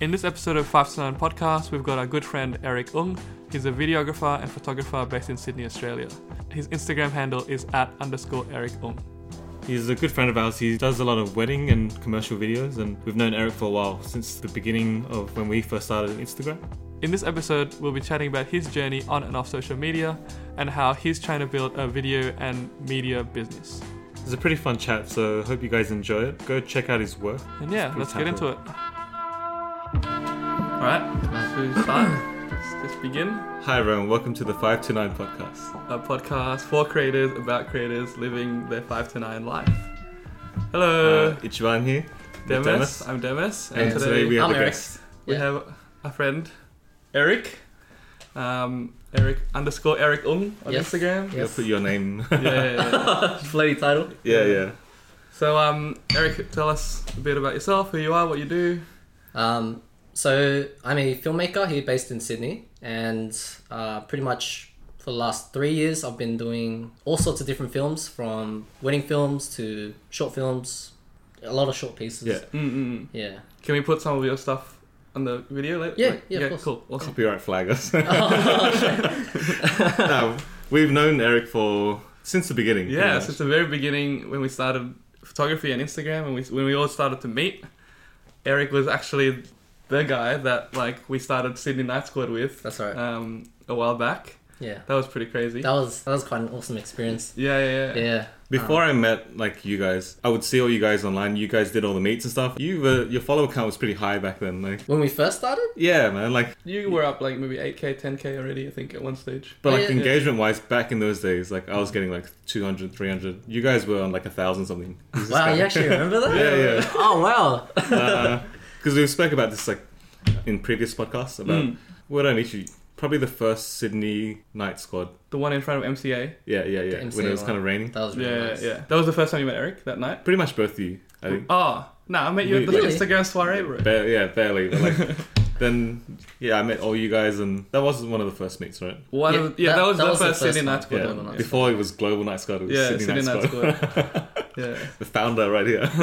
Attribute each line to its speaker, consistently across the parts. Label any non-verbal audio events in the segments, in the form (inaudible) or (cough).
Speaker 1: In this episode of Five to Nine Podcast, we've got our good friend Eric Ung. He's a videographer and photographer based in Sydney, Australia. His Instagram handle is at underscore Eric Ung.
Speaker 2: He's a good friend of ours. He does a lot of wedding and commercial videos, and we've known Eric for a while since the beginning of when we first started Instagram.
Speaker 1: In this episode, we'll be chatting about his journey on and off social media and how he's trying to build a video and media business.
Speaker 2: It's a pretty fun chat, so hope you guys enjoy it. Go check out his work.
Speaker 1: And yeah,
Speaker 2: It's
Speaker 1: let's
Speaker 2: pretty
Speaker 1: get into
Speaker 2: talented.
Speaker 1: it. All right, so start. Let's just begin.
Speaker 2: Hi everyone, welcome to the Five to Nine podcast.
Speaker 1: a podcast for creators about creators living their five to nine life. Hello,
Speaker 2: Uh, Ichiban here. with
Speaker 1: Demis. I'm Demis,
Speaker 2: And today we have
Speaker 3: I'm
Speaker 2: a
Speaker 3: Eric.
Speaker 2: guest.
Speaker 1: we
Speaker 3: Yeah.
Speaker 1: have a friend, Eric. Um, Eric underscore Eric Ung on
Speaker 3: Yes.
Speaker 1: Instagram.
Speaker 2: We'll
Speaker 3: Yes.
Speaker 2: put your (laughs) name.
Speaker 1: (laughs) Yeah, yeah, yeah.
Speaker 3: (laughs) Floaty title.
Speaker 2: yeah, yeah.
Speaker 1: So, um, Eric, tell us a bit about yourself, who you are, what you do.
Speaker 3: Um, so I'm a filmmaker here based in Sydney, and uh, pretty much for the last three years, I've been doing all sorts of different films, from wedding films to short films, a lot of short pieces.
Speaker 2: Yeah.
Speaker 3: mm,
Speaker 1: Mm-mm.
Speaker 3: Yeah.
Speaker 1: Can we put some of your stuff on the video later?
Speaker 3: Yeah, yeah, of
Speaker 1: Okay,
Speaker 3: course.
Speaker 1: cool, awesome.
Speaker 2: Copyright flag
Speaker 3: (laughs)
Speaker 2: us.
Speaker 3: Oh,
Speaker 2: (laughs) no, we've known Eric for since the beginning. pretty
Speaker 1: Yeah,
Speaker 2: much.
Speaker 1: since the very beginning when we started photography and Instagram, and we when we all started to meet, Eric was actually the guy that like we started Sydney Night Squad with
Speaker 3: That's right.
Speaker 1: um, a while back.
Speaker 3: Yeah.
Speaker 1: That was pretty crazy.
Speaker 3: That was that was quite an awesome experience.
Speaker 1: yeah, yeah, yeah.
Speaker 3: Yeah.
Speaker 2: Before I met like you guys, I would see all you guys online. You guys did all the meets and stuff. You were your follower count was pretty high back then. Like,
Speaker 3: When we first started,
Speaker 2: yeah, man. Like,
Speaker 1: You were up like maybe 8k, 10k already, I think, at one stage.
Speaker 2: but like
Speaker 3: Yeah.
Speaker 2: engagement wise, back in those days, like I was getting like 200, 300. You guys were on like a thousand something.
Speaker 3: (laughs) wow, you
Speaker 2: (laughs)
Speaker 3: actually
Speaker 1: (laughs)
Speaker 3: remember that?
Speaker 2: Yeah, yeah.
Speaker 3: Oh wow.
Speaker 2: Because we've Uh-huh. spoke about this like in previous podcasts about
Speaker 3: Mm.
Speaker 2: where did I meet you? Probably the first Sydney night squad.
Speaker 1: The one in front of MCA.
Speaker 2: Yeah, yeah, yeah. When
Speaker 3: MCA
Speaker 2: it was kind
Speaker 3: one.
Speaker 2: of raining.
Speaker 3: That was really
Speaker 1: yeah,
Speaker 3: nice.
Speaker 1: yeah. That was the first time you met Eric that night.
Speaker 2: Pretty much both of you, I think.
Speaker 1: Oh, no, I met you at the
Speaker 2: Really?
Speaker 1: Instagram soiree, bro.
Speaker 2: Ba- yeah, barely. But
Speaker 3: (laughs)
Speaker 2: like, then yeah, I met all you guys, and that was one of the first meets, right?
Speaker 1: One
Speaker 3: Yeah,
Speaker 1: yeah, yeah, that,
Speaker 3: that-
Speaker 1: was
Speaker 3: that
Speaker 1: the
Speaker 3: was the
Speaker 1: first,
Speaker 3: first
Speaker 1: Sydney
Speaker 3: one.
Speaker 1: Night Squad.
Speaker 2: Yeah,
Speaker 3: Global Night
Speaker 2: before it was Global Night Squad, it was
Speaker 1: Yeah,
Speaker 2: Sydney,
Speaker 1: Sydney
Speaker 2: Night,
Speaker 1: Night
Speaker 2: Squad.
Speaker 1: Squad. yeah.
Speaker 2: (laughs) the founder right here. (laughs)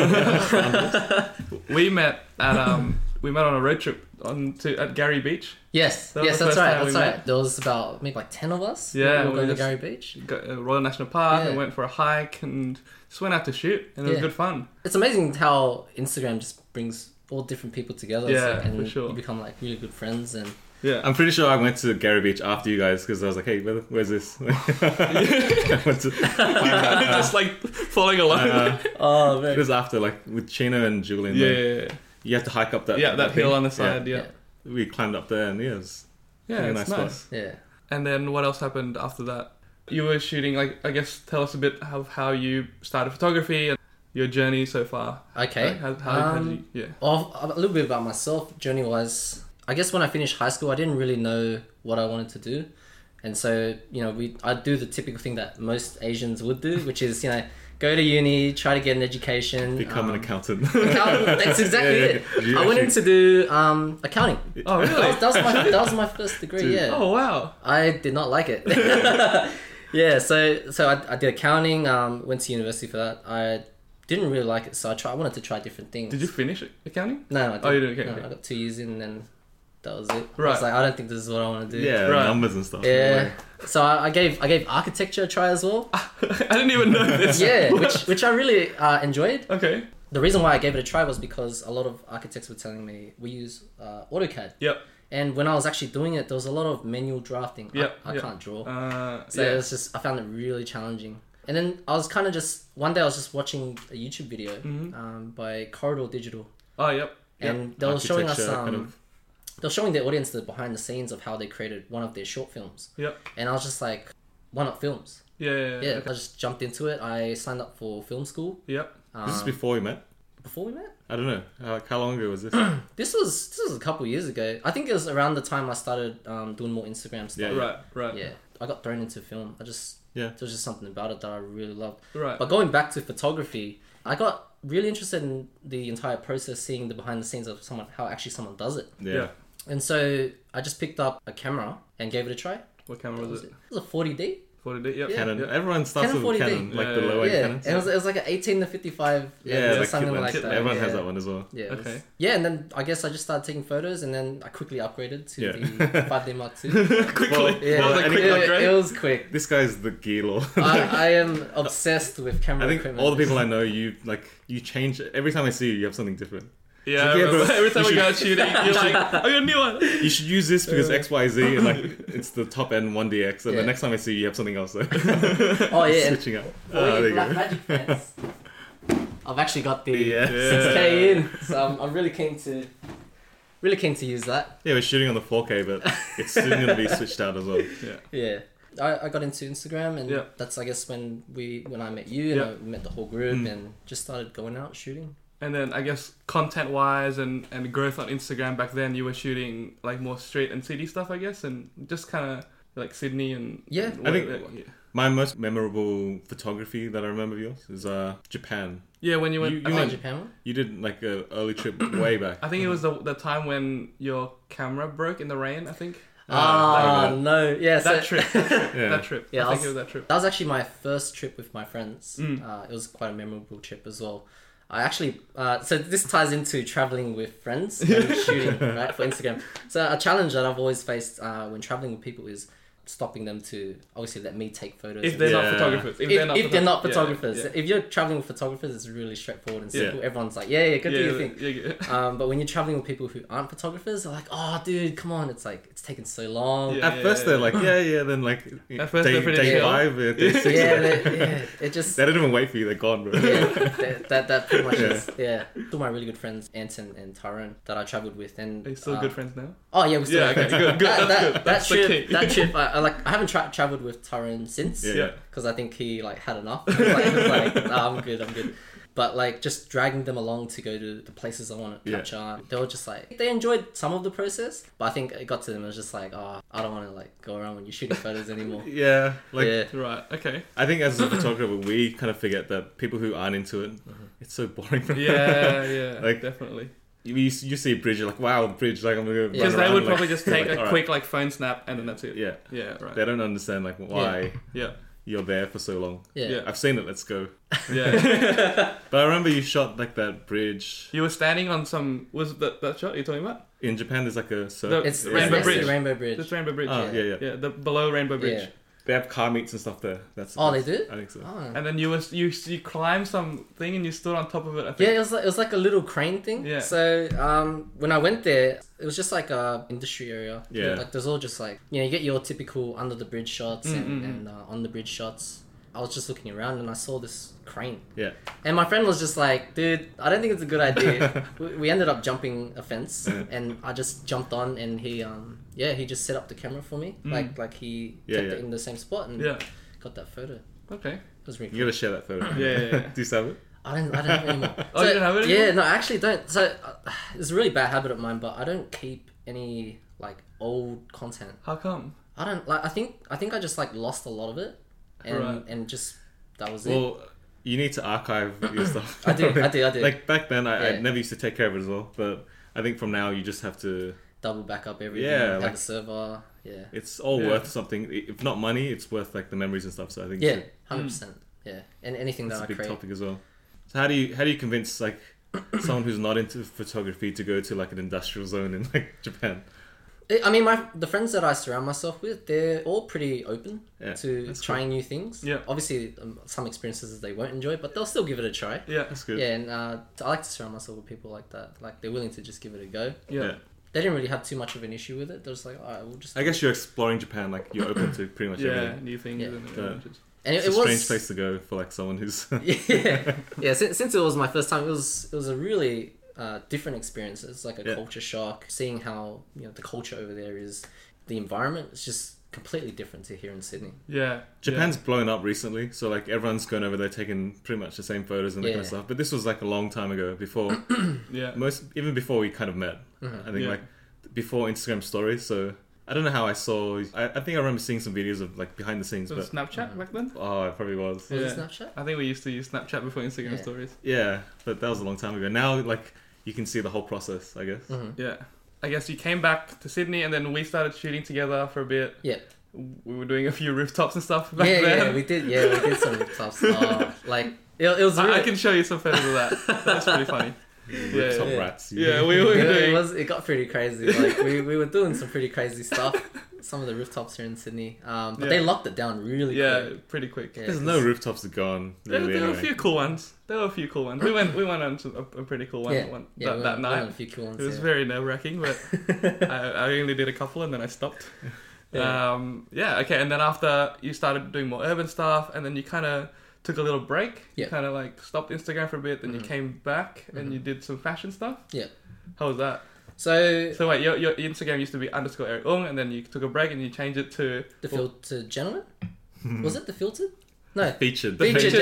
Speaker 1: We met at um we met on a road trip on to at Gary Beach.
Speaker 3: Yes.
Speaker 1: That was
Speaker 3: yes,
Speaker 1: the
Speaker 3: that's
Speaker 1: first time
Speaker 3: right.
Speaker 1: we
Speaker 3: That's right.
Speaker 1: met.
Speaker 3: There was about maybe like ten of us.
Speaker 1: Yeah, we
Speaker 3: We were going to
Speaker 1: just-
Speaker 3: Gary Beach.
Speaker 1: Got, uh, Royal National Park.
Speaker 3: Yeah.
Speaker 1: and went for a hike and just went out to shoot, and it was
Speaker 3: Yeah.
Speaker 1: good fun.
Speaker 3: it's amazing how Instagram just brings all different people together.
Speaker 1: Yeah,
Speaker 3: so- and
Speaker 1: for sure.
Speaker 3: you become like really good friends
Speaker 1: (laughs)
Speaker 3: and
Speaker 1: Yeah,
Speaker 2: I'm pretty sure I went to Gary Beach after you guys because I was like, "Hey, brother, where's this?" (laughs) I went to find out,
Speaker 1: (laughs)
Speaker 2: uh,
Speaker 1: just like following along.
Speaker 2: uh,
Speaker 3: oh,
Speaker 2: it was after like with Chino and Julian.
Speaker 1: yeah,
Speaker 2: like,
Speaker 1: yeah,
Speaker 2: you have to hike up
Speaker 1: yeah.
Speaker 2: that
Speaker 1: yeah, that hill
Speaker 2: thing.
Speaker 1: on the side. Yeah, yeah,
Speaker 2: Yeah. We climbed up there, and yeah, it was, Really
Speaker 1: it's
Speaker 2: nice
Speaker 1: nice.
Speaker 2: spot.
Speaker 3: (laughs) yeah.
Speaker 1: And then what else happened after that? You were shooting. Like, I guess tell us a bit of how you started photography and your journey so far.
Speaker 3: Okay.
Speaker 1: Like, how, how, how did
Speaker 3: Um,
Speaker 1: you? Yeah.
Speaker 3: Well, a little bit about myself. Journey wise, I guess when I finished high school, I didn't really know what I wanted to do, and so you know, we I do the typical thing that most Asians would do, which is you know, go to uni, try to get an education,
Speaker 2: become (laughs)
Speaker 3: um,
Speaker 2: an
Speaker 1: (laughs)
Speaker 2: accountant.
Speaker 3: accountant. That's exactly
Speaker 2: Yeah,
Speaker 3: it.
Speaker 2: yeah, yeah. You
Speaker 3: I went
Speaker 2: actually-
Speaker 3: in to do um, accounting.
Speaker 1: Oh
Speaker 3: That
Speaker 1: really?
Speaker 3: was, that was my that was my first degree.
Speaker 2: Dude.
Speaker 3: Yeah.
Speaker 1: Oh wow.
Speaker 3: I did not like
Speaker 1: (laughs)
Speaker 3: it. (laughs) yeah, so so I, I did accounting. Um, went to university for that. I didn't really like it, so I tried. I wanted to try different things.
Speaker 1: Did you finish accounting? (laughs)
Speaker 3: No, I didn't.
Speaker 1: Oh, you did, okay,
Speaker 3: no,
Speaker 1: okay.
Speaker 3: I got two years in, and then that was it. I
Speaker 1: Right.
Speaker 3: was like, I don't think this is what I want to do.
Speaker 2: yeah,
Speaker 1: Right.
Speaker 2: numbers and stuff.
Speaker 3: Yeah. So I, I gave I gave architecture a try as
Speaker 1: (laughs)
Speaker 3: well.
Speaker 1: I didn't even know this. (laughs)
Speaker 3: yeah, which which I really uh, enjoyed.
Speaker 1: Okay.
Speaker 3: The reason why I gave it a try was because a lot of architects were telling me we use uh, AutoCAD,
Speaker 1: Yep.
Speaker 3: and when I was actually doing it, there was a lot of manual drafting. I-
Speaker 1: Yep,
Speaker 3: I,
Speaker 1: yep.
Speaker 3: can't draw.
Speaker 1: Uh,
Speaker 3: So
Speaker 1: yeah.
Speaker 3: it was just I found it really challenging. And then I was kind of just one day I was just watching a YouTube video um, by Corridor Digital,
Speaker 1: Oh, yep. yep.
Speaker 3: and they were showing us
Speaker 2: Architecture,
Speaker 3: um,
Speaker 2: kind of.
Speaker 3: they were showing the audience the behind the scenes of how they created one of their short films.
Speaker 1: Yep.
Speaker 3: And I was just like, why not films?
Speaker 1: Yeah. Yeah. yeah.
Speaker 3: Yeah,
Speaker 1: Okay.
Speaker 3: I just jumped into it. I signed up for film school
Speaker 1: Yep.
Speaker 3: oh,
Speaker 2: this
Speaker 3: um,
Speaker 2: is before we met.
Speaker 3: before we met.
Speaker 2: I don't know how, how long ago
Speaker 3: (clears throat)
Speaker 2: was this.
Speaker 3: This was this was a couple years ago. I think it was around the time I started um, doing more Instagram stuff.
Speaker 2: Yeah.
Speaker 1: Right. Right.
Speaker 3: yeah i got thrown into film i just
Speaker 2: Yeah.
Speaker 3: there was just something about it that i really loved
Speaker 1: Right.
Speaker 3: but going back to photography i got really interested in the entire process seeing the behind the scenes of someone how actually someone does it
Speaker 2: yeah.
Speaker 1: Yeah.
Speaker 3: and so i just picked up a camera and gave it a try
Speaker 1: What camera
Speaker 3: That
Speaker 1: was
Speaker 3: was
Speaker 1: it?
Speaker 3: it was a 40d
Speaker 1: 40D. Yep.
Speaker 3: Yeah.
Speaker 2: Canon.
Speaker 1: Yeah.
Speaker 2: Everyone starts
Speaker 3: Canon
Speaker 2: with
Speaker 3: 40D.
Speaker 2: Canon, Oh, like the
Speaker 1: Yeah,
Speaker 2: low
Speaker 1: Wait,
Speaker 2: end
Speaker 3: yeah,
Speaker 2: Canon.
Speaker 3: and it was, it was like an 18 to 55
Speaker 2: Yeah,
Speaker 3: yeah,
Speaker 2: the
Speaker 3: something
Speaker 2: kit lens.
Speaker 3: like that.
Speaker 2: Everyone has
Speaker 3: yeah.
Speaker 2: that one as well.
Speaker 3: Yeah, it was-
Speaker 1: Okay.
Speaker 3: yeah, and then I guess I just started taking photos, and then I quickly upgraded to
Speaker 2: Yeah. (laughs)
Speaker 3: the 5D Mark II.
Speaker 1: Quickly.
Speaker 2: Well,
Speaker 3: Yeah,
Speaker 2: Well,
Speaker 1: the
Speaker 3: it,
Speaker 1: (laughs)
Speaker 2: and
Speaker 1: quick
Speaker 3: it-
Speaker 1: upgrade.
Speaker 3: it was quick.
Speaker 2: This guy's the gear lord.
Speaker 3: I, I am obsessed with
Speaker 2: (laughs)
Speaker 3: camera
Speaker 2: I think
Speaker 3: equipment.
Speaker 2: all the people I know, you like you change every time I see you. You have something different.
Speaker 1: Yeah,
Speaker 2: Yeah,
Speaker 1: every-
Speaker 2: bro.
Speaker 1: every time
Speaker 2: You
Speaker 1: we
Speaker 3: (laughs)
Speaker 1: go out shooting, you're like, I got a new one.
Speaker 2: You should use this because X Y Z and like
Speaker 3: (laughs)
Speaker 2: it's the top end one DX. And
Speaker 3: Uh. Yeah.
Speaker 2: the next time I see you, you have something else. (laughs) There.
Speaker 3: oh yeah, and
Speaker 2: switching up.
Speaker 3: Oh, yeah,
Speaker 2: Oh, there you
Speaker 3: Black
Speaker 2: go.
Speaker 3: Magic fans. (laughs) I've actually got the
Speaker 2: Yeah.
Speaker 3: 6K in, so I'm, I'm really keen to, really keen to use that.
Speaker 2: Yeah, we're shooting on the 4K, but it's soon going to be switched out as well.
Speaker 1: Yeah.
Speaker 3: Yeah, I, I got into Instagram, and
Speaker 1: Yeah.
Speaker 3: that's I guess when we when I met you,
Speaker 1: Yeah.
Speaker 3: and I met the whole group, and just started going out shooting.
Speaker 1: And then I guess content wise and, and growth on Instagram back then, you were shooting like more street and city stuff, I guess, and just kind of like Sydney and.
Speaker 3: Yeah.
Speaker 1: and
Speaker 2: I think-
Speaker 1: what- yeah.
Speaker 2: My most memorable photography that I remember of yours is uh, Japan.
Speaker 1: Yeah, when you went.
Speaker 2: You-
Speaker 1: I,
Speaker 3: You
Speaker 1: think,
Speaker 3: went Japan? one?
Speaker 2: You did like a early trip
Speaker 3: (clears throat)
Speaker 2: way back.
Speaker 1: I think it was the, the time when your camera broke in the rain, I think.
Speaker 3: Ah
Speaker 2: that-
Speaker 3: no, yeah, so
Speaker 1: That
Speaker 3: (laughs)
Speaker 1: trip. That trip.
Speaker 2: Yeah.
Speaker 1: That trip.
Speaker 3: Yeah,
Speaker 1: I think
Speaker 3: I'll-
Speaker 1: it was that trip.
Speaker 3: That was actually my first trip with my friends.
Speaker 1: Mm.
Speaker 3: Uh, it was quite a memorable trip as well. I actually, uh, so this ties into traveling with
Speaker 1: (laughs)
Speaker 3: friends and shooting, right, for Instagram. So, a challenge that I've always faced uh, when traveling with people is stopping them to obviously let me take photos.
Speaker 1: If
Speaker 3: and
Speaker 1: they're
Speaker 3: stuff.
Speaker 1: not
Speaker 2: Yeah.
Speaker 1: photographers. If,
Speaker 3: if, if they're not
Speaker 1: photographers.
Speaker 3: photographers,
Speaker 1: Yeah, yeah.
Speaker 3: if you're traveling with photographers, it's really straightforward and
Speaker 2: Yeah.
Speaker 3: simple. Everyone's like, yeah, yeah, good do
Speaker 1: Yeah,
Speaker 3: your thing.
Speaker 1: yeah, yeah.
Speaker 3: Um, but when you're traveling with people who aren't photographers, they're like, oh, dude, come on. It's like, it's taking so long.
Speaker 1: Yeah.
Speaker 2: At first, they're like, yeah, yeah. Then like
Speaker 1: At first
Speaker 2: day,
Speaker 1: they're pretty
Speaker 2: day
Speaker 1: chill.
Speaker 2: five, uh,
Speaker 1: (laughs)
Speaker 2: day six,
Speaker 3: Yeah, they- yeah, it just.
Speaker 2: they didn't even wait for you. They're gone, bro.
Speaker 3: yeah, (laughs) that, that that pretty much
Speaker 2: Yeah.
Speaker 3: is. Yeah, two of my really good friends, Anton and Tyrone, that I traveled with, and
Speaker 1: Are you still
Speaker 3: uh,
Speaker 1: good friends now?
Speaker 3: Oh yeah, we still
Speaker 1: Yeah,
Speaker 3: good
Speaker 1: okay,
Speaker 3: friends.
Speaker 1: good, good, that's good, (laughs)
Speaker 3: That, that, that
Speaker 1: that's the
Speaker 3: trip,
Speaker 1: key. (laughs)
Speaker 3: that trip, I, I like I haven't tra- traveled with Tyrone since
Speaker 2: Yeah.
Speaker 1: Yeah.
Speaker 3: because I think he like had enough. (laughs) He was like, he was like, "Nah, I'm good, I'm good. But like just dragging them along to go to the places I want to
Speaker 2: Yeah.
Speaker 3: capture, they were just like they enjoyed some of the process, but I think it got to them. It was just like, oh, I don't want to like go around when you're shooting photos anymore.
Speaker 2: (laughs) Yeah, (laughs) like
Speaker 3: yeah,
Speaker 1: Right. Okay.
Speaker 2: I think as a photographer, we kind of forget that people who aren't into it, it's so boring. for
Speaker 1: (laughs)
Speaker 2: them.
Speaker 1: Uh-huh. Yeah, yeah. (laughs)
Speaker 2: Like-
Speaker 1: definitely.
Speaker 2: (laughs) you, you you see a bridge, you're like, wow, bridge, like I'm gonna go. run
Speaker 1: Because they
Speaker 2: around,
Speaker 1: would
Speaker 2: like-
Speaker 1: probably just
Speaker 2: (laughs)
Speaker 1: take
Speaker 2: like,
Speaker 1: a
Speaker 2: alright.
Speaker 1: quick like phone snap and then that's it.
Speaker 2: Yeah,
Speaker 1: Yeah. Right.
Speaker 2: they don't understand like why
Speaker 1: Yeah.
Speaker 2: you're there for so long.
Speaker 3: yeah,
Speaker 1: Yeah.
Speaker 2: I've seen it. Let's go.
Speaker 1: Yeah.
Speaker 2: But I remember you shot like that bridge
Speaker 1: you were standing on some. Was that that shot you're talking about?
Speaker 2: in Japan. There's like a surf.
Speaker 3: It's
Speaker 1: Rainbow Bridge.
Speaker 3: Rainbow Bridge. Rainbow Bridge.
Speaker 1: This Rainbow Bridge.
Speaker 2: Oh, yeah, yeah.
Speaker 1: Yeah. The below Rainbow Bridge.
Speaker 3: Yeah.
Speaker 2: They have car meets and stuff there. That's the
Speaker 3: Oh,
Speaker 2: place.
Speaker 3: they do?
Speaker 2: I think so.
Speaker 3: Oh.
Speaker 1: And then you was you you climbed something and you stood on top of it. I
Speaker 3: Yeah,
Speaker 1: think.
Speaker 3: it was like, it was like a little crane thing.
Speaker 1: Yeah.
Speaker 3: So um, when I went there, it was just like a industry area.
Speaker 2: Yeah.
Speaker 3: Like there's all just like you know you get your typical under the bridge shots
Speaker 1: Mm,
Speaker 3: and,
Speaker 1: mm,
Speaker 3: and uh, on the bridge shots. I was just looking around and I saw this crane.
Speaker 2: Yeah.
Speaker 3: And my friend was just like, dude, I don't think it's a good idea. we, we ended up jumping a fence and I just jumped on and he, um, yeah, he just set up the camera for me. Like, like he
Speaker 2: Yeah,
Speaker 3: kept
Speaker 2: yeah.
Speaker 3: it in the same spot and
Speaker 1: Yeah.
Speaker 3: got that photo. It
Speaker 1: Okay.
Speaker 3: was really
Speaker 2: You gotta share that photo.
Speaker 1: Yeah, yeah, yeah.
Speaker 2: (laughs) Do you have it?
Speaker 3: I don't. I don't have it anymore.
Speaker 1: Oh, you don't have it
Speaker 3: Yeah, no, I actually don't. So uh, it's a really bad habit of mine, but I don't keep any like old content.
Speaker 1: How come?
Speaker 3: I don't like. I think I think I just like lost a lot of it, and
Speaker 1: Right.
Speaker 3: and just that was it.
Speaker 2: Well, you need to archive
Speaker 3: (clears throat)
Speaker 2: your stuff.
Speaker 3: I do, I do, I do.
Speaker 2: Like back then, I, I
Speaker 3: Yeah.
Speaker 2: never used to take care of it as well. But I think from now, you just have to.
Speaker 3: Double back up everything.
Speaker 2: Yeah,
Speaker 3: have
Speaker 2: like-
Speaker 3: a server. Yeah.
Speaker 2: It's all
Speaker 1: Yeah.
Speaker 2: worth something. I- If not money, it's worth like the memories and stuff. So I think
Speaker 3: Yeah.
Speaker 2: it's a-
Speaker 3: Hundred percent. Yeah. And anything
Speaker 2: it's
Speaker 3: that
Speaker 2: a,
Speaker 3: I
Speaker 2: big
Speaker 3: create.
Speaker 2: topic as well. So how do you how do you convince
Speaker 3: (clears throat)
Speaker 2: like someone who's not into photography to go to like an industrial zone in like (laughs) Japan?
Speaker 3: I- I mean, my the friends that I surround myself with, they're all pretty open
Speaker 2: Yeah,
Speaker 3: to
Speaker 2: that's
Speaker 3: trying new things.
Speaker 1: Yeah.
Speaker 3: Obviously, um, some experiences they won't enjoy, but they'll still give it a try.
Speaker 1: Yeah.
Speaker 2: That's good.
Speaker 3: Yeah, and uh, I like to surround myself with people like that. Like they're willing to just give it a go.
Speaker 1: Yeah.
Speaker 2: Yeah.
Speaker 3: They didn't really have too much of an issue with it. They're just like, all right, we'll just.
Speaker 2: I guess you're exploring Japan. Like you're open to pretty much
Speaker 1: Yeah,
Speaker 2: everything.
Speaker 1: new things
Speaker 3: Yeah.
Speaker 1: and
Speaker 2: Yeah.
Speaker 1: adventures.
Speaker 3: And
Speaker 2: It's
Speaker 3: it, it
Speaker 2: a
Speaker 3: was
Speaker 2: strange place to go for like someone who's
Speaker 3: (laughs)
Speaker 2: (laughs)
Speaker 3: yeah, yeah. Since, since it was my first time, it was it was a really uh, different experience. It's like a
Speaker 2: Yeah.
Speaker 3: culture shock. Seeing how you know the culture over there is, the environment is just completely different to here in Sydney.
Speaker 1: Yeah.
Speaker 2: Japan's blown up recently, so like everyone's gone over there taking pretty much the same photos and that kind of
Speaker 3: Yeah.
Speaker 2: stuff. But this was like a long time ago, before (coughs)
Speaker 1: Yeah. yeah.
Speaker 2: most even before we kind of met.
Speaker 3: Mm-hmm.
Speaker 2: I think
Speaker 1: Yeah.
Speaker 2: like before Instagram stories. So I don't know how I saw. I, I think I remember seeing some videos of like behind the scenes,
Speaker 1: So
Speaker 2: but
Speaker 1: Snapchat back then.
Speaker 2: (laughs) oh, it probably was.
Speaker 1: Yeah.
Speaker 3: Was it Snapchat?
Speaker 1: I think we used to use Snapchat before Instagram
Speaker 3: Yeah.
Speaker 1: stories.
Speaker 2: Yeah, but that was a long time ago. Now like you can see the whole process, I guess.
Speaker 3: Mm-hmm.
Speaker 1: Yeah. I guess you came back to Sydney and then we started shooting together for a bit.
Speaker 3: Yeah.
Speaker 1: we were doing a few rooftops and stuff
Speaker 3: Yeah,
Speaker 1: back
Speaker 3: yeah,
Speaker 1: then.
Speaker 3: we did. Yeah, we did
Speaker 2: (laughs)
Speaker 3: some rooftop stuff. Like it, it was. Really,
Speaker 1: I, I can show you some photos of that. That's pretty funny. Yeah,
Speaker 2: Top
Speaker 1: yeah.
Speaker 3: yeah.
Speaker 2: rats.
Speaker 1: Yeah, (laughs) we were
Speaker 3: it,
Speaker 1: doing.
Speaker 3: it was. It got pretty crazy. Like we, we were doing some pretty
Speaker 1: (laughs)
Speaker 3: crazy stuff. Some of the rooftops here in Sydney, um, but they
Speaker 1: Yeah.
Speaker 3: locked it down really.
Speaker 1: yeah,
Speaker 3: quick.
Speaker 1: pretty quick.
Speaker 3: Yeah.
Speaker 2: There's no rooftops are gone.
Speaker 1: There,
Speaker 2: Really,
Speaker 1: there were a
Speaker 2: anyway.
Speaker 1: few cool ones. There were a few cool ones. We went we went on to a, a pretty cool one,
Speaker 3: yeah,
Speaker 1: one-
Speaker 3: yeah,
Speaker 1: that,
Speaker 3: we
Speaker 1: that
Speaker 3: went- we
Speaker 1: night.
Speaker 3: went on a few cool ones,
Speaker 1: It was
Speaker 3: yeah.
Speaker 1: very nerve wracking, but I, I only did a couple and then I stopped.
Speaker 3: (laughs) Yeah.
Speaker 1: Yeah. Um, yeah, okay. And then after you started doing more urban stuff, and then you kind of took a little break.
Speaker 3: Yeah.
Speaker 1: You kind of like stopped Instagram for a bit, then you
Speaker 3: Mhm.
Speaker 1: came back and
Speaker 3: Mhm.
Speaker 1: you did some fashion stuff.
Speaker 3: Yeah.
Speaker 1: How was that?
Speaker 3: So
Speaker 1: So wait, your, your Instagram used to be underscore Eric Ung, and then you took a break and you changed it to
Speaker 3: the filtered
Speaker 1: (laughs)
Speaker 3: gentleman was it the filtered? No,
Speaker 2: Featured.
Speaker 3: Featured
Speaker 1: Featured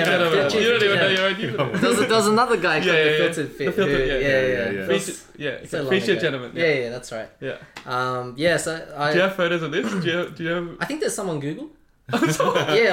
Speaker 1: Gentleman.
Speaker 3: Gentleman. Featured
Speaker 1: You don't even know
Speaker 3: Gentleman.
Speaker 1: your own name.
Speaker 3: there was, there was another guy
Speaker 1: Yeah,
Speaker 3: called
Speaker 1: yeah,
Speaker 3: the
Speaker 1: yeah.
Speaker 3: filtered fit.
Speaker 1: The filtered-
Speaker 3: who-
Speaker 1: yeah,
Speaker 3: yeah,
Speaker 2: yeah, yeah.
Speaker 3: It was
Speaker 1: Featured, yeah, okay.
Speaker 3: so long
Speaker 1: featured
Speaker 3: ago.
Speaker 1: gentleman.
Speaker 3: Yeah, yeah, that's right.
Speaker 1: yeah.
Speaker 3: Um, yeah, so I,
Speaker 1: Do you have photos of this? Do you have, do you have
Speaker 3: I think there's some
Speaker 1: (laughs)
Speaker 3: on Google. (laughs) yeah,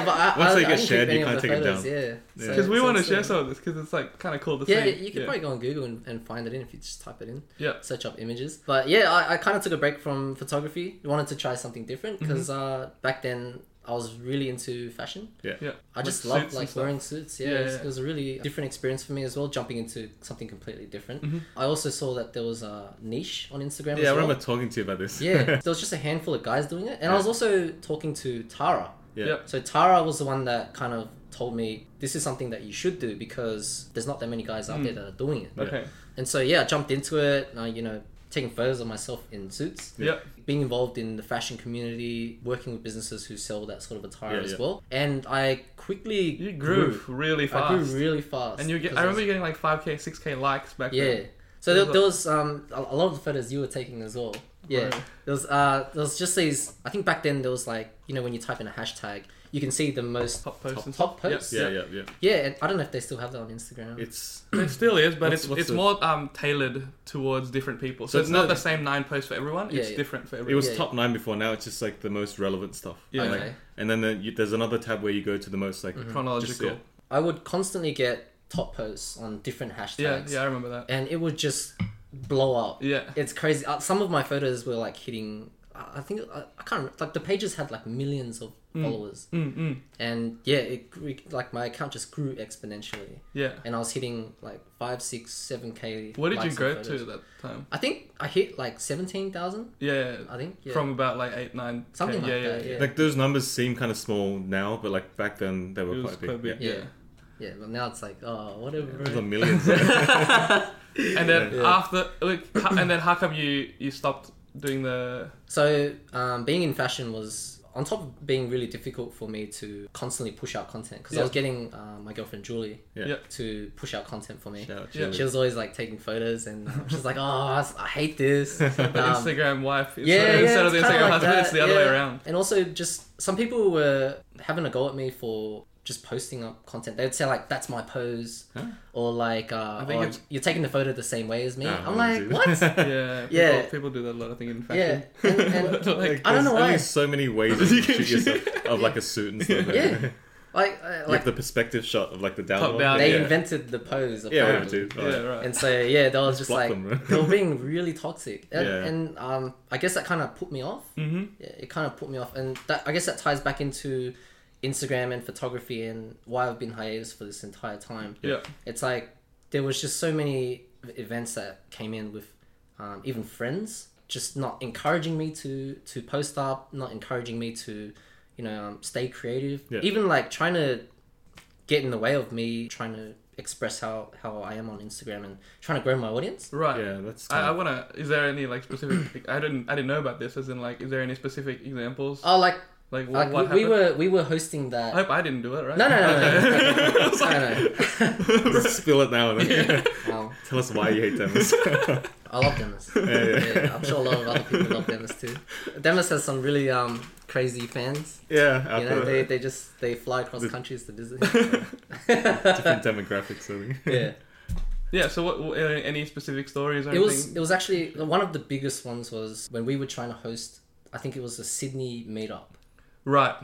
Speaker 3: but I,
Speaker 2: Once
Speaker 3: I,
Speaker 2: they get
Speaker 3: I didn't keep
Speaker 2: shared, you
Speaker 3: any of
Speaker 2: can't
Speaker 3: the
Speaker 2: take 'em
Speaker 3: photos,
Speaker 2: down.
Speaker 3: Yeah,
Speaker 2: Yeah.
Speaker 3: So-
Speaker 1: Because we
Speaker 3: so
Speaker 1: want to
Speaker 3: it's,
Speaker 1: share
Speaker 3: uh,
Speaker 1: some of this because it's like kind of cool to
Speaker 3: Yeah,
Speaker 1: see.
Speaker 3: you could probably go on Google and, and find it in if you just type it in.
Speaker 1: Yeah.
Speaker 3: Search up images. But yeah, I, I kind of took a break from photography. Wanted to try something different
Speaker 1: Mm-hmm.
Speaker 3: because uh, back then I was really into fashion.
Speaker 1: yeah.
Speaker 3: I just
Speaker 1: Like suits
Speaker 3: loved
Speaker 1: and
Speaker 3: like
Speaker 1: stuff.
Speaker 3: wearing suits. Yeah,
Speaker 1: Yeah,
Speaker 3: it, was,
Speaker 1: yeah.
Speaker 3: it was a really different experience for me as well, jumping into something completely different.
Speaker 1: Mm-hmm.
Speaker 3: I also saw that there was a niche on
Speaker 2: Yeah,
Speaker 3: Instagram.
Speaker 2: I
Speaker 3: as well.
Speaker 2: remember talking to you about
Speaker 1: (laughs)
Speaker 2: this.
Speaker 3: yeah, there was just a handful of guys doing it, and I was also talking to Tara.
Speaker 2: (laughs) yeah.
Speaker 1: Yep.
Speaker 3: So Tara was the one that kind of told me this is something that you should do because there's not that many guys out there
Speaker 1: Mm.
Speaker 3: that are doing it.
Speaker 1: Okay.
Speaker 3: And so yeah, I jumped into it. and I, you know, taking photos of myself in suits.
Speaker 1: Yeah. Yep.
Speaker 3: Being involved in the fashion community, working with businesses who sell that sort of attire
Speaker 2: Yeah,
Speaker 3: as
Speaker 2: yeah.
Speaker 3: well, and I quickly
Speaker 1: You grew really fast.
Speaker 3: I grew really fast.
Speaker 1: and you get.
Speaker 3: 'cause
Speaker 1: I remember
Speaker 3: was-
Speaker 1: you getting like five k, six k likes back
Speaker 3: yeah.
Speaker 1: then.
Speaker 3: So
Speaker 1: It
Speaker 3: there,
Speaker 1: was
Speaker 3: there was um a a lot of the photos you were taking as well. Yeah.
Speaker 1: Right.
Speaker 3: There was uh there was just these. I think back then there was like you know when you type in a hashtag you can see the most
Speaker 1: Top posts and
Speaker 3: top
Speaker 1: stuff.
Speaker 3: posts.
Speaker 2: Yeah, yeah, yeah.
Speaker 3: Yeah, and I don't know if they still have that on Instagram.
Speaker 2: It's
Speaker 1: It still is, but
Speaker 2: What's-
Speaker 1: it's
Speaker 2: what's
Speaker 1: it's
Speaker 2: the-
Speaker 1: more um, tailored towards different people. So,
Speaker 2: So
Speaker 1: it's
Speaker 2: it's
Speaker 1: not
Speaker 2: not-
Speaker 1: the same nine posts for everyone.
Speaker 3: Yeah,
Speaker 1: it's
Speaker 3: yeah.
Speaker 1: different for
Speaker 2: it
Speaker 1: everyone.
Speaker 2: was
Speaker 3: Yeah,
Speaker 2: top nine before. Now it's just like the most relevant stuff.
Speaker 1: Yeah. Mm-hmm.
Speaker 2: Like,
Speaker 3: Okay.
Speaker 2: And then the, you, there's another tab where you go to the most like just,
Speaker 1: chronological.
Speaker 2: yeah.
Speaker 3: I would constantly get top posts on different
Speaker 1: yeah. yeah,
Speaker 3: hashtags.
Speaker 1: I remember that.
Speaker 3: And it would just blow up.
Speaker 1: Yeah.
Speaker 3: It's crazy. Uh, some of my photos were like hitting. uh, I I think I, I can't remember. Like the pages had like millions of followers,
Speaker 1: Mm, mm,
Speaker 3: and yeah, it grew, like my account just grew exponentially,
Speaker 1: yeah.
Speaker 3: and I was hitting like five, six, seven k.
Speaker 1: What did you
Speaker 3: likes on
Speaker 1: go to
Speaker 3: photos.
Speaker 1: at that time?
Speaker 3: I think I hit like seventeen thousand.
Speaker 1: Yeah,
Speaker 3: I think Uh, yeah.
Speaker 1: from about like eight, nine,
Speaker 3: Something
Speaker 1: 10,
Speaker 3: like
Speaker 1: yeah,
Speaker 3: that,
Speaker 1: Yeah,
Speaker 3: yeah.
Speaker 2: Like those numbers seem kind of small now, but like back then they were
Speaker 1: It was
Speaker 2: quite big.
Speaker 1: quite big.
Speaker 2: Yeah.
Speaker 1: Yeah.
Speaker 3: yeah, but now it's like oh whatever.
Speaker 2: It was a million.
Speaker 1: And then
Speaker 3: Yeah.
Speaker 1: after, like, ho- and then how come you you stopped doing the?
Speaker 3: So, um, being in fashion was, on top of being really difficult for me to constantly push out content, because
Speaker 1: Yeah.
Speaker 3: I was getting uh, my girlfriend Julie
Speaker 2: Yeah.
Speaker 1: Yeah.
Speaker 3: to push out content for me.
Speaker 2: Shout out,
Speaker 1: Yeah.
Speaker 2: Julie.
Speaker 3: She was always like taking photos, and (laughs) um, she's like, "Oh, I s- I hate
Speaker 1: (laughs)
Speaker 3: this." Um,
Speaker 1: the Instagram wife
Speaker 3: yeah,
Speaker 1: instead,
Speaker 3: yeah,
Speaker 1: instead of
Speaker 3: it's
Speaker 1: the
Speaker 3: kinda
Speaker 1: Instagram
Speaker 3: like
Speaker 1: husband,
Speaker 3: that,
Speaker 1: it's the other way
Speaker 3: yeah. (laughs)
Speaker 1: around.
Speaker 3: And also, just some people were having a go at me for just posting up content. They'd say like, "That's my pose," or like, uh,
Speaker 1: I think
Speaker 3: "Oh,
Speaker 1: it's-
Speaker 3: "You're taking the photo the same way as me."
Speaker 2: Ah, I
Speaker 3: I'm
Speaker 2: wouldn't
Speaker 3: like,
Speaker 2: do
Speaker 3: "What?"
Speaker 2: that.
Speaker 1: Yeah, people,
Speaker 3: Yeah.
Speaker 1: people do that a lot. I think in
Speaker 3: yeah,
Speaker 1: fashion.
Speaker 3: and,
Speaker 1: (laughs)
Speaker 3: and
Speaker 1: (laughs) Like,
Speaker 3: I don't know
Speaker 2: There's only
Speaker 3: why.
Speaker 2: so many ways
Speaker 1: (laughs)
Speaker 2: that you can shoot yourself of like a suit and stuff.
Speaker 3: Yeah. Like, uh,
Speaker 2: You (laughs)
Speaker 3: like
Speaker 2: have the perspective shot of like the down.
Speaker 1: Top
Speaker 2: one.
Speaker 1: down,
Speaker 3: They
Speaker 2: yeah.
Speaker 3: invented the pose.
Speaker 2: Yeah,
Speaker 3: Apparently.
Speaker 2: whatever, dude.
Speaker 1: yeah,
Speaker 2: Alright.
Speaker 1: right.
Speaker 3: And so yeah, they was just
Speaker 2: block
Speaker 3: like
Speaker 2: them, right?
Speaker 3: (laughs) they were being really toxic, and,
Speaker 2: Yeah.
Speaker 3: and um, I guess that kind of put me off.
Speaker 1: mm-hmm.
Speaker 3: Yeah, it kind of put me off, and that I guess that ties back into Instagram and photography and why I've been hiatus for this entire time.
Speaker 1: Yeah.
Speaker 3: It's like there was just so many events that came in with um, even friends just not encouraging me to to post up, not encouraging me to you know um, stay creative,
Speaker 2: Yeah.
Speaker 3: even like trying to get in the way of me trying to express how how I am on Instagram and trying to grow my audience.
Speaker 1: Right.
Speaker 2: Yeah, that's.
Speaker 1: I, I
Speaker 2: tough.
Speaker 1: wanna. Is there any like specific? like, I didn't. I didn't know about this. As in, like, is there any specific examples?
Speaker 3: Oh, like
Speaker 1: Like, wh-
Speaker 3: like
Speaker 1: what
Speaker 3: we,
Speaker 1: happened?
Speaker 3: we were we were hosting
Speaker 1: I
Speaker 3: that.
Speaker 1: hope I didn't do it. Right.
Speaker 3: No, no, no, no, no, no, no. no,
Speaker 2: (laughs) Just spill it now. and then
Speaker 3: no. Wow.
Speaker 2: (laughs) Tell us why you hate them.
Speaker 1: (laughs)
Speaker 3: I love Demis. Yeah, I'm sure a lot of other people love Demis too. Demis has some really um, crazy fans.
Speaker 2: yeah,
Speaker 3: You
Speaker 2: after
Speaker 3: know, they, they just they fly across
Speaker 2: The-
Speaker 3: countries to visit. Him,
Speaker 2: different demographics. I think.
Speaker 3: yeah,
Speaker 1: (laughs) Yeah. So, what? what- Any any specific stories or
Speaker 3: it was
Speaker 1: anything?
Speaker 3: it was actually one of the biggest ones was when we were trying to host. I think it was a Sydney meetup.
Speaker 1: Right.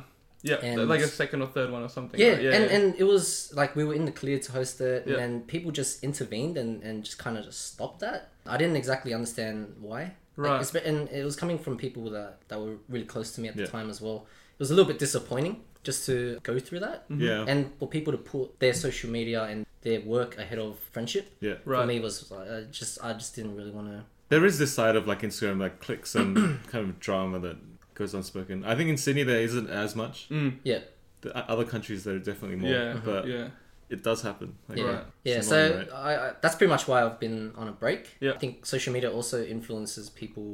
Speaker 1: Yeah.
Speaker 3: And-
Speaker 1: like a second or third one or something.
Speaker 3: Yeah,
Speaker 1: right?
Speaker 3: and and it was like we were in the clear to host it,
Speaker 1: Yeah.
Speaker 3: and then people just intervened and and just kind of just stopped that. I didn't exactly understand why. Like,
Speaker 1: Right.
Speaker 3: it's- and it was coming from people that that were really close to me at the
Speaker 2: Yeah.
Speaker 3: time as well. was a little bit disappointing just to go through that
Speaker 2: (laughs) Yeah.
Speaker 3: and for people to put their social media and their work ahead of friendship.
Speaker 2: yeah.
Speaker 1: Right.
Speaker 3: For me, was like, I just I just didn't really want to.
Speaker 2: There is this side of like Instagram, like clicks and
Speaker 1: (clears throat)
Speaker 2: kind of drama that goes unspoken. I think in Sydney there isn't as much.
Speaker 1: Mm.
Speaker 3: Yeah,
Speaker 2: The o- other countries there are definitely more,
Speaker 1: Yeah. uh-huh,
Speaker 2: but
Speaker 1: yeah.
Speaker 2: it does happen. Like,
Speaker 3: yeah,
Speaker 1: Right.
Speaker 3: yeah.
Speaker 2: It's
Speaker 3: so
Speaker 2: annoying, right?
Speaker 3: I, I, that's pretty much why I've been on a break.
Speaker 1: Yeah.
Speaker 3: I think social media also influences people.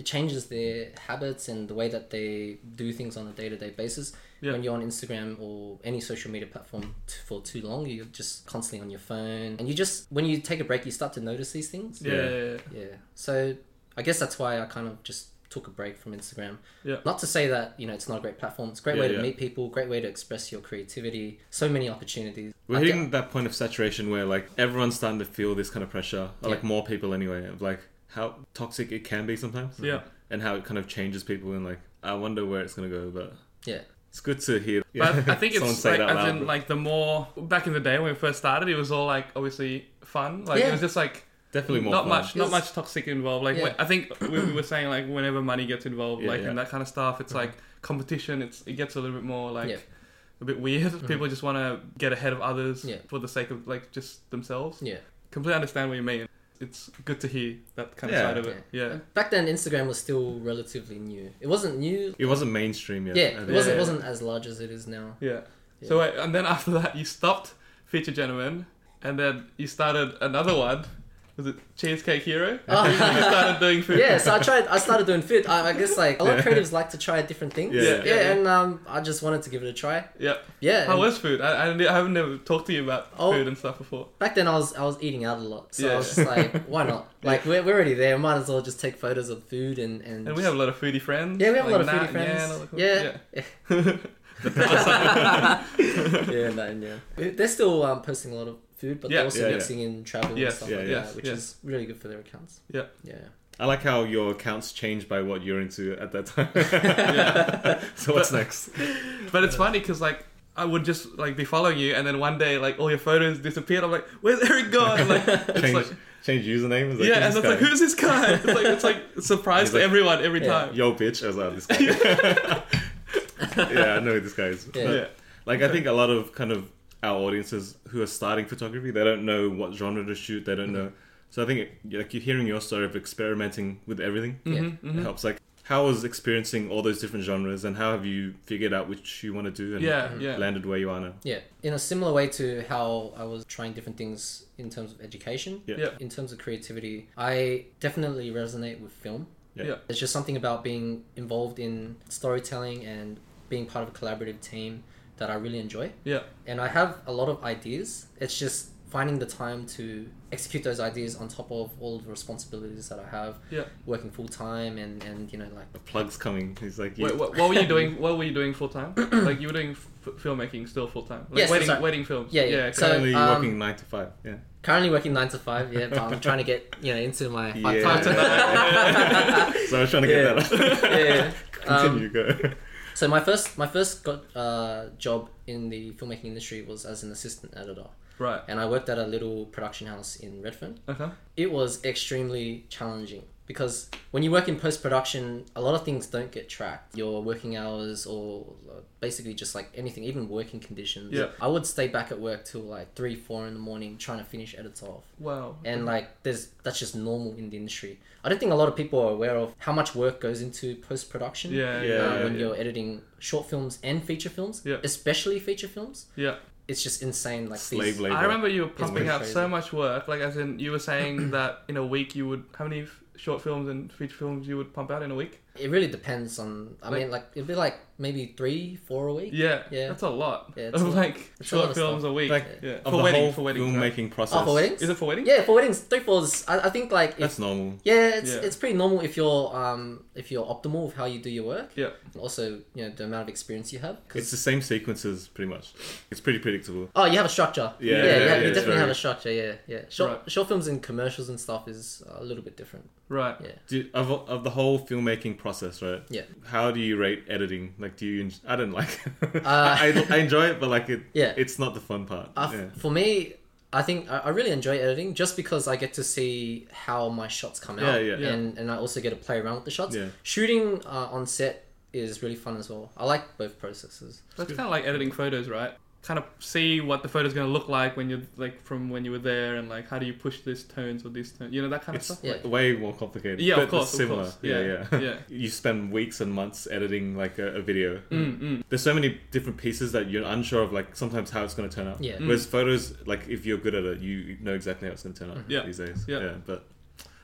Speaker 3: It changes their habits and the way that they do things on a day to day basis.
Speaker 1: Yeah.
Speaker 3: When you're on Instagram or any social media platform t- for too long, you're just constantly on your phone, and you just when you take a break, you start to notice these things.
Speaker 1: Yeah. Yeah. yeah.
Speaker 3: Yeah. So I guess that's why I kind of just took a break from Instagram.
Speaker 1: Yeah.
Speaker 3: Not to say that, you know, it's not a great platform. It's a great
Speaker 2: Yeah,
Speaker 3: way to
Speaker 2: yeah.
Speaker 3: meet people, great way to express your creativity, so many opportunities.
Speaker 2: We're
Speaker 3: I
Speaker 2: hitting
Speaker 3: think-
Speaker 2: that point of saturation where like everyone's starting to feel this kind of pressure, or, like
Speaker 3: Yeah.
Speaker 2: more people anyway, of like how toxic it can be sometimes.
Speaker 1: Yeah.
Speaker 2: And how it kind of changes people and like I wonder where it's gonna go, but
Speaker 3: yeah.
Speaker 2: it's good to hear.
Speaker 1: But I
Speaker 2: (laughs)
Speaker 1: think
Speaker 2: Someone
Speaker 1: it's
Speaker 2: say
Speaker 1: like,
Speaker 2: it out
Speaker 1: as
Speaker 2: loud,
Speaker 1: in
Speaker 2: but-
Speaker 1: like the more back in the day when we first started, it was all like obviously fun. Like it
Speaker 3: Yeah.
Speaker 1: was just like
Speaker 2: definitely more
Speaker 1: not
Speaker 2: fun.
Speaker 1: much, not
Speaker 3: Yes.
Speaker 1: much toxic involved. Like
Speaker 3: Yeah.
Speaker 1: I think we, we were saying, like whenever money gets involved,
Speaker 2: Yeah,
Speaker 1: like
Speaker 2: yeah.
Speaker 1: and that kind of stuff, it's like competition. It's it gets a little bit more like
Speaker 3: Yeah.
Speaker 1: a bit weird.
Speaker 2: Mm-hmm.
Speaker 1: People just want to get ahead of others
Speaker 3: Yeah.
Speaker 1: for the sake of like just themselves.
Speaker 3: Yeah.
Speaker 1: Completely understand what you mean. It's good to hear that kind
Speaker 2: Yeah.
Speaker 1: of side of it. Yeah,
Speaker 3: Back then Instagram was still relatively new. It wasn't new.
Speaker 2: It wasn't mainstream yet.
Speaker 3: Yeah,
Speaker 2: I
Speaker 3: it
Speaker 2: think.
Speaker 3: wasn't
Speaker 1: Yeah.
Speaker 3: it wasn't as large as it is
Speaker 2: (laughs)
Speaker 3: now.
Speaker 1: yeah. So wait, and then after that, you stopped Feature Gentleman, and then you started another one. Was it Cheesecake Hero?
Speaker 3: (laughs) Oh.
Speaker 1: you started doing food.
Speaker 3: yeah, so I tried. I started doing food. I, I guess like a lot of
Speaker 2: Yeah.
Speaker 3: creatives like to try different things.
Speaker 2: Yeah.
Speaker 1: Yeah, yeah.
Speaker 3: and um, I just wanted to give it a try.
Speaker 1: Yep.
Speaker 3: Yeah,
Speaker 1: How
Speaker 3: and-
Speaker 1: was food? I, I, I haven't never talked to you about
Speaker 3: Oh.
Speaker 1: food and stuff before.
Speaker 3: back then I was I was eating out a lot, so I was
Speaker 1: Yeah.
Speaker 3: just like, why
Speaker 1: (laughs)
Speaker 3: not? Like we're, we're already there, might as well just take photos of food and and,
Speaker 1: And we have a lot of foodie friends.
Speaker 3: yeah we have a lot
Speaker 1: like
Speaker 3: of foodie
Speaker 1: Nat, Yan, all
Speaker 3: friends.
Speaker 1: that cool-
Speaker 3: Yeah, yeah, (laughs)
Speaker 1: (laughs)
Speaker 3: yeah, Nat, yeah. They're still um, posting a lot of food, but
Speaker 1: Yeah,
Speaker 3: they're also
Speaker 2: yeah, yeah.
Speaker 3: mixing in travel
Speaker 1: Yes,
Speaker 3: and stuff
Speaker 2: yeah,
Speaker 3: like
Speaker 1: yes,
Speaker 3: that, which
Speaker 1: yes.
Speaker 3: is really good for their accounts.
Speaker 1: Yeah.
Speaker 3: yeah,
Speaker 2: I like how your accounts change by what you're into at that
Speaker 1: (laughs)
Speaker 2: time. (laughs) so what's next?
Speaker 1: But it's funny because like I would just like be following you, and then one day like all your photos disappeared. I'm like, where's Eric
Speaker 3: (laughs)
Speaker 1: gone? Like it's
Speaker 2: Change
Speaker 1: like
Speaker 2: change username. It's like,
Speaker 1: yeah, and it's
Speaker 2: who's this
Speaker 1: like
Speaker 2: guy?
Speaker 1: who's this guy? It's like it's like a surprise
Speaker 2: (laughs) He's
Speaker 1: to
Speaker 2: like-
Speaker 1: everyone every
Speaker 3: Yeah.
Speaker 1: time.
Speaker 2: yo bitch. I was like this guy. yeah, I know who this guy (laughs) is.
Speaker 3: Yeah.
Speaker 2: But,
Speaker 1: Yeah.
Speaker 2: Like I think a lot of kind of our audiences who are starting photography, they don't know what genre to shoot. They
Speaker 1: Mm-hmm.
Speaker 2: don't know. So I think it, like you hearing your story of experimenting with everything
Speaker 3: Yeah.
Speaker 1: Mhm, mhm.
Speaker 2: it helps. Like how was experiencing all those different genres, and how have you figured out which you want to do, and
Speaker 1: Yeah, yeah.
Speaker 2: landed where you are now?
Speaker 3: yeah. In a similar way to how I was trying different things in terms of education,
Speaker 2: Yeah.
Speaker 1: Yeah.
Speaker 3: in terms of creativity, I definitely resonate with film.
Speaker 2: Yeah.
Speaker 1: Yeah.
Speaker 3: It's just something about being involved in storytelling and being part of a collaborative team that I really enjoy.
Speaker 1: Yeah.
Speaker 3: And I have a lot of ideas. It's just finding the time to execute those ideas on top of all the responsibilities that I have,
Speaker 1: Yeah.
Speaker 3: working full time and, and you know like
Speaker 2: The plug's coming. He's like, yeah.
Speaker 1: Wait, what, what were
Speaker 3: (laughs)
Speaker 1: you doing? What were you doing full
Speaker 3: (clears throat)
Speaker 1: time? like you were doing f- filmmaking still full time. Like
Speaker 3: Yes,
Speaker 1: wedding,
Speaker 3: sorry.
Speaker 1: wedding films.
Speaker 3: Yeah, yeah. So-
Speaker 1: correct.
Speaker 2: currently
Speaker 3: um,
Speaker 2: working nine to five. Yeah.
Speaker 3: currently working nine to five, yeah, but I'm trying to get, you know, into my
Speaker 2: Yeah.
Speaker 3: part
Speaker 1: Time
Speaker 3: time
Speaker 1: to
Speaker 3: (laughs)
Speaker 2: so I was trying to get
Speaker 3: Yeah.
Speaker 2: that up.
Speaker 3: yeah.
Speaker 2: (laughs) Continue,
Speaker 1: Um,
Speaker 2: go.
Speaker 3: So my first my first got, uh, job in the filmmaking industry was as an assistant editor,
Speaker 1: (laughs) Right. uh-huh.
Speaker 3: and I worked at a little production house in Redfern.
Speaker 1: Okay.
Speaker 3: It was extremely challenging because when you work in post production, a lot of things don't get tracked. Your working hours or uh, basically just like anything, even working conditions.
Speaker 1: Yeah.
Speaker 3: I would stay back at work till like three, four in the morning trying to finish edits off
Speaker 1: Wow.
Speaker 3: and like there's that's just normal in the industry i don't think a lot of people are aware of how much work goes into post-production
Speaker 1: Yeah,
Speaker 3: uh,
Speaker 2: yeah,
Speaker 3: when
Speaker 2: yeah.
Speaker 3: you're editing short films and feature films
Speaker 1: Yeah.
Speaker 3: especially feature films
Speaker 1: Yeah.
Speaker 3: it's just insane like
Speaker 2: Slave
Speaker 3: these,
Speaker 2: labor.
Speaker 1: I remember you were pumping
Speaker 3: pretty
Speaker 1: out
Speaker 3: crazy.
Speaker 1: so much work, like as in you were
Speaker 3: (clears throat)
Speaker 1: saying that in a week you would how many f- short films and feature films you would pump out in a week?
Speaker 3: it really depends on i
Speaker 1: Like-
Speaker 3: mean like it'd be like maybe three four a week
Speaker 1: Yeah,
Speaker 3: Yeah.
Speaker 1: that's a lot
Speaker 3: Yeah, it's
Speaker 1: (laughs) of
Speaker 3: a lot.
Speaker 1: like
Speaker 3: It's a lot
Speaker 1: short
Speaker 3: of
Speaker 1: films a week.
Speaker 2: Like,
Speaker 1: yeah,
Speaker 2: Of
Speaker 1: for
Speaker 2: the
Speaker 1: wedding,
Speaker 2: whole
Speaker 1: for wedding. right?
Speaker 2: filmmaking process.
Speaker 3: oh for weddings
Speaker 1: Is it for wedding?
Speaker 3: yeah for weddings three fours i, I think like if,
Speaker 2: That's normal.
Speaker 3: yeah it's
Speaker 1: Yeah.
Speaker 3: it's pretty normal if you're um if you're optimal with how you do your work
Speaker 1: Yeah.
Speaker 3: and also you know the amount of experience you have 'cause-
Speaker 2: It's the same sequences, pretty much. It's pretty predictable.
Speaker 3: Oh, you have a structure.
Speaker 2: Yeah,
Speaker 3: Yeah,
Speaker 1: yeah,
Speaker 3: yeah,
Speaker 1: yeah,
Speaker 3: you
Speaker 1: it's
Speaker 3: definitely have
Speaker 2: very-
Speaker 3: a structure. Yeah, yeah. Short,
Speaker 1: Right.
Speaker 3: short films and commercials and stuff is a little bit different.
Speaker 1: Right.
Speaker 3: Yeah.
Speaker 2: Do you- of, of the whole filmmaking process, right?
Speaker 3: Yeah.
Speaker 2: How do you rate editing? Like, do you? en- I don't like. (laughs) It.
Speaker 3: Uh,
Speaker 2: I, I enjoy it, but like it.
Speaker 3: Yeah.
Speaker 2: It's not the fun part.
Speaker 3: Uh, f-
Speaker 2: yeah.
Speaker 3: For me, I think I, I really enjoy editing just because I get to see how my shots come
Speaker 2: Yeah,
Speaker 3: out,
Speaker 2: yeah.
Speaker 1: Yeah.
Speaker 3: and and I also get to play around with the shots.
Speaker 2: Yeah.
Speaker 3: Shooting uh, on set is really fun as well. I like both processes.
Speaker 1: That's kind of like editing photos, right? Kind of see what the photo's going to look like when you're like from when you were there, and like how do you push these tones or these tones, you know, that kind
Speaker 2: It's
Speaker 1: of stuff.
Speaker 3: Yeah.
Speaker 2: like way more complicated.
Speaker 1: Yeah, of
Speaker 2: but it's
Speaker 1: course, of
Speaker 2: similar.
Speaker 1: course.
Speaker 2: Yeah, yeah.
Speaker 1: Yeah.
Speaker 2: (laughs) you spend weeks and months editing like a, a video.
Speaker 1: Mm, mm.
Speaker 2: There's so many different pieces that you're unsure of, like sometimes how it's going to turn out.
Speaker 3: Yeah.
Speaker 1: Mm.
Speaker 2: Whereas photos, like if you're good at it, you know exactly how it's going to turn out
Speaker 3: Mm-hmm.
Speaker 1: Yeah.
Speaker 2: these days.
Speaker 1: Yeah.
Speaker 2: but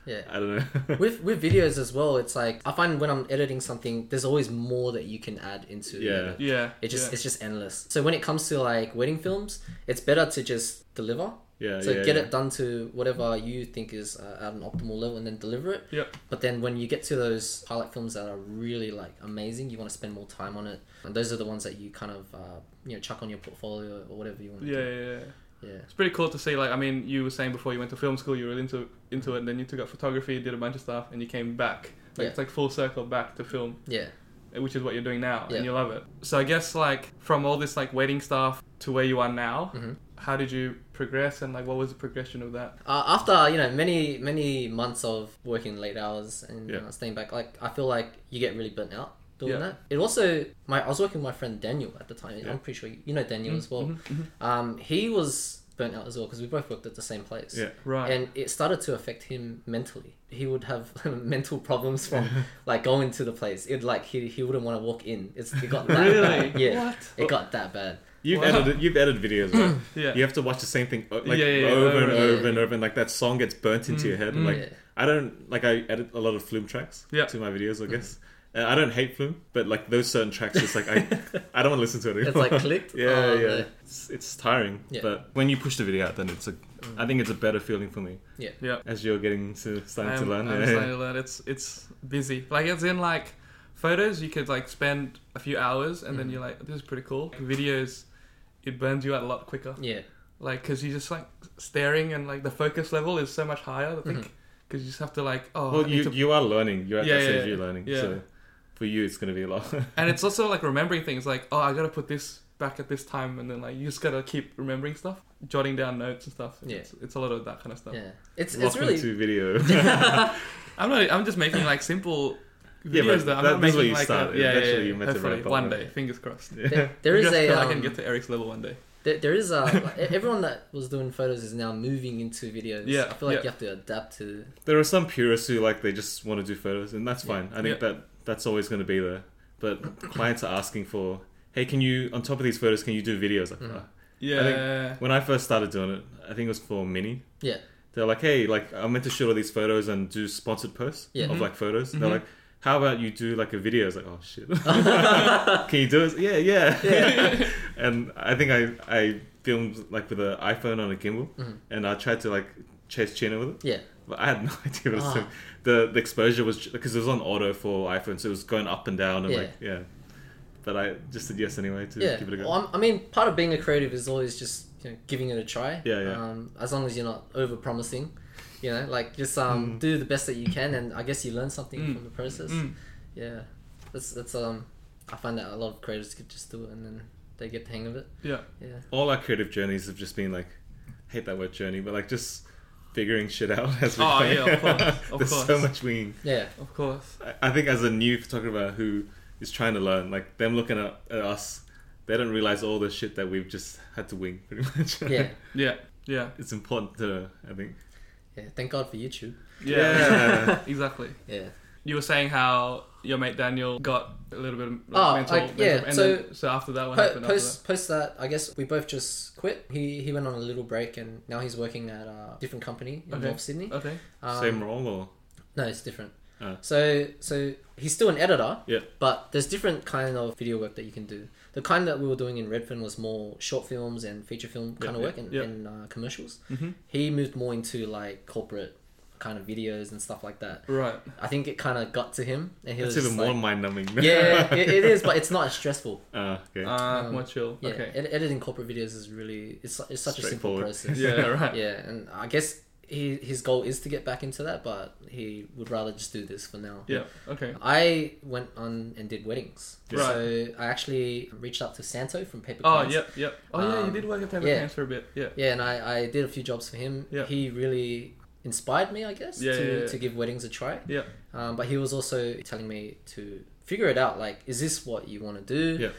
Speaker 3: Yeah.
Speaker 2: I don't know. (laughs)
Speaker 3: with with videos as well, it's like I find when I'm editing something, there's always more that you can add into.
Speaker 2: Yeah.
Speaker 3: it.
Speaker 1: Yeah.
Speaker 3: It just
Speaker 1: yeah.
Speaker 3: it's just endless. So when it comes to like wedding films, it's better to just deliver.
Speaker 2: yeah,
Speaker 3: So
Speaker 2: Uh, yeah,
Speaker 3: get
Speaker 2: yeah.
Speaker 3: it done to whatever you think is uh, at an optimal level, and then deliver it.
Speaker 1: Yep.
Speaker 3: But then when you get to those highlight films that are really like amazing, you want to spend more time on it, and those are the ones that you kind of uh, you know chuck on your portfolio or whatever you want.
Speaker 1: Yeah,
Speaker 3: to
Speaker 1: yeah, yeah.
Speaker 3: do. yeah.
Speaker 1: It's pretty cool to see. Like, I mean, you were saying before you went to film school, you were into into it, and then you took up photography, did a bunch of stuff, and you came back. Like,
Speaker 3: Yeah.
Speaker 1: it's like full circle back to film.
Speaker 3: Yeah.
Speaker 1: which is what you're doing now,
Speaker 3: Yeah.
Speaker 1: and you love it. So I guess like from all this like waiting stuff to where you are now,
Speaker 3: Mhm.
Speaker 1: how did you progress, and like what was the progression of that?
Speaker 3: Uh, after you know many many months of working late hours and
Speaker 2: Yeah.
Speaker 3: uh, staying back, like I feel like you get really burnt out doing
Speaker 1: Yeah.
Speaker 3: that. It also my I was working with my friend Daniel at the time.
Speaker 2: Yeah. Mm-hmm.
Speaker 3: I'm pretty sure you- you know Daniel as well.
Speaker 1: Mhm, mhm.
Speaker 3: Um, he was burnt out as well because we both worked at the same place.
Speaker 2: Yeah.
Speaker 1: Right.
Speaker 3: And it started to affect him mentally. He would have (laughs) mental problems
Speaker 1: (laughs)
Speaker 3: from like going to the place. It like he, he wouldn't want to walk in. It's, it
Speaker 1: (laughs)
Speaker 3: got that
Speaker 1: Really?
Speaker 3: bad. (laughs) Yeah,
Speaker 1: What?
Speaker 3: it got that bad.
Speaker 2: You've
Speaker 1: Wow.
Speaker 2: edited you've edited videos, right?
Speaker 3: (coughs)
Speaker 1: yeah.
Speaker 2: You have to watch the same thing o- like
Speaker 1: Yeah, yeah, yeah,
Speaker 2: over,
Speaker 1: over Mm.
Speaker 2: and
Speaker 1: and
Speaker 2: over
Speaker 3: over.
Speaker 2: and over, and like that song gets burnt into your head. And, like
Speaker 3: Mm. Yeah.
Speaker 2: I don't like I edit a lot of Flume tracks
Speaker 1: Yeah.
Speaker 2: to my videos,
Speaker 3: Mm-hmm.
Speaker 2: I guess. And I don't hate Flume, but like those certain tracks, it's like I
Speaker 3: (laughs)
Speaker 2: I don't want to listen to it
Speaker 3: It's
Speaker 1: (laughs)
Speaker 2: anymore.
Speaker 3: like clicked.
Speaker 2: yeah,
Speaker 3: Oh,
Speaker 2: yeah,
Speaker 3: no.
Speaker 2: it's, it's tiring.
Speaker 3: Yeah.
Speaker 2: But when you push the video out, then it's a I think it's a better feeling for me
Speaker 3: Yeah.
Speaker 1: yeah.
Speaker 2: as you're getting to starting
Speaker 1: I'm,
Speaker 2: to eh? learn.
Speaker 1: I'm
Speaker 2: yeah.
Speaker 1: starting to learn. It's it's busy. Like it's in like photos, you could like spend a few hours, and then
Speaker 2: Mm.
Speaker 3: Mhm.
Speaker 1: you're like, this is pretty cool. Videos, it burns you out a lot quicker.
Speaker 3: Yeah.
Speaker 1: Like because you just like staring, and like the focus level is so much higher. I think
Speaker 3: Mhm.
Speaker 1: because you just have to like oh, I
Speaker 2: (laughs) Mm-hmm. Well,
Speaker 1: need
Speaker 2: you
Speaker 1: to
Speaker 2: you are learning. You're at
Speaker 1: Yeah,
Speaker 2: that
Speaker 1: yeah,
Speaker 2: stage. You're
Speaker 1: yeah.
Speaker 2: learning.
Speaker 1: Yeah.
Speaker 2: So for you, it's gonna be a lot.
Speaker 1: And it's also like remembering things like, oh, I gotta put this back at this time, and then like you just gotta keep remembering stuff, jotting down notes and stuff.
Speaker 3: Yeah.
Speaker 1: It's, it's a lot of that kind of stuff.
Speaker 3: Yeah. It's it's
Speaker 2: Welcome
Speaker 3: really
Speaker 2: to video.
Speaker 1: (laughs) I'm not. I'm just making like simple
Speaker 2: Yeah,
Speaker 1: videos
Speaker 2: but
Speaker 1: though. I'm
Speaker 2: that-
Speaker 1: not
Speaker 2: that's where
Speaker 1: making
Speaker 2: you
Speaker 1: like
Speaker 2: start.
Speaker 1: a, yeah, yeah,
Speaker 2: Eventually
Speaker 1: yeah.
Speaker 2: you meant to
Speaker 1: Hopefully,
Speaker 2: ramp up.
Speaker 1: one day, fingers crossed.
Speaker 3: (laughs) there, there is
Speaker 1: (laughs) I
Speaker 3: a
Speaker 1: feel
Speaker 3: um,
Speaker 1: I can get to Eric's level one day.
Speaker 3: (laughs) there, there is a like, e, everyone that was doing photos is now moving into videos.
Speaker 1: Yeah,
Speaker 3: I feel like
Speaker 1: yeah.
Speaker 3: you have to adapt to
Speaker 2: (laughs) There are some purists who like they just want to do photos, and that's
Speaker 3: Yeah.
Speaker 2: fine. I think that that's always going to be there. But clients are asking for, hey, can you on top of these photos, can you do videos? Like, "Uh."
Speaker 3: Mhm.
Speaker 1: Yeah.
Speaker 2: when I first started doing it, I think it was for Mini.
Speaker 3: Yeah.
Speaker 2: They're like, hey, like I'm meant to shoot all these photos and do sponsored posts
Speaker 3: Yeah. Mm-hmm.
Speaker 2: of
Speaker 1: Mhm.
Speaker 2: like photos.
Speaker 1: Mhm.
Speaker 2: They're like, how about you do like a video? I was like, oh
Speaker 3: (laughs)
Speaker 2: shit, (laughs) can you do it? Yeah, yeah. (laughs) and I think I I filmed like with an iPhone on a gimbal,
Speaker 3: Mhm.
Speaker 2: and I tried to like chase Chino with it.
Speaker 3: yeah
Speaker 2: But I had no (laughs) idea what it was
Speaker 3: Ah.
Speaker 2: doing. The the exposure was because it was on auto for iPhone, so it was going up and down and
Speaker 3: Yeah.
Speaker 2: like yeah. But I just said yes anyway to
Speaker 3: yeah.
Speaker 2: give it a go.
Speaker 3: Well, I'm- I mean, part of being a creative is always just you know, giving it a try.
Speaker 2: Yeah, yeah.
Speaker 3: Um, as long as you're not over promising, you know, like just um
Speaker 2: Mm.
Speaker 3: do the best that you can, and I guess you learn something
Speaker 1: Mm.
Speaker 3: from the process.
Speaker 1: (laughs) Mm.
Speaker 3: Yeah, that's that's um I find that a lot of creators could just do it and then they get the hang of it.
Speaker 1: Yeah.
Speaker 3: Yeah.
Speaker 2: All our creative journeys have just been like, hate that word journey, but like just figuring shit out (laughs) as we
Speaker 1: Oh,
Speaker 2: go.
Speaker 1: yeah, of
Speaker 2: (laughs)
Speaker 1: course, of
Speaker 2: There's so
Speaker 1: course.
Speaker 2: much winging.
Speaker 3: Yeah.
Speaker 1: Of course.
Speaker 2: I- I think as a new photographer who is trying to learn, like them looking at, at us, they don't realize all the shit that we've just had to wing (laughs) pretty much.
Speaker 3: Yeah.
Speaker 1: Yeah. Yeah.
Speaker 2: it's important to, I think.
Speaker 3: Yeah. Thank God for YouTube.
Speaker 1: Yeah.
Speaker 3: (laughs)
Speaker 2: Yeah.
Speaker 1: exactly.
Speaker 3: Yeah.
Speaker 1: You were saying how your mate Daniel got a little bit of like,
Speaker 3: Oh,
Speaker 1: mental,
Speaker 3: like, yeah,
Speaker 1: mental- and
Speaker 3: so-
Speaker 1: then, so after that, what
Speaker 3: Po-
Speaker 1: happened
Speaker 3: post post that, I guess we both just quit. He he went on a little break, and now he's working at a different company in
Speaker 1: Okay.
Speaker 3: North Sydney.
Speaker 1: after that? Okay.
Speaker 3: Um,
Speaker 2: Same role or
Speaker 3: No, it's different.
Speaker 2: Oh.
Speaker 3: So so he's still an editor.
Speaker 2: Yeah.
Speaker 3: But there's different kind of video work that you can do. The kind that we were doing in Redfin was more short films and feature film kind of
Speaker 2: yeah,
Speaker 3: work and,
Speaker 1: yeah.
Speaker 3: and uh, commercials.
Speaker 1: hmm
Speaker 3: He moved more into like corporate kind of videos and stuff like that.
Speaker 1: Right.
Speaker 3: I think it kind of got to him, and he
Speaker 2: it's
Speaker 3: was
Speaker 2: even
Speaker 3: just
Speaker 2: more
Speaker 3: like,
Speaker 2: mind numbing. (laughs)
Speaker 3: yeah, it, it is, but it's not as stressful.
Speaker 2: Ah, okay.
Speaker 1: Ah,
Speaker 3: Um,
Speaker 1: more chill.
Speaker 3: Yeah,
Speaker 1: Okay.
Speaker 3: ed- editing corporate videos is really it's it's such a simple
Speaker 2: Straightforward. (laughs)
Speaker 3: process.
Speaker 1: yeah. Right.
Speaker 3: (laughs) yeah, and I guess he, his goal is to get back into that, but he would rather just do this for now.
Speaker 1: Yeah. Okay.
Speaker 3: I went on and did weddings.
Speaker 1: Right.
Speaker 3: So I actually reached out to Santo from Paper
Speaker 1: Oh,
Speaker 3: Crowns.
Speaker 1: yep, yep. Oh, yeah, you
Speaker 3: Um,
Speaker 1: did work at Paper
Speaker 3: yeah.
Speaker 1: Cans for a bit. Yeah.
Speaker 3: Yeah, and I, I did a few jobs for him.
Speaker 1: Yeah.
Speaker 3: He really inspired me, I guess,
Speaker 1: Yeah,
Speaker 3: to,
Speaker 1: yeah, yeah.
Speaker 3: to give weddings a try.
Speaker 1: Yeah.
Speaker 3: Um, but he was also telling me to figure it out. Like, is this what you want to do?
Speaker 2: Yeah.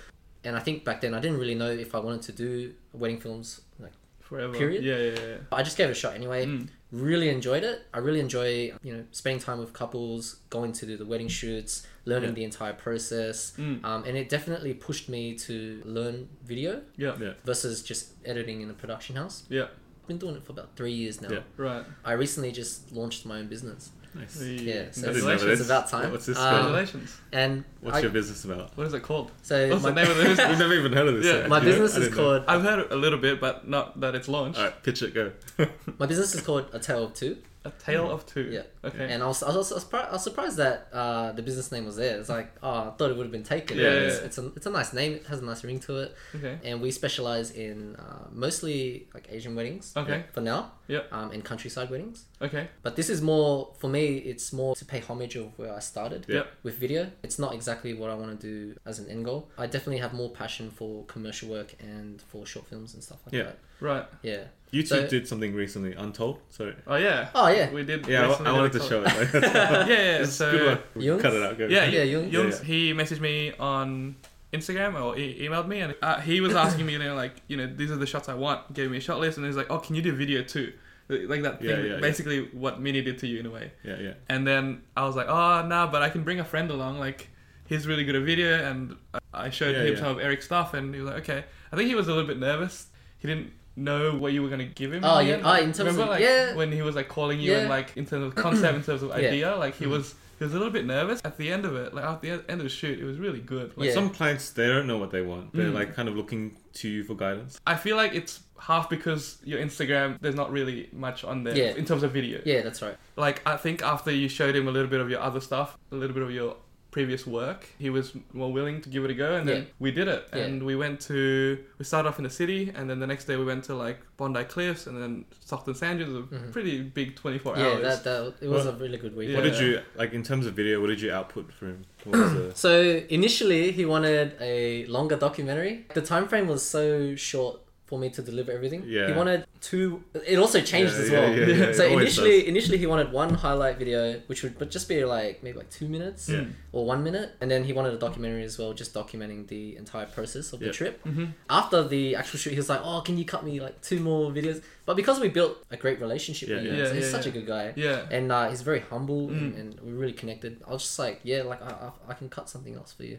Speaker 3: And I think back then I didn't really know if I wanted to do wedding films. Like,
Speaker 1: Forever.
Speaker 3: Period?
Speaker 1: Yeah, yeah, yeah.
Speaker 3: but I just gave it a shot anyway.
Speaker 1: Mm.
Speaker 3: Really enjoyed it. I really enjoy, you know, spending time with couples, going to do the wedding shoots, learning
Speaker 2: Yeah.
Speaker 3: the entire process.
Speaker 1: Mm.
Speaker 3: Um, and it definitely pushed me to learn video
Speaker 1: Yeah.
Speaker 2: Yeah.
Speaker 3: versus just editing in a production house.
Speaker 1: Yeah.
Speaker 3: I've been doing it for about three years now.
Speaker 2: Yeah.
Speaker 1: Right.
Speaker 3: I recently just launched my own business.
Speaker 2: Nice.
Speaker 3: Yeah,
Speaker 2: I
Speaker 3: so
Speaker 2: didn't know
Speaker 1: Congratulations.
Speaker 2: that.
Speaker 3: it's about time.
Speaker 2: What's this
Speaker 3: Um,
Speaker 1: Congratulations.
Speaker 3: and
Speaker 2: What's
Speaker 3: I-
Speaker 2: your business about?
Speaker 1: what is it called?
Speaker 3: so
Speaker 1: What's
Speaker 3: my,
Speaker 1: the name of the (laughs) business?
Speaker 2: We've never even heard of this.
Speaker 1: Yeah.
Speaker 2: yet,
Speaker 3: (laughs) my
Speaker 2: actually.
Speaker 3: business
Speaker 2: I
Speaker 3: is
Speaker 2: didn't know.
Speaker 3: called
Speaker 1: I've heard a little bit, but not that it's launched.
Speaker 2: All right, pitch it. Go. (laughs)
Speaker 3: my business is called A Tale of Two.
Speaker 1: A Tale of Two.
Speaker 3: Yeah.
Speaker 1: Okay.
Speaker 3: And I was, I was, I was, surpri- I was surprised that uh, the business name was there. It's like, oh, I thought it would have been taken.
Speaker 1: Yeah,
Speaker 3: it's,
Speaker 1: yeah.
Speaker 3: it's a it's a nice name. It has a nice ring to it.
Speaker 1: okay.
Speaker 3: And we specialize in uh, mostly like Asian weddings
Speaker 1: Okay.
Speaker 3: for now.
Speaker 1: Yep.
Speaker 3: Um, and countryside weddings.
Speaker 1: Okay.
Speaker 3: But this is more for me. It's more to pay homage of where I started
Speaker 2: Yeah.
Speaker 3: with video. It's not exactly what I want to do as an end goal. I definitely have more passion for commercial work and for short films and stuff like
Speaker 2: Yeah.
Speaker 3: that.
Speaker 1: Right.
Speaker 3: Yeah.
Speaker 2: You two
Speaker 3: So-
Speaker 2: did something recently, Untold. Sorry.
Speaker 1: Oh yeah.
Speaker 3: Oh yeah.
Speaker 1: We did.
Speaker 2: Yeah, I, I wanted to show
Speaker 1: recently-
Speaker 2: it. Like, (laughs)
Speaker 1: (laughs)
Speaker 2: that's-
Speaker 1: yeah, yeah.
Speaker 3: (laughs)
Speaker 2: it's
Speaker 1: So
Speaker 2: good work. We
Speaker 3: Youngs?
Speaker 2: Cut it out. Go.
Speaker 1: Yeah,
Speaker 3: Yeah,
Speaker 1: yeah,
Speaker 3: Young.
Speaker 1: Youngs,
Speaker 2: Yeah,
Speaker 1: He messaged me on Instagram or he emailed me, and uh, he was asking me, you know, like, you know, these are the shots I want. Gave me a shot list, and he's like, "Oh, can you do video too?" Like that thing,
Speaker 2: Yeah, yeah, yeah.
Speaker 1: basically what Mini did to you in a way.
Speaker 2: Yeah, yeah.
Speaker 1: And then I was like, "Oh, nah, but I can bring a friend along. Like, he's really good at video." And I showed
Speaker 2: Yeah,
Speaker 1: him
Speaker 2: yeah.
Speaker 1: some of Eric's stuff, and he was like, "Okay." I think he was a little bit nervous. He didn't know what you were gonna give him.
Speaker 3: Oh,
Speaker 1: the
Speaker 3: yeah.
Speaker 1: end.
Speaker 3: Oh, in terms
Speaker 1: Remember,
Speaker 3: of-
Speaker 1: like,
Speaker 3: yeah.
Speaker 1: when he was like calling you and
Speaker 3: Yeah.
Speaker 1: like in terms
Speaker 3: (clears throat)
Speaker 1: of concept, in terms of
Speaker 3: Yeah.
Speaker 1: idea, like
Speaker 2: Mm-hmm.
Speaker 1: he was he was a little bit nervous at the end of it. Like at the end end of the shoot, it was really good. Like,
Speaker 3: Yeah.
Speaker 2: Some clients they don't know what they want. They're
Speaker 1: Mm.
Speaker 2: like kind of looking to you for guidance.
Speaker 1: I feel like it's half because your Instagram, there's not really much on there
Speaker 3: Yeah.
Speaker 1: in terms of video.
Speaker 3: Yeah, that's right.
Speaker 1: Like I think after you showed him a little bit of your other stuff, a little bit of your previous work, he was more willing to give it a go, and then
Speaker 3: Yeah.
Speaker 1: we did it.
Speaker 3: Yeah.
Speaker 1: And we went to we started off in the city, and then the next day we went to like Bondi Cliffs, and then Stockton Sand Dunes, a
Speaker 3: Mhm.
Speaker 1: pretty big 24
Speaker 3: yeah,
Speaker 1: hours.
Speaker 3: that, that it was a really good weekend.
Speaker 2: What did
Speaker 1: Yeah.
Speaker 2: you like in terms of video? What did you output for him? What was
Speaker 3: (clears throat)
Speaker 2: the,
Speaker 3: So initially, he wanted a longer documentary. The time frame was so short for me to deliver everything.
Speaker 2: Yeah.
Speaker 3: He wanted two. It also changed
Speaker 2: Yeah,
Speaker 3: as
Speaker 2: yeah,
Speaker 3: well.
Speaker 2: yeah,
Speaker 3: (laughs)
Speaker 2: yeah,
Speaker 3: so
Speaker 2: it always
Speaker 3: initially, initially he wanted one highlight video, which would but just be like maybe like two minutes
Speaker 1: Yeah.
Speaker 3: or one minute, and then he wanted a documentary as well, just documenting the entire process of
Speaker 2: Yeah.
Speaker 3: the trip.
Speaker 1: hmm
Speaker 3: After the actual shoot, he was like, "Oh, can you cut me like two more videos?" But because we built a great relationship
Speaker 2: Yeah,
Speaker 3: with
Speaker 2: yeah.
Speaker 3: him,
Speaker 1: Yeah,
Speaker 3: so he's
Speaker 1: yeah,
Speaker 3: such
Speaker 1: yeah.
Speaker 3: a good guy
Speaker 1: Yeah.
Speaker 3: and uh, he's very humble and,
Speaker 1: Mm.
Speaker 3: and we're really connected. I was just like, yeah, like I, I, I can cut something else for you.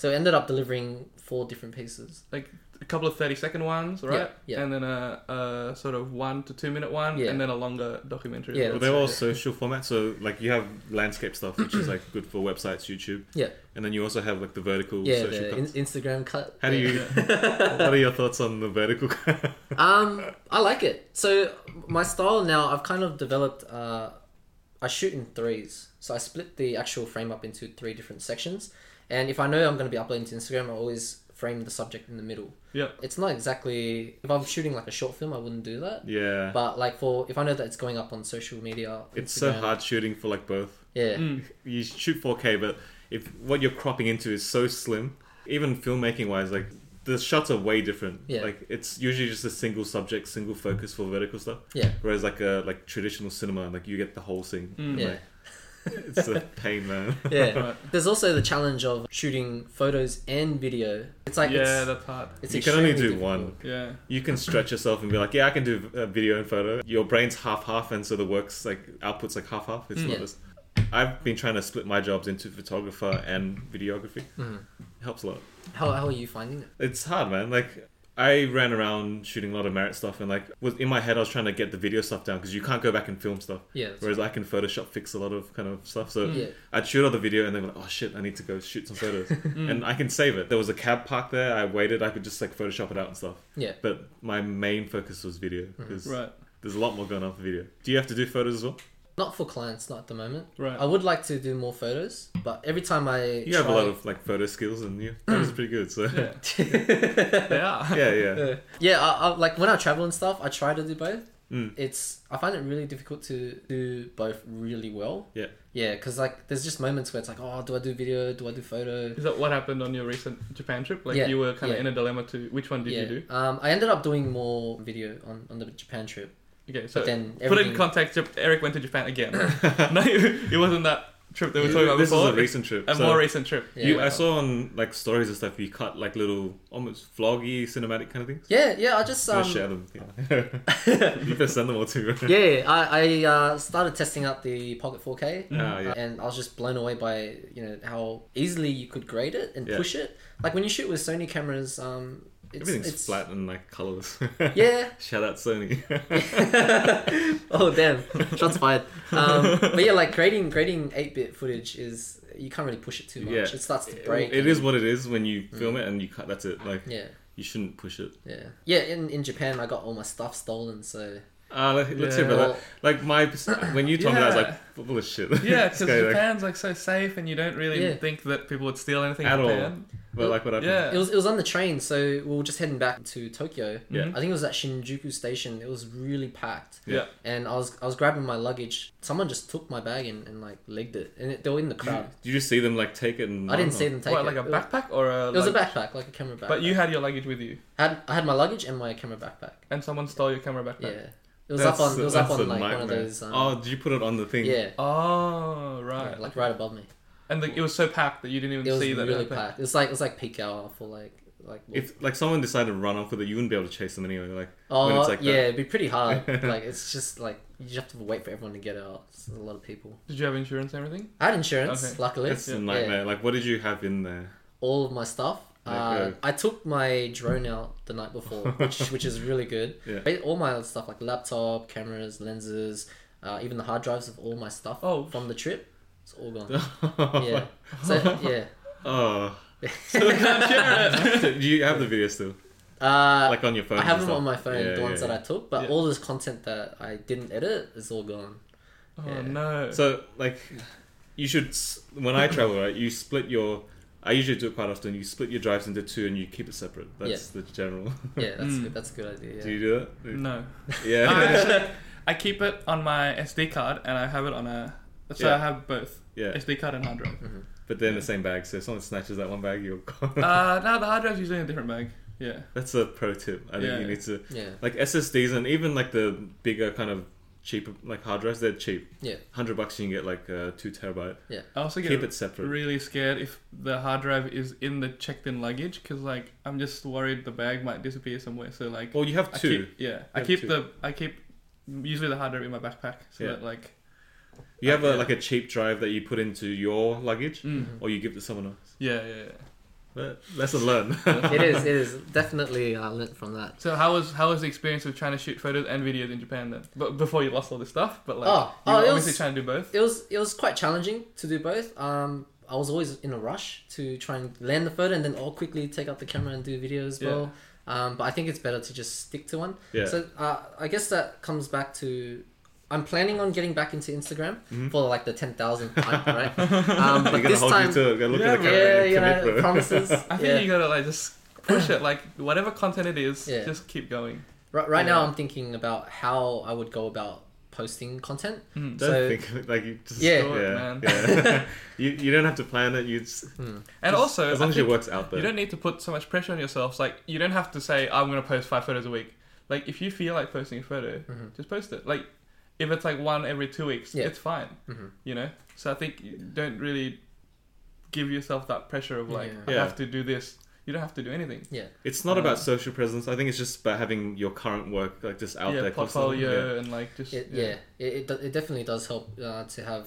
Speaker 3: So I ended up delivering four different pieces.
Speaker 1: like a couple of 30 second ones, right?
Speaker 3: Yeah, yeah.
Speaker 1: And then a, a sort of one to two minute one,
Speaker 3: Yeah.
Speaker 1: and then a longer documentary.
Speaker 3: Yeah,
Speaker 1: as
Speaker 2: were
Speaker 1: well.
Speaker 2: they
Speaker 3: that's
Speaker 2: all
Speaker 3: right.
Speaker 2: social formats? So like you have landscape stuff, which is like good for websites, YouTube.
Speaker 3: Yeah.
Speaker 2: And then you also have like the vertical
Speaker 3: yeah,
Speaker 2: social.
Speaker 3: the
Speaker 2: cut.
Speaker 3: in- Instagram cut.
Speaker 2: How do
Speaker 3: Yeah. (laughs)
Speaker 2: you? what are your thoughts on the vertical? cut?
Speaker 3: um, I like it. So my style now, I've kind of developed. Uh, I shoot in threes, so I split the actual frame up into three different sections. And if I know I'm going to be uploading to Instagram, I always frame the subject in the middle.
Speaker 1: Yeah.
Speaker 3: It's not exactly if I'm shooting like a short film, I wouldn't do that.
Speaker 2: yeah.
Speaker 3: But like for if I know that it's going up on social media,
Speaker 2: It's so
Speaker 3: Instagram,
Speaker 2: hard shooting for like both.
Speaker 3: Yeah,
Speaker 1: Mm.
Speaker 2: you shoot 4K, but if what you're cropping into is so slim, even filmmaking wise, like the shots are way different.
Speaker 3: Yeah.
Speaker 2: Like it's usually just a single subject, single focus for vertical stuff.
Speaker 3: yeah,
Speaker 2: Whereas like a like traditional cinema, like you get the whole scene.
Speaker 1: Mm. (laughs)
Speaker 3: yeah,
Speaker 2: Like, it's a pain, man.
Speaker 3: yeah.
Speaker 1: Right.
Speaker 3: There's also the challenge of shooting photos and video. It's like
Speaker 1: yeah,
Speaker 3: it's,
Speaker 1: that's hard.
Speaker 3: (laughs) it's
Speaker 2: you can only do
Speaker 3: extremely
Speaker 2: one.
Speaker 3: difficult.
Speaker 1: Yeah.
Speaker 2: You can stretch yourself and be like, yeah, I can do uh video and photo. Your brain's half half, and so the works like outputs like half half. It's
Speaker 3: Mm.
Speaker 2: not
Speaker 3: Yeah.
Speaker 2: this. I've been trying to split my jobs into photographer and videography.
Speaker 3: Mhm.
Speaker 2: Helps a lot.
Speaker 3: How how are you finding it?
Speaker 2: it's hard, man. Like I ran around shooting a lot of merit stuff, and like was in my head, I was trying to get the video stuff down because you can't go back and film stuff.
Speaker 3: Yeah, that's
Speaker 2: Whereas I can Photoshop fix a lot of kind of stuff. So
Speaker 1: Mm.
Speaker 3: yeah,
Speaker 2: I'd shoot all the video, and then be like, oh shit, I need to go shoot some photos,
Speaker 1: (laughs) Mm.
Speaker 2: and I can save it. There was a cab parked there. I waited. I could just like Photoshop it out and stuff.
Speaker 3: yeah.
Speaker 2: But my main focus was video because
Speaker 3: (laughs)
Speaker 1: Right.
Speaker 2: there's a lot more going on for video. Do you have to do photos as well?
Speaker 3: Not for clients, not at the moment.
Speaker 1: Right.
Speaker 3: I would like to do more photos, but every time I
Speaker 2: You have a lot of like photo skills, and you that was pretty good.
Speaker 1: (laughs)
Speaker 2: So
Speaker 1: Yeah. they are.
Speaker 2: yeah, yeah.
Speaker 3: yeah, yeah. I, I, like when I travel and stuff, I try to do both.
Speaker 2: Mm.
Speaker 3: It's I find it really difficult to do both really well.
Speaker 2: Yeah.
Speaker 3: yeah. Because like there's just moments where it's like, oh, do I do video? Do I do photo?
Speaker 1: Is that what happened on your recent Japan trip? Like
Speaker 3: Yeah,
Speaker 1: you were kind of
Speaker 3: yeah.
Speaker 1: in a dilemma to which one did
Speaker 3: yeah.
Speaker 1: you do?
Speaker 3: Um, I ended up doing more video on, on the Japan trip.
Speaker 1: Okay, so
Speaker 3: But then
Speaker 1: put it in
Speaker 3: everything-
Speaker 1: context. Jap- Eric went to Japan again.
Speaker 3: (laughs)
Speaker 1: no, (laughs) it wasn't that trip that we were talking about
Speaker 2: this
Speaker 1: before.
Speaker 2: is a recent trip.
Speaker 1: a
Speaker 2: so
Speaker 1: more recent trip.
Speaker 3: Yeah.
Speaker 2: you, I saw on like stories and stuff. You cut like little almost vloggy cinematic kind of things.
Speaker 3: Yeah, yeah. I just
Speaker 2: Just
Speaker 3: um,
Speaker 2: share them. Yeah. (laughs) you can send them all
Speaker 3: (laughs)
Speaker 2: to me.
Speaker 3: yeah, yeah, I, I uh, started testing out the Pocket 4K,
Speaker 2: Ah, yeah.
Speaker 3: and I was just blown away by you know how easily you could grade it and
Speaker 2: Yeah.
Speaker 3: push it. Like when you shoot with Sony cameras, um, it's,
Speaker 2: Everything's
Speaker 3: it's
Speaker 2: flat and like colors.
Speaker 3: Yeah.
Speaker 2: (laughs)
Speaker 3: (laughs)
Speaker 2: Shout out Sony.
Speaker 3: oh damn, shots fired. Um, but yeah, like grading grading eight bit footage is you can't really push it too much.
Speaker 2: Yeah.
Speaker 3: It starts to
Speaker 2: (laughs)
Speaker 3: break.
Speaker 2: it is what it is when you film it and you cut. That's it. Like
Speaker 3: Mm. Yeah,
Speaker 2: you shouldn't push it.
Speaker 3: yeah, yeah. In in Japan, I got all my stuff stolen, so
Speaker 2: Uh, let- let's hear about that. Like my when you told me, that, I was
Speaker 1: Yeah.
Speaker 2: like, full of shit.
Speaker 1: Yeah,
Speaker 2: This (laughs)
Speaker 1: because
Speaker 2: guy, like,
Speaker 1: Japan's like so safe, and you don't really
Speaker 3: Yeah.
Speaker 1: think that people would steal anything
Speaker 2: At
Speaker 1: in
Speaker 2: all.
Speaker 1: Japan.
Speaker 2: but like what happened?
Speaker 1: Yeah.
Speaker 3: it was it was on the train. So we were just heading back to Tokyo.
Speaker 1: Mm-hmm.
Speaker 2: Yeah.
Speaker 3: I think it was at Shinjuku station. It was really packed.
Speaker 1: Yeah.
Speaker 3: and I was I was grabbing my luggage. Someone just took my bag and, and like legged it, and it, they were in the crowd.
Speaker 2: Did you just see them like take it? And
Speaker 3: I didn't
Speaker 2: run,
Speaker 3: see
Speaker 2: or-
Speaker 3: them take
Speaker 1: what,
Speaker 3: it.
Speaker 1: like a
Speaker 3: It was-
Speaker 1: backpack or a?
Speaker 3: It was a
Speaker 1: like-
Speaker 3: backpack, like a camera backpack.
Speaker 1: But you had your luggage with you,
Speaker 3: had I had my luggage and my camera backpack.
Speaker 1: and someone stole your camera backpack.
Speaker 3: Yeah, it was
Speaker 2: That's-
Speaker 3: up on it was up
Speaker 2: that's
Speaker 3: on
Speaker 2: a
Speaker 3: like one of
Speaker 2: nightmare.
Speaker 3: those. Um,
Speaker 2: oh, did you put it on the thing?
Speaker 3: yeah,
Speaker 1: Oh right.
Speaker 3: yeah, like right above me.
Speaker 1: and the, it was so packed that you didn't even
Speaker 3: It was
Speaker 1: see that. it
Speaker 3: really
Speaker 1: happened.
Speaker 3: packed. It was like it was like peak hour for like like.
Speaker 2: If like someone decided to run off with it, you wouldn't be able to chase them anyway. Like when
Speaker 3: Oh
Speaker 2: it's like
Speaker 3: yeah,
Speaker 2: that.
Speaker 3: it'd be
Speaker 2: (laughs)
Speaker 3: pretty hard. like it's just like you just have to wait for everyone to get out. It's a lot of people.
Speaker 1: Did you have insurance and everything?
Speaker 3: I had insurance,
Speaker 1: Okay.
Speaker 3: luckily.
Speaker 2: That's
Speaker 3: Yeah.
Speaker 2: a nightmare. Like, what did you have in there?
Speaker 3: All of my stuff. Uh,
Speaker 2: Okay.
Speaker 3: I took my drone out the night
Speaker 2: (laughs)
Speaker 3: before, which which is really good.
Speaker 2: Yeah.
Speaker 3: Ba- All my stuff like laptop, cameras, lenses, uh, even the hard drives of all my stuff
Speaker 1: Oh.
Speaker 3: from the trip, it's all
Speaker 2: (laughs)
Speaker 3: gone. (laughs) yeah. So yeah.
Speaker 2: Oh. (laughs)
Speaker 1: Share it.
Speaker 2: Do you have the video still?
Speaker 3: Uh,
Speaker 2: Like on your phone?
Speaker 3: I have
Speaker 2: and
Speaker 3: them on my
Speaker 2: stuff?
Speaker 3: phone,
Speaker 2: Yeah,
Speaker 3: the ones
Speaker 2: yeah,
Speaker 3: that I took, but
Speaker 1: Yeah.
Speaker 3: all this content that I didn't edit is all gone.
Speaker 1: Oh
Speaker 3: Yeah.
Speaker 1: no.
Speaker 2: yeah. So like, you should. s- When I travel, right, you split your. I usually do it quite often. You split your drives into two and you keep it separate. That's the general.
Speaker 3: Yeah,
Speaker 2: (laughs)
Speaker 3: that's
Speaker 2: Hmm.
Speaker 1: Mm.
Speaker 3: good. That's a good idea.
Speaker 2: Do
Speaker 3: Yeah.
Speaker 2: you do that?
Speaker 1: no. (laughs) I
Speaker 2: Yeah.
Speaker 1: actually, I keep it on my SD card and I have it on a. So
Speaker 2: Yeah.
Speaker 1: I have both
Speaker 2: (laughs) yeah.
Speaker 1: SD card and hard drive.
Speaker 2: (laughs)
Speaker 3: Mm-hmm.
Speaker 2: But they're in the same bag, so if someone snatches that one bag, you're gone.
Speaker 1: uh, no, the hard drive's usually in a different bag. Yeah.
Speaker 2: (laughs) That's a pro tip. I think
Speaker 1: Yeah.
Speaker 2: you need to
Speaker 3: Yeah,
Speaker 2: like SSDs and even like the bigger kind of cheaper like hard drives. They're cheap.
Speaker 3: Yeah.
Speaker 2: Hundred bucks you can get like uh, two terabyte.
Speaker 1: I also get
Speaker 2: Keep it separate.
Speaker 1: really scared if the hard drive is in the checked-in luggage because like I'm just worried the bag might disappear somewhere. So like
Speaker 2: Well, you have
Speaker 1: I
Speaker 2: two.
Speaker 1: keep yeah I
Speaker 2: have
Speaker 1: keep
Speaker 2: two.
Speaker 1: the I keep usually the hard drive in my backpack so
Speaker 2: Yeah.
Speaker 1: that like
Speaker 2: You have
Speaker 1: Uh,
Speaker 2: a,
Speaker 1: yeah.
Speaker 2: like a cheap drive that you put into your luggage,
Speaker 3: Mm-hmm.
Speaker 1: mm,
Speaker 2: or you give to someone else.
Speaker 1: yeah yeah. yeah.
Speaker 2: But lesson
Speaker 3: (laughs)
Speaker 2: learned. (laughs)
Speaker 3: it is. It is definitely. I learnt from that.
Speaker 1: (laughs) So how was how was the experience of trying to shoot photos and videos in Japan then? But before you lost all this stuff, but like
Speaker 3: Oh,
Speaker 1: you
Speaker 3: oh,
Speaker 1: were
Speaker 3: it
Speaker 1: obviously
Speaker 3: was-
Speaker 1: trying to do both.
Speaker 3: It was. It was quite challenging to do both. Um, I was always in a rush to try and land the photo and then all quickly take up the camera and do video as
Speaker 1: Yeah.
Speaker 3: well. Um, but I think it's better to just stick to one.
Speaker 2: yeah.
Speaker 3: So uh, I guess that comes back to I'm planning on getting back into Instagram for like the ten thousand,
Speaker 2: (laughs)
Speaker 3: right? Um,
Speaker 2: Mm-hmm. you're
Speaker 3: but
Speaker 2: gonna
Speaker 3: this
Speaker 2: hold
Speaker 3: time,
Speaker 2: you to it. Go look
Speaker 1: Yeah,
Speaker 2: at the camera
Speaker 3: yeah,
Speaker 2: and
Speaker 3: you
Speaker 2: commit,
Speaker 3: know,
Speaker 2: bro.
Speaker 3: promises.
Speaker 1: (laughs) I think
Speaker 3: yeah.
Speaker 1: you gotta like just push it, like whatever content it is,
Speaker 3: Yeah.
Speaker 1: just keep going.
Speaker 3: Right, right now,
Speaker 1: Yeah.
Speaker 3: I'm thinking about how I would go about posting content.
Speaker 1: Mm.
Speaker 2: Don't
Speaker 3: So-
Speaker 2: think of it, like you just
Speaker 3: Yeah.
Speaker 1: Do it,
Speaker 2: yeah,
Speaker 1: man.
Speaker 2: yeah. (laughs) you you don't have to plan it. You just,
Speaker 1: And also,
Speaker 2: as
Speaker 1: I
Speaker 2: long as it
Speaker 1: think
Speaker 2: works out. There.
Speaker 1: you don't need to put so much pressure on yourself. Like you don't have to say I'm gonna post five photos a week. Like if you feel like posting a photo,
Speaker 2: Mm-hmm.
Speaker 1: just post it. Like if it's like one every two weeks,
Speaker 3: Yeah.
Speaker 1: it's fine.
Speaker 2: Mm-hmm.
Speaker 3: Mhm.
Speaker 1: You know. So I think you don't really give yourself that pressure of like
Speaker 3: Yeah.
Speaker 1: I
Speaker 2: Yeah.
Speaker 1: have to do this. You don't have to do anything.
Speaker 3: Yeah,
Speaker 2: It's not
Speaker 1: Uh,
Speaker 2: about social presence. I think it's just about having your current work like just out
Speaker 1: yeah,
Speaker 2: there. constantly.
Speaker 1: portfolio and like just
Speaker 3: it, yeah. It, it, do- it definitely does help uh, to have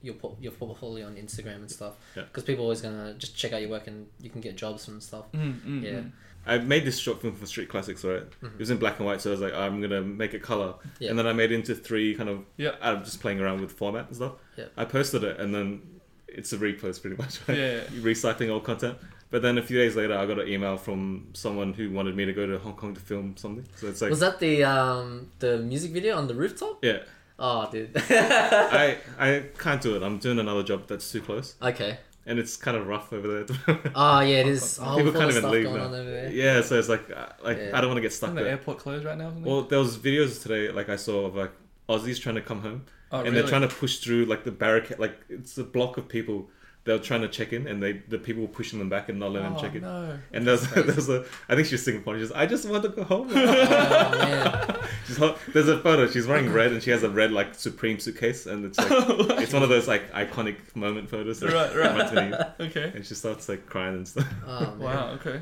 Speaker 3: your por- your portfolio on Instagram and stuff
Speaker 2: Yeah.
Speaker 3: because people are always gonna just check out your work and you can get jobs from stuff.
Speaker 1: Mm, mm,
Speaker 3: Yeah.
Speaker 1: mm.
Speaker 2: I made this short film for Street Classics, right? It was in black and white, so I was like, I'm gonna make it color,
Speaker 3: Mm-hmm. Yeah.
Speaker 2: and then I made it into three kind of.
Speaker 1: Yeah.
Speaker 2: I'm just playing around with format and stuff.
Speaker 3: Yeah.
Speaker 2: I posted it, and then it's a repost, pretty much.
Speaker 1: Yeah,
Speaker 2: Right?
Speaker 1: yeah.
Speaker 2: (laughs) Recycling old content. But then a few days later, I got an email from someone who wanted me to go to Hong Kong to film something. So it's like,
Speaker 3: Was that the um the music video on the rooftop?
Speaker 2: yeah, (laughs)
Speaker 3: Oh, dude. (laughs)
Speaker 2: I I can't do it. I'm doing another job that's too close,
Speaker 3: okay.
Speaker 2: and it's kind of rough over (laughs) there.
Speaker 3: Oh yeah, it is. Oh,
Speaker 2: People
Speaker 3: with all
Speaker 2: kind of
Speaker 3: the
Speaker 2: in
Speaker 3: stuff
Speaker 2: league
Speaker 3: going
Speaker 2: now.
Speaker 3: on over
Speaker 2: (laughs)
Speaker 3: there.
Speaker 2: Yeah, so it's like, uh, like
Speaker 3: Oh, Yeah.
Speaker 2: I don't want to get
Speaker 1: Isn't
Speaker 2: stuck
Speaker 1: the
Speaker 2: there.
Speaker 1: airport closed right now? or something?
Speaker 2: Well, there was videos today, like I saw of like Aussies trying to come home,
Speaker 1: oh,
Speaker 2: and they're trying to push through like the barricade, like it's a block of people they were trying to check in, and they the people were pushing them back and not letting them check in.
Speaker 1: Oh, no.
Speaker 2: And there's (laughs) there's a I think she's singing porn. She's I just want to go home.
Speaker 1: (laughs)
Speaker 3: Oh, man.
Speaker 2: She's ho- there's a photo. She's wearing red, and she has a red like Supreme suitcase, and
Speaker 1: (laughs)
Speaker 2: it's like it's one of those like iconic moment photos. That
Speaker 1: Oh, Right, right.
Speaker 2: came out to me.
Speaker 1: Okay.
Speaker 2: And she starts like crying and stuff. (laughs)
Speaker 3: Oh, man.
Speaker 1: Wow. Okay.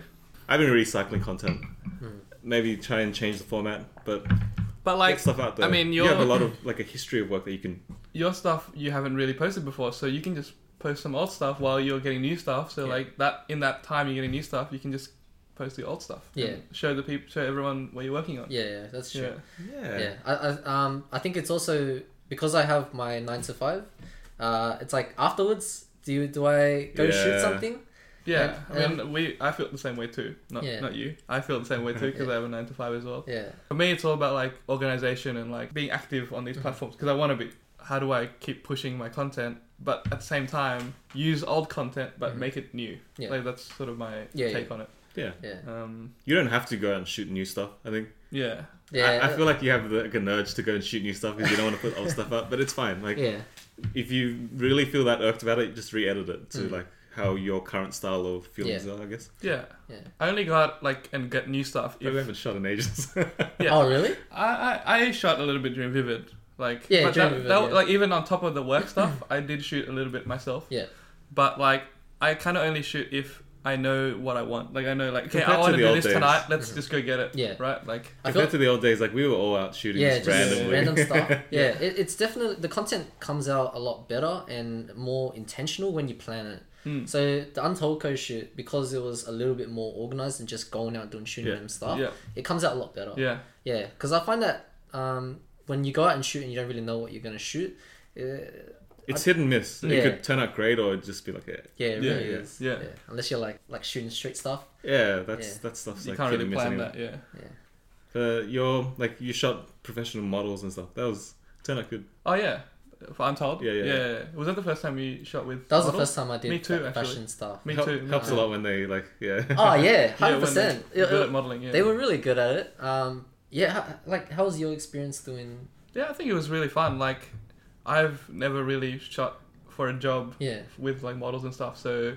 Speaker 2: I've been recycling content.
Speaker 1: Hmm.
Speaker 2: Maybe try and change the format, but
Speaker 1: But like
Speaker 2: get stuff out there.
Speaker 1: I mean,
Speaker 2: you
Speaker 1: you're-
Speaker 2: have a lot of like a history of work that you can.
Speaker 1: your stuff, you haven't really posted before, so you can just post some old stuff while you're getting new stuff. So
Speaker 3: Yeah.
Speaker 1: like that in that time you're getting new stuff, you can just post the old stuff.
Speaker 3: Yeah.
Speaker 1: and show the people, show everyone what you're working on.
Speaker 3: Yeah, yeah, that's true.
Speaker 1: Yeah.
Speaker 2: Yeah.
Speaker 3: yeah I, I um i think it's also because i have my nine to five uh it's like afterwards do you do i go shoot
Speaker 2: Yeah.
Speaker 3: something
Speaker 1: Yeah,
Speaker 3: Yeah.
Speaker 1: I mean, we I feel the same way too. Not
Speaker 3: um, Yeah.
Speaker 1: not you. I feel the same way
Speaker 3: (laughs)
Speaker 1: too because
Speaker 3: Yeah.
Speaker 1: I have a nine to five as well.
Speaker 3: yeah Mm-hmm.
Speaker 1: For me, it's all about like organization and like being active on these platforms because I want to be. How do I keep pushing my content, but at the same time use old content but
Speaker 3: Mhm.
Speaker 1: make it new?
Speaker 3: Yeah.
Speaker 1: Like that's sort of my
Speaker 3: Yeah,
Speaker 1: take on it.
Speaker 2: Yeah.
Speaker 3: yeah
Speaker 1: Um,
Speaker 2: You don't have to go out and shoot new stuff. I think.
Speaker 1: yeah,
Speaker 3: yeah
Speaker 2: I, I feel like you have like an urge to go and shoot new stuff because you don't want to put old stuff up, but it's fine. Like
Speaker 3: yeah
Speaker 2: if you really feel that irked about it, just re-edit it to
Speaker 3: Mm.
Speaker 2: like how your current style or feelings
Speaker 3: Yeah.
Speaker 2: are. I guess.
Speaker 1: yeah.
Speaker 3: yeah
Speaker 1: I only go out like and get new stuff.
Speaker 2: Yeah,
Speaker 1: If
Speaker 2: we haven't shot in ages. (laughs)
Speaker 1: Yeah.
Speaker 3: oh really
Speaker 1: I, I I shot a little bit during Vivid, like
Speaker 3: Yeah,
Speaker 1: but
Speaker 3: during
Speaker 1: that,
Speaker 3: Vivid,
Speaker 1: that-
Speaker 3: yeah.
Speaker 1: like even on top of the
Speaker 3: (laughs)
Speaker 1: work stuff, I did shoot a little bit myself.
Speaker 3: Yeah.
Speaker 1: but like I kind of only shoot if I know what I want. Like I know, like okay, I
Speaker 2: Compared to
Speaker 1: want to
Speaker 2: the
Speaker 1: do
Speaker 2: old
Speaker 1: this
Speaker 2: days.
Speaker 1: tonight.
Speaker 2: (laughs)
Speaker 1: Let's just go get it.
Speaker 3: Yeah.
Speaker 1: right. Like
Speaker 3: i
Speaker 2: Compared
Speaker 3: feel
Speaker 2: to the old days, like we were all out shooting
Speaker 3: yeah
Speaker 2: just
Speaker 3: just
Speaker 2: randomly. (laughs)
Speaker 3: random stuff yeah it, it's definitely the content comes out a lot better and more intentional when you plan it
Speaker 1: Mm.
Speaker 3: so the untold co shoot because it was a little bit more organized and just going out doing shooting
Speaker 2: Yeah.
Speaker 3: and stuff
Speaker 1: Yeah.
Speaker 3: it comes out a lot better
Speaker 1: yeah,
Speaker 3: Yeah, because I find that um, when you go out and shoot and you don't really know what you're going to shoot, uh,
Speaker 2: It's hit and miss.
Speaker 3: Yeah.
Speaker 2: It could turn out great or it'd just be like, yeah,
Speaker 3: yeah, it
Speaker 1: Yeah,
Speaker 3: really
Speaker 2: yeah,
Speaker 3: is.
Speaker 1: yeah.
Speaker 3: Unless you're like like shooting street stuff.
Speaker 2: yeah that's
Speaker 3: Yeah.
Speaker 2: that stuff's
Speaker 1: you
Speaker 2: like
Speaker 1: can't
Speaker 2: hit
Speaker 1: really
Speaker 2: and miss
Speaker 1: plan
Speaker 2: anyway.
Speaker 1: that. Yeah.
Speaker 3: Yeah.
Speaker 2: Uh, your like you shot professional models and stuff. That was turned out good.
Speaker 1: Oh yeah, for Untold.
Speaker 2: Yeah, yeah,
Speaker 1: yeah. Was that the first time you shot with?
Speaker 3: That was the
Speaker 1: models?
Speaker 3: first time I did
Speaker 1: Me too,
Speaker 3: like,
Speaker 1: actually.
Speaker 3: fashion stuff.
Speaker 1: Me
Speaker 2: Help-
Speaker 1: too.
Speaker 2: Helps
Speaker 1: yeah.
Speaker 2: a lot when they like yeah. (laughs)
Speaker 3: Oh
Speaker 1: (laughs)
Speaker 3: yeah,
Speaker 1: Yeah,
Speaker 3: hundred
Speaker 1: when they-
Speaker 3: percent.
Speaker 1: good at modeling. Yeah.
Speaker 3: They were really good at it. Um, yeah, ho- like how was your experience doing?
Speaker 1: Yeah, I think it was really fun. Like, I've never really shot for a job
Speaker 3: Yeah,
Speaker 1: with like models and stuff, so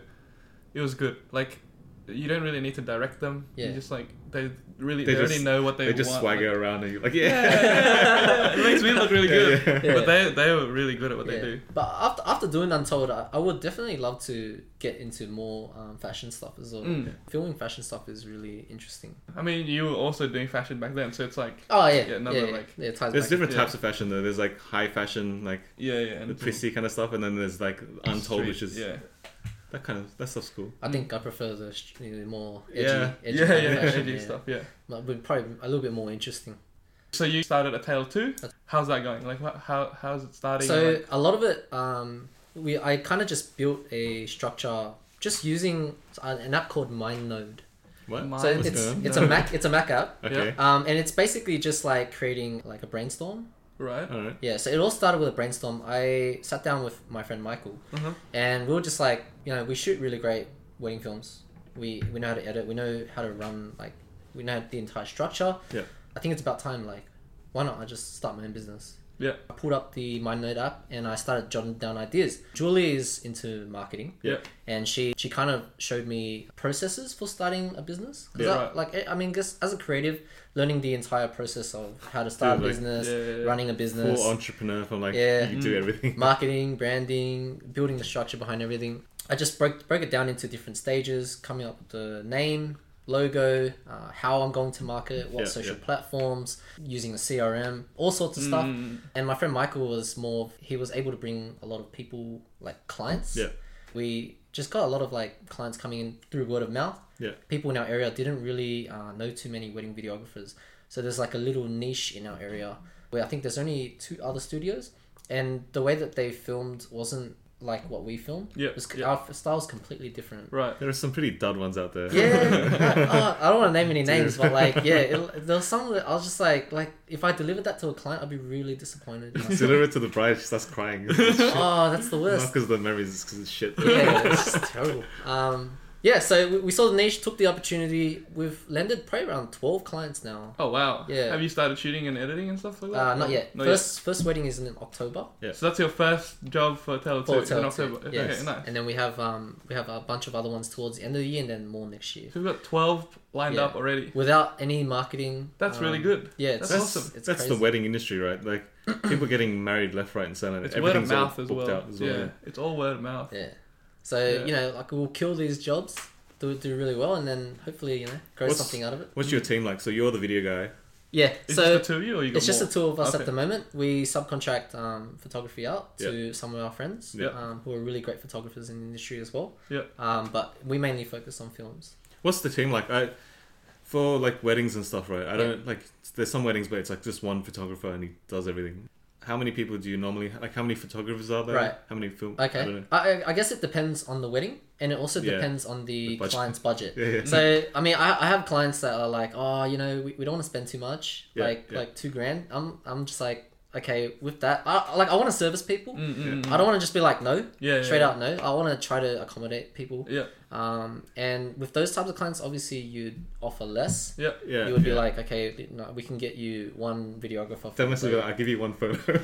Speaker 1: it was good. Like, you don't really need to direct them.
Speaker 3: Yeah.
Speaker 1: You just like they really
Speaker 2: They
Speaker 1: they,
Speaker 2: just-
Speaker 1: already know what they,
Speaker 2: they, just
Speaker 1: want.
Speaker 2: swagger around and you're like
Speaker 1: Like, yeah, (laughs) it makes me look really
Speaker 2: (laughs) Yeah,
Speaker 1: good.
Speaker 2: yeah.
Speaker 3: Yeah.
Speaker 1: But they they were really good at what
Speaker 3: yeah.
Speaker 1: they do.
Speaker 3: But after after doing Untold, I, I would definitely love to get into more um, fashion stuff as well.
Speaker 1: Mm.
Speaker 3: Filming fashion stuff is really interesting.
Speaker 1: I mean, you were also doing fashion back then, so it's like
Speaker 3: Oh yeah,
Speaker 1: Yeah,
Speaker 3: yeah,
Speaker 1: another,
Speaker 3: yeah,
Speaker 1: like-
Speaker 3: yeah, it ties
Speaker 2: There's
Speaker 3: back in.
Speaker 2: different
Speaker 1: Yeah.
Speaker 2: types of fashion though. There's like high fashion, like
Speaker 1: yeah, yeah,
Speaker 2: the
Speaker 1: and
Speaker 2: prissy kind of stuff, and then there's like untold,
Speaker 1: street,
Speaker 2: which is
Speaker 1: yeah,
Speaker 2: that kind of that stuff's cool.
Speaker 3: I think I prefer the sh- you know, more edgy,
Speaker 2: Yeah.
Speaker 3: edgy
Speaker 1: (laughs) yeah, yeah,
Speaker 3: kind of
Speaker 1: yeah,
Speaker 3: fashion,
Speaker 1: edgy
Speaker 3: yeah.
Speaker 1: stuff, yeah.
Speaker 3: Might be probably a little bit more interesting.
Speaker 1: So you started a tale too. How's that going? Like, wha- how how's it starting?
Speaker 3: So
Speaker 1: Like-
Speaker 3: a lot of it, um, we I kind of just built a structure just using an an app called MindNode.
Speaker 2: What?
Speaker 1: Mine-
Speaker 3: So
Speaker 1: What's
Speaker 3: it's
Speaker 2: going on?
Speaker 3: it's a Mac it's a Mac app,
Speaker 2: Okay.
Speaker 3: um, and it's basically just like creating like a brainstorm.
Speaker 1: right.
Speaker 2: All right.
Speaker 3: Yeah, so it all started with a brainstorm. I sat down with my friend Michael,
Speaker 1: Mhm.
Speaker 3: and we were just like, you know, we shoot really great wedding films. We we know how to edit. We know how to run. Like, we know the entire structure.
Speaker 2: Yeah.
Speaker 3: I think it's about time. Like, why not? I just start my own business.
Speaker 1: Yeah.
Speaker 3: I pulled up the MindNode app and I started jotting down ideas. Julie is into marketing,
Speaker 2: Yeah.
Speaker 3: and she she kind of showed me processes for starting a business. 'Cause
Speaker 1: Yeah,
Speaker 3: I-
Speaker 1: right.
Speaker 3: Like, I mean, guess as a creative, learning the entire process of how to start
Speaker 2: Dude,
Speaker 3: a
Speaker 2: like-
Speaker 3: business,
Speaker 1: Yeah, yeah, yeah.
Speaker 3: running a business,
Speaker 2: Full entrepreneur from like
Speaker 3: Yeah.
Speaker 2: you
Speaker 1: Mm.
Speaker 2: do everything.
Speaker 3: (laughs)
Speaker 2: (laughs)
Speaker 3: marketing, branding, building the structure behind everything. I just broke broke it down into different stages, coming up with the name, logo, uh, how I'm going to market, what
Speaker 2: Yeah,
Speaker 3: social
Speaker 2: yeah.
Speaker 3: platforms, using a CRM, all sorts of stuff.
Speaker 2: Mm.
Speaker 3: And my friend Michael was more he was able to bring a lot of people like clients.
Speaker 2: Yeah.
Speaker 3: We just got a lot of like clients coming in through word of mouth.
Speaker 2: Yeah.
Speaker 3: People in our area didn't really uh, know too many wedding videographers. So there's like a little niche in our area where I think there's only two other studios and the way that they filmed wasn't like what we filmed.
Speaker 1: Yeah,
Speaker 3: It was,
Speaker 1: yeah.
Speaker 3: Our style's completely
Speaker 1: (laughs)
Speaker 3: different.
Speaker 1: Right.
Speaker 2: There are some pretty dud ones out there.
Speaker 3: Yeah, I, I- I don't want to name any names, but like,
Speaker 1: (laughs)
Speaker 3: yeah, it, there was some that I was just like, like if I delivered that to a client, I'd be
Speaker 1: (laughs)
Speaker 3: really disappointed. in
Speaker 2: (laughs)
Speaker 3: myself.
Speaker 2: Deliver it to the bride. She starts crying. It's shit.
Speaker 3: oh, that's the
Speaker 2: Not
Speaker 3: worst. (laughs)
Speaker 2: because the memories, it's because it's shit.
Speaker 3: Yeah, it's just terrible. Um, Yeah, so we, we saw the niche, took the opportunity. We've landed probably around 12 clients now.
Speaker 1: Oh wow.
Speaker 3: Yeah.
Speaker 1: Have you started shooting and editing and stuff like that?
Speaker 3: Uh, not yet. first first wedding is in October.
Speaker 2: Yeah.
Speaker 1: So that's your first job for Tele Two
Speaker 3: For
Speaker 1: in
Speaker 3: Hotel
Speaker 1: October.
Speaker 3: Two,
Speaker 1: Okay,
Speaker 3: yes.
Speaker 1: nice.
Speaker 3: And then we have um we have a bunch of other ones towards the end of the year and then more next year.
Speaker 1: So we've got twelve lined
Speaker 3: Yeah.
Speaker 1: up already.
Speaker 3: Without any marketing.
Speaker 1: That's really
Speaker 3: um,
Speaker 1: good.
Speaker 3: Yeah, it's,
Speaker 1: That's awesome.
Speaker 3: It's
Speaker 2: That's
Speaker 3: crazy.
Speaker 2: the wedding industry, right? Like people getting married left, right, and center.
Speaker 1: It's word of
Speaker 2: Everything's all
Speaker 1: mouth as
Speaker 2: booked
Speaker 1: well.
Speaker 2: out as well,
Speaker 1: Yeah, it's all word of mouth.
Speaker 3: Yeah. So,
Speaker 1: Yeah.
Speaker 3: you know, like we'll kill these jobs, do do really well and then hopefully, you know, grow
Speaker 2: What's-
Speaker 3: something out of it.
Speaker 2: What's your team like? So you're the video guy.
Speaker 3: Yeah.
Speaker 1: Is
Speaker 3: so
Speaker 1: it just the two of you, or you got
Speaker 3: It's just
Speaker 1: more?
Speaker 3: the two of us
Speaker 1: Okay.
Speaker 3: at the moment. We subcontract um, photography out to some of our friends
Speaker 1: Yeah.
Speaker 3: um, who are really great photographers in the industry as well.
Speaker 1: Yeah.
Speaker 3: Um, but we mainly focus on films.
Speaker 2: What's the team like? I for like weddings and stuff, right? I don't like. There's some weddings, but it's like just one photographer and he does everything. How many people do you normally like? How many photographers are there?
Speaker 3: Right.
Speaker 2: How many film? I don't know.
Speaker 3: Okay. I, I, I guess it depends on the wedding and it also
Speaker 2: Yeah.
Speaker 3: depends on the,
Speaker 2: The budget.
Speaker 3: client's budget.
Speaker 2: (laughs) Yeah, yeah.
Speaker 3: So, I mean, I, I have clients that are like, oh, you know, we, we don't want to spend too much,
Speaker 2: Yeah,
Speaker 3: like
Speaker 2: yeah.
Speaker 3: like two grand. I'm, I'm just like, okay, with that, I, like I want to service people.
Speaker 1: Mm,
Speaker 2: Mm-hmm.
Speaker 1: mm, mm.
Speaker 3: I don't want to just be like, no,
Speaker 1: Yeah, yeah,
Speaker 3: Mm-hmm. straight
Speaker 1: yeah.
Speaker 3: out, no. I want to try to accommodate people.
Speaker 1: Yeah,
Speaker 3: Um, and with those types of clients, obviously you'd offer less.
Speaker 1: yeah.
Speaker 2: Yeah.
Speaker 3: you would be
Speaker 2: yeah.
Speaker 3: like, okay, no, we can get you one videographer.
Speaker 2: That
Speaker 3: for
Speaker 2: must
Speaker 3: the-
Speaker 2: be like, I'll give you one photo.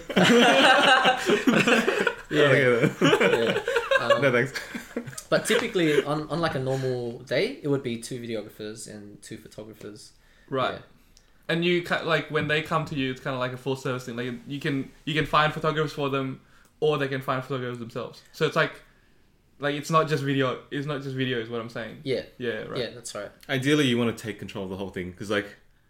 Speaker 2: (laughs)
Speaker 3: Yeah.
Speaker 2: Okay, then.
Speaker 3: yeah. Um,
Speaker 2: no thanks.
Speaker 3: But typically, on, on like a normal day, it would be two videographers and two photographers.
Speaker 1: Right.
Speaker 3: Yeah.
Speaker 1: And you ca- like when they come to you, it's kind of like a full service thing. Like you can you can find photographers for them, or they can find photographers themselves. So it's like, like it's not just video. It's not just video. Is what I'm saying.
Speaker 3: Yeah,
Speaker 1: Yeah. Right.
Speaker 3: yeah, that's right.
Speaker 2: Ideally, you want to take control of the whole thing because, like,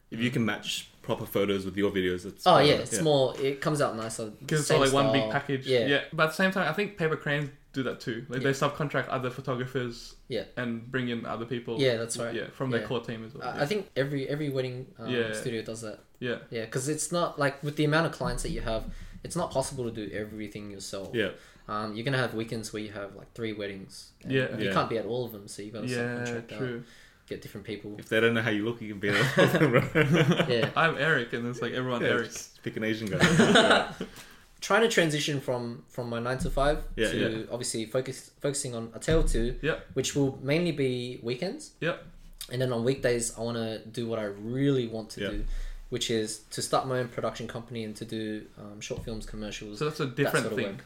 Speaker 2: if you can match proper photos with your videos, it's
Speaker 3: Oh
Speaker 2: better.
Speaker 3: yeah, it's more. It comes out nicer.
Speaker 1: Because it's
Speaker 3: same
Speaker 1: all like one big
Speaker 3: style.
Speaker 1: package.
Speaker 3: Yeah, yeah,
Speaker 1: But at the same time, I think paper cranes do that too. Like they
Speaker 3: Yeah.
Speaker 1: subcontract other photographers.
Speaker 3: Yeah.
Speaker 1: And bring in other people.
Speaker 3: that's right.
Speaker 1: Yeah. From
Speaker 3: Yeah.
Speaker 1: their core team as well.
Speaker 3: I I think every every wedding um,
Speaker 1: Yeah.
Speaker 3: studio does that.
Speaker 1: yeah.
Speaker 3: Yeah, because it's not like with the amount of clients that you have, it's not possible to do everything yourself.
Speaker 2: Yeah,
Speaker 3: Um, you're gonna have weekends where you have like three weddings. and
Speaker 1: Yeah.
Speaker 3: You
Speaker 2: Yeah.
Speaker 3: can't be at all of them, so you
Speaker 1: Yeah.
Speaker 3: gotta
Speaker 1: yeah
Speaker 3: subcontract out,
Speaker 1: true.
Speaker 3: get different people.
Speaker 1: (laughs)
Speaker 2: if they don't know how you look, you can be like,
Speaker 3: yeah.
Speaker 1: I'm Eric, and it's like everyone
Speaker 2: (laughs) Yeah,
Speaker 1: Eric.
Speaker 2: just pick an
Speaker 1: (laughs)
Speaker 2: Asian guy.
Speaker 3: Trying to transition from from my nine to five
Speaker 2: Yeah,
Speaker 3: to obviously focus focusing on a tale two,
Speaker 1: Yeah.
Speaker 3: which will mainly be weekends.
Speaker 1: Yeah.
Speaker 3: And then on weekdays, I want to do what I really want to
Speaker 2: Yeah.
Speaker 3: do, which is to start my own production company and to do um, short films, commercials.
Speaker 1: So that's a different
Speaker 3: sort of
Speaker 1: thing.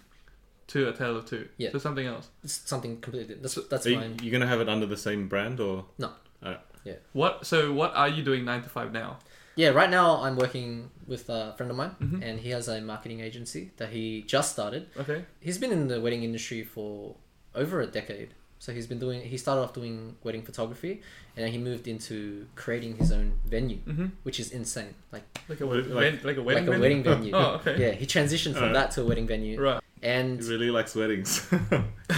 Speaker 1: To a tale of two.
Speaker 3: Yeah.
Speaker 1: So something else.
Speaker 3: it's something completely that's that's
Speaker 2: Are you,
Speaker 3: mine.
Speaker 2: you gonna have it under the same brand or
Speaker 3: No.
Speaker 2: Alright.
Speaker 1: What? So what are you doing nine to five now?
Speaker 3: Yeah, right now I'm working with a friend of mine,
Speaker 2: Mm-hmm.
Speaker 1: Mhm.
Speaker 3: and he has a marketing agency that he just started.
Speaker 1: Okay.
Speaker 3: He's been in the wedding industry for over a decade. So he's been doing. He started off doing wedding photography, and then he moved into creating his own venue,
Speaker 1: Mm-hmm.
Speaker 3: which is insane. Like
Speaker 1: Like a
Speaker 2: What-
Speaker 1: wedding.
Speaker 2: like-
Speaker 1: Like, a wedding.
Speaker 3: like a
Speaker 1: venue?
Speaker 3: wedding venue.
Speaker 1: (laughs) Oh, okay.
Speaker 3: Yeah, he transitioned from
Speaker 2: Alright.
Speaker 3: that to a wedding venue,
Speaker 1: Right. (laughs)
Speaker 2: He
Speaker 3: and
Speaker 2: really likes (laughs) weddings.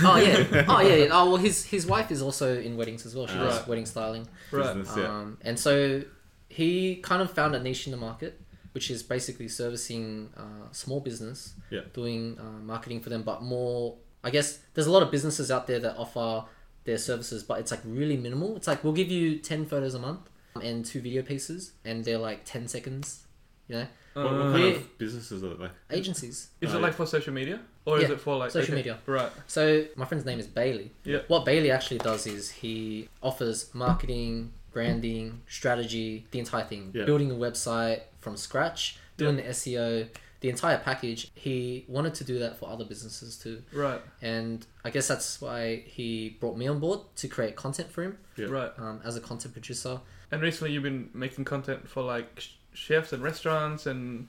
Speaker 3: oh yeah, oh yeah, yeah. oh well, his his wife is also in weddings as well. She does
Speaker 1: Right.
Speaker 3: wedding styling.
Speaker 1: Right.
Speaker 2: Business, yeah.
Speaker 3: Um, and so he kind of found a niche in the market, which is basically servicing uh, small business,
Speaker 2: Yeah.
Speaker 3: doing uh, marketing for them, but more, I guess, there's a lot of businesses out there that offer their services, but it's like really minimal. It's like, we'll give you 10 photos a month and two video pieces, and they're like 10 seconds, you know?
Speaker 2: what, what
Speaker 1: Uh,
Speaker 2: kind
Speaker 3: yeah.
Speaker 2: of businesses are
Speaker 3: (laughs)
Speaker 2: like?
Speaker 3: Agencies.
Speaker 1: Is it
Speaker 2: Oh, yeah.
Speaker 1: like for social media or is
Speaker 3: Yeah,
Speaker 1: it for like
Speaker 3: social
Speaker 1: okay,
Speaker 3: media.
Speaker 1: Right.
Speaker 3: So my friend's name is Bailey.
Speaker 1: Yeah.
Speaker 3: What Bailey actually does is he offers marketing, branding, strategy, the entire thing.
Speaker 2: Yeah.
Speaker 3: Building a website from scratch, doing the SEO, the entire package. He wanted to do that for other businesses too.
Speaker 1: Right.
Speaker 3: And I guess that's why he brought me on board to create content for him
Speaker 2: Yeah.
Speaker 1: Right.
Speaker 3: um, as a content producer.
Speaker 1: And recently you've been making content for like sh- chefs and restaurants and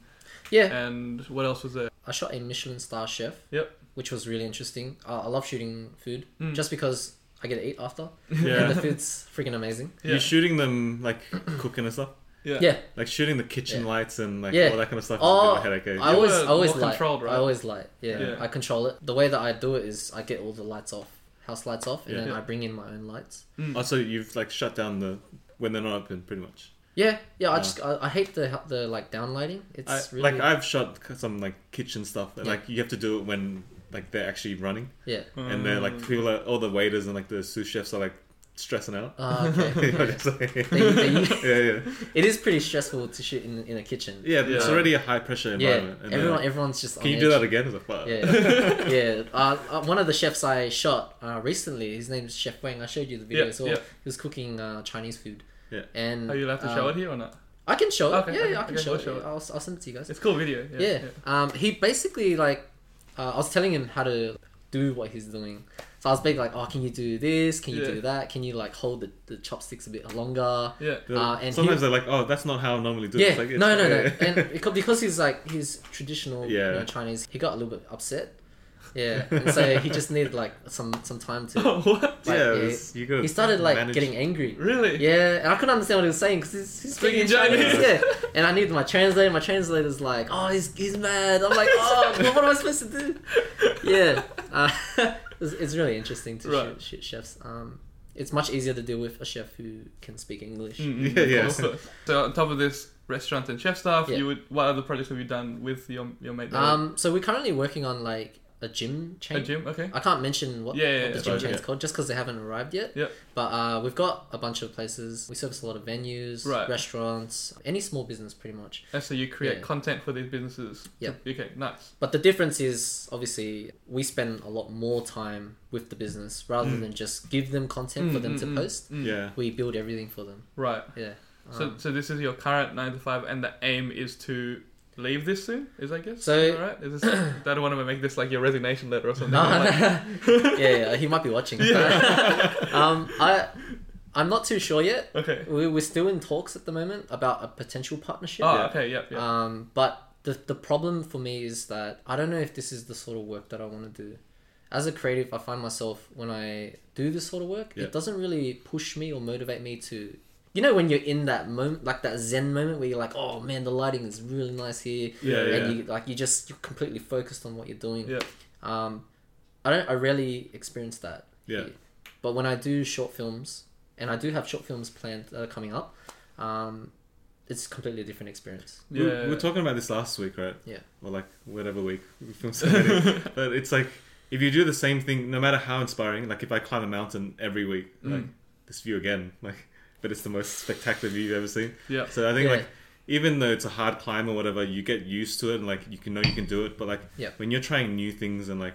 Speaker 3: Yeah.
Speaker 1: and what else was there?
Speaker 3: I shot a Michelin star chef.
Speaker 1: Yep.
Speaker 3: Which was really interesting. I, I love shooting food
Speaker 1: Mm.
Speaker 3: just because I get to eat after.
Speaker 2: Yeah.
Speaker 3: And the food's freaking amazing.
Speaker 1: Yeah.
Speaker 2: You're shooting them like cooking and stuff,
Speaker 1: (laughs) Yeah.
Speaker 3: yeah.
Speaker 2: like shooting the kitchen
Speaker 3: Yeah.
Speaker 2: lights and like
Speaker 3: Yeah.
Speaker 2: all that kind of stuff.
Speaker 3: Oh,
Speaker 2: is a bit of a headache. eh?
Speaker 3: I always,
Speaker 1: were
Speaker 3: I always
Speaker 1: more
Speaker 3: light.
Speaker 1: controlled, right?
Speaker 3: I always light. Yeah,
Speaker 1: Yeah.
Speaker 3: I control it. The way that I do it is I get all the lights off, house lights off, and
Speaker 2: Yeah.
Speaker 3: then
Speaker 1: Yeah.
Speaker 3: I bring in my own lights.
Speaker 1: Mm.
Speaker 2: Also, Oh, you've like shut down the when they're not open, pretty much.
Speaker 3: Yeah, yeah. I
Speaker 2: Oh.
Speaker 3: just, I, I hate the the like down lighting. It's
Speaker 2: I,
Speaker 3: really
Speaker 2: Like I've shot some like kitchen stuff, and
Speaker 3: Yeah.
Speaker 2: like you have to do it when like they're actually running,
Speaker 3: yeah, Mm.
Speaker 1: Um,
Speaker 2: and they're like people, are, all the waiters and like the sous chefs are like stressing
Speaker 3: (laughs)
Speaker 2: out. (laughs)
Speaker 1: (laughs)
Speaker 3: Ah, okay.
Speaker 2: You know what I'm (laughs) saying?
Speaker 3: They- they-
Speaker 2: yeah, yeah,
Speaker 3: it is pretty stressful to shoot in in a kitchen.
Speaker 2: yeah. It's
Speaker 1: Yeah.
Speaker 2: already a high pressure
Speaker 3: Yeah,
Speaker 2: environment. and then-
Speaker 3: everyone everyone's just.
Speaker 2: can
Speaker 3: on
Speaker 2: you do
Speaker 3: edge.
Speaker 2: that again? It's like, fuck.
Speaker 3: Yeah, (laughs) yeah. Uh, uh, one of the chefs I shot uh, recently, his name's Chef Wang. I showed you the video
Speaker 1: Yeah,
Speaker 3: as well.
Speaker 1: yeah.
Speaker 3: He was cooking uh, Chinese food.
Speaker 2: Yeah.
Speaker 3: And
Speaker 1: Are you allowed to
Speaker 3: um,
Speaker 1: show it here or not?
Speaker 3: I can show it.
Speaker 1: Okay,
Speaker 3: yeah,
Speaker 1: okay,
Speaker 3: yeah, I can
Speaker 1: okay,
Speaker 3: show,
Speaker 1: we'll
Speaker 3: it.
Speaker 1: show it.
Speaker 3: I'll, I'll send it to you guys.
Speaker 1: It's cool video. Yeah.
Speaker 3: yeah. Um, he basically like, uh, I was telling him how to do what he's doing. So I was being like, oh, can you do this? Can you
Speaker 1: Yeah.
Speaker 3: do that? Can you like hold the, the chopsticks a bit longer?
Speaker 1: yeah. yeah. (laughs)
Speaker 2: They're-
Speaker 3: Uh, and
Speaker 2: sometimes they're like, oh, that's not how I normally do it.
Speaker 3: Yeah,
Speaker 2: It's like, it's-
Speaker 3: no, no, no.
Speaker 2: yeah. (laughs)
Speaker 3: And because, because he's like he's traditional you
Speaker 2: Yeah.
Speaker 3: know, Chinese, he got a little bit upset.
Speaker 2: (laughs)
Speaker 3: Yeah, and so he just needed like some some time to.
Speaker 2: (laughs)
Speaker 1: Oh, what?
Speaker 3: Like,
Speaker 2: yeah,
Speaker 3: yeah.
Speaker 2: it's- you gotta
Speaker 3: He started like
Speaker 2: manage-
Speaker 3: getting angry.
Speaker 1: (laughs) Really?
Speaker 3: Yeah, and I couldn't understand what he was saying because he's, he's speaking in Chinese. Yeah, and I needed my translator. My translator's like, "Oh, he's he's mad." I'm like,
Speaker 1: (laughs)
Speaker 3: "Oh, what, what am I supposed to do?" Yeah, uh, (laughs) it's, it's really interesting to
Speaker 1: Right.
Speaker 3: shoot, shoot chefs. Um, it's much easier to deal with a chef who can speak English.
Speaker 1: Mm, mm,
Speaker 2: (laughs) Yeah,
Speaker 1: of
Speaker 2: yeah.
Speaker 1: course, of course. So on top of this restaurant and chef stuff,
Speaker 3: Yeah.
Speaker 1: you would what other projects have you done with your your mate? there?
Speaker 3: Um, so we're currently working on like a gym chain.
Speaker 1: a gym, okay.
Speaker 3: I can't mention what,
Speaker 1: Yeah, yeah,
Speaker 3: what the
Speaker 1: yeah,
Speaker 3: gym
Speaker 2: right,
Speaker 3: chain's
Speaker 2: yeah.
Speaker 3: called just because they haven't arrived yet.
Speaker 1: Yeah.
Speaker 3: But uh, we've got a bunch of places. We service a lot of venues,
Speaker 1: Right.
Speaker 3: restaurants, any small business pretty much.
Speaker 1: And so you create
Speaker 3: Yeah.
Speaker 1: content for these businesses.
Speaker 3: Yeah.
Speaker 1: Okay, nice.
Speaker 3: But the difference is obviously we spend a lot more time with the business rather than just give them content for
Speaker 1: Mm,
Speaker 3: them
Speaker 1: mm,
Speaker 3: to
Speaker 1: mm,
Speaker 3: post.
Speaker 1: mm.
Speaker 2: Yeah.
Speaker 3: We build everything for them.
Speaker 1: Right. (laughs)
Speaker 3: Yeah. Um,
Speaker 1: So so this is your current nine to five, and the aim is to leave this soon. Is I guess.
Speaker 3: So-
Speaker 1: all right. Is this? I don't want to make this like your resignation letter or something.
Speaker 3: No,
Speaker 1: I'm like,
Speaker 3: no. (laughs) yeah, yeah, he might be watching. (laughs) um, I, I'm not too sure yet.
Speaker 1: okay.
Speaker 3: We, we're still in talks at the moment about a potential partnership.
Speaker 1: Oh, okay. Yep. Yeah.
Speaker 3: Um, but the the problem for me is that I don't know if this is the sort of work that I want to do. As a creative, I find myself when I do this sort of work,
Speaker 2: Yeah.
Speaker 3: it doesn't really push me or motivate me to. You know, when you're in that moment, like that Zen moment where you're like, "Oh man, the lighting is really nice here,"
Speaker 2: Yeah, yeah.
Speaker 3: and you like you just you're completely focused on what you're doing.
Speaker 1: Yeah.
Speaker 3: Um, I don't. I rarely experience that.
Speaker 2: Yeah.
Speaker 3: here. But when I do short films, and I do have short films planned that are coming up, um, it's completely a different experience.
Speaker 2: We, we
Speaker 1: yeah.
Speaker 2: were talking about this last week, right?
Speaker 3: Yeah.
Speaker 2: Or like whatever week we filmed so many. but it's like if you do the same thing, no matter how inspiring, like if I climb a mountain every week, like this view again, like (laughs) but it's the most spectacular view you've ever seen.
Speaker 1: Yeah.
Speaker 2: So I think
Speaker 3: Yeah.
Speaker 2: like even though it's a hard climb or whatever, you get used to it and like you can know you can do it. But like
Speaker 3: Yeah.
Speaker 2: when you're trying new things and like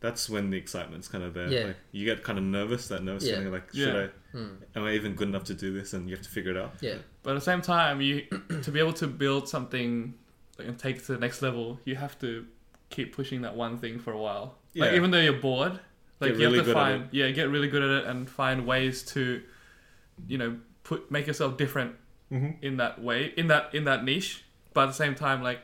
Speaker 2: that's when the excitement's kind of there.
Speaker 3: Yeah.
Speaker 2: Like you get kind of nervous, that nervous
Speaker 3: Yeah.
Speaker 2: feeling like, should
Speaker 1: Yeah.
Speaker 2: I am I even good enough to do this? And you have to figure it out.
Speaker 3: Hmm, Yeah.
Speaker 1: But at the same time, you (clears throat) to be able to build something that can take it to the next level, you have to keep pushing that one thing for a while. Like
Speaker 2: Yeah.
Speaker 1: even though you're bored, like you
Speaker 2: Get really
Speaker 1: have to
Speaker 2: good at
Speaker 1: find yeah, get really good at it and find ways to, you know, put make yourself different
Speaker 2: Mm-hmm.
Speaker 1: in that way in that in that niche. But at the same time, like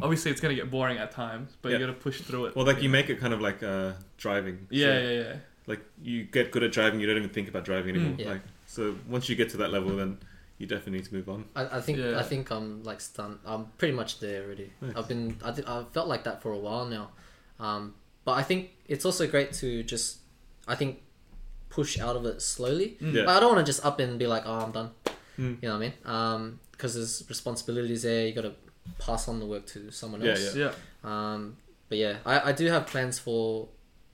Speaker 1: obviously it's gonna get boring at times, but you
Speaker 2: Yeah.
Speaker 1: got to push through it.
Speaker 2: Well, like you make it kind of like uh, driving.
Speaker 1: yeah,
Speaker 2: So,
Speaker 1: yeah, yeah.
Speaker 2: Like you get good at driving, you don't even think about driving anymore.
Speaker 3: Yeah.
Speaker 2: Like so, once you get to that level, then you definitely need to move on.
Speaker 3: I, I think
Speaker 1: Yeah.
Speaker 3: I think I'm like stunned. I'm pretty much there already.
Speaker 2: Nice.
Speaker 3: I've been I th- I've felt like that for a while now, um, but I think it's also great to just I think push out of it slowly.
Speaker 2: Yeah.
Speaker 3: But I don't want to just up and be like, oh, I'm done.
Speaker 2: Mm.
Speaker 3: You know what I mean? Because there's responsibilities there. You got to pass on the work to someone
Speaker 2: Yeah,
Speaker 3: else.
Speaker 2: yeah.
Speaker 1: Yeah,
Speaker 3: Um, but yeah, I, I do have plans for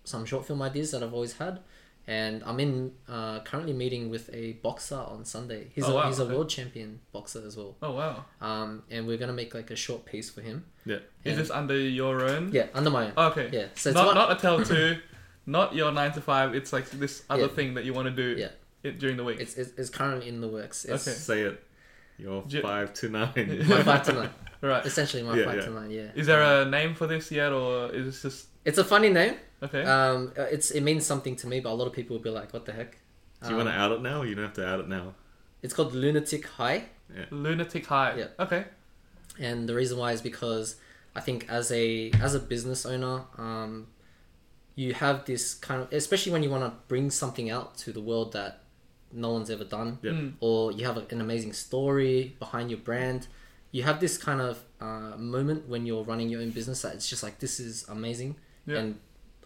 Speaker 3: some short film ideas that I've always had, and I'm in uh, currently meeting with a boxer on Sunday. He's
Speaker 1: Oh,
Speaker 3: a
Speaker 1: wow.
Speaker 3: he's a
Speaker 1: Okay.
Speaker 3: world champion boxer as well.
Speaker 1: Oh wow.
Speaker 3: Um, and we're gonna make like a short piece for him.
Speaker 2: Yeah.
Speaker 1: Is
Speaker 3: And-
Speaker 1: this under your own? Oh,
Speaker 3: Yeah, under my own.
Speaker 1: Okay.
Speaker 3: Yeah, so it's
Speaker 1: not
Speaker 3: one-
Speaker 1: not a tell two, (laughs) not your nine to five. It's like this other
Speaker 3: Yeah.
Speaker 1: thing that you want to do
Speaker 3: Yeah.
Speaker 1: it, during the week.
Speaker 3: It's, it's it's currently in the works. It's
Speaker 1: Okay.
Speaker 2: Say it. You're
Speaker 1: Ju-
Speaker 2: five to (laughs) nine.
Speaker 3: my five to nine.
Speaker 1: right.
Speaker 3: Essentially, my
Speaker 2: (laughs) Yeah,
Speaker 3: five
Speaker 2: yeah.
Speaker 3: to nine. Yeah.
Speaker 1: Is there a name for this yet, or is this just
Speaker 3: It's a funny name.
Speaker 1: okay?
Speaker 3: Um, uh, it's it means something to me, but a lot of people will be like, "What the heck?"
Speaker 2: Do you
Speaker 3: Um,
Speaker 2: want to out it now? or You don't have to out it now.
Speaker 3: It's called Lunatic High.
Speaker 1: Lunatic High.
Speaker 3: yeah.
Speaker 1: Okay.
Speaker 3: and the reason why is because I think as a as a business owner, um, you have this kind of especially when you want to bring something out to the world that no one's ever done,
Speaker 2: Yeah.
Speaker 1: Mm.
Speaker 3: or you have an amazing story behind your brand. You have this kind of uh, moment when you're running your own business that it's just like this is amazing,
Speaker 1: Yeah.
Speaker 3: and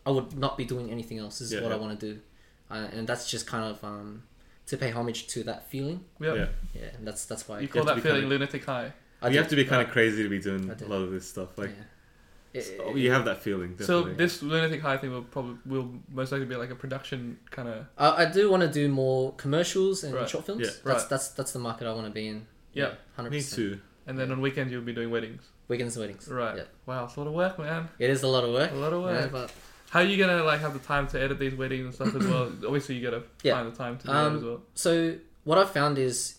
Speaker 3: I would not be doing anything else. This is
Speaker 2: Yeah,
Speaker 3: what I
Speaker 2: yeah.
Speaker 3: want to do, uh, and that's just kind of um, to pay homage to that feeling.
Speaker 1: Yep.
Speaker 2: Yeah.
Speaker 3: Yeah, and that's that's why.
Speaker 1: You call
Speaker 2: have to
Speaker 1: that
Speaker 2: be
Speaker 1: feeling
Speaker 2: kind
Speaker 1: lunatic high.
Speaker 3: I
Speaker 2: you
Speaker 3: do-
Speaker 2: have to be kind of crazy to be doing
Speaker 3: I
Speaker 2: a
Speaker 3: do.
Speaker 2: lot of this stuff. Like
Speaker 3: yeah.
Speaker 2: So you have that feeling. Definitely.
Speaker 1: So this lunatic high thing will probably will most likely be like a production kind of
Speaker 3: I, I do want to do more commercials and
Speaker 1: Right.
Speaker 3: short films.
Speaker 2: Yeah.
Speaker 3: That's
Speaker 1: Right.
Speaker 3: that's that's the market I want to be in.
Speaker 1: Yeah.
Speaker 3: hundred
Speaker 2: me
Speaker 3: percent.
Speaker 2: too.
Speaker 1: and then on weekends you'll be doing weddings.
Speaker 3: Weekends and weddings.
Speaker 1: Right.
Speaker 3: Yeah.
Speaker 1: Wow, it's a lot of work, man.
Speaker 3: It is a lot of work.
Speaker 1: A lot of
Speaker 3: Yeah,
Speaker 1: work.
Speaker 3: but
Speaker 1: How are you gonna like have the time to edit these weddings and stuff as
Speaker 3: (coughs)
Speaker 1: well? Obviously, you gotta
Speaker 3: Yeah.
Speaker 1: find the time to do
Speaker 3: Um,
Speaker 1: it as well.
Speaker 3: so what I've found is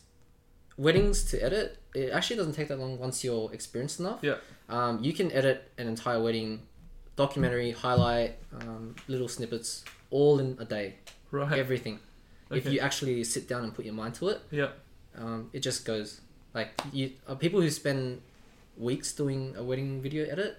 Speaker 3: weddings to edit. It actually doesn't take that long once you're experienced enough.
Speaker 1: Yeah.
Speaker 3: Um, you can edit an entire wedding documentary, highlight, um, little snippets, all in a day.
Speaker 1: Right.
Speaker 3: Everything. If
Speaker 1: Okay. (laughs)
Speaker 3: you actually sit down and put your mind to it,
Speaker 1: Yeah.
Speaker 3: um, it just goes like you uh, people who spend weeks doing a wedding video edit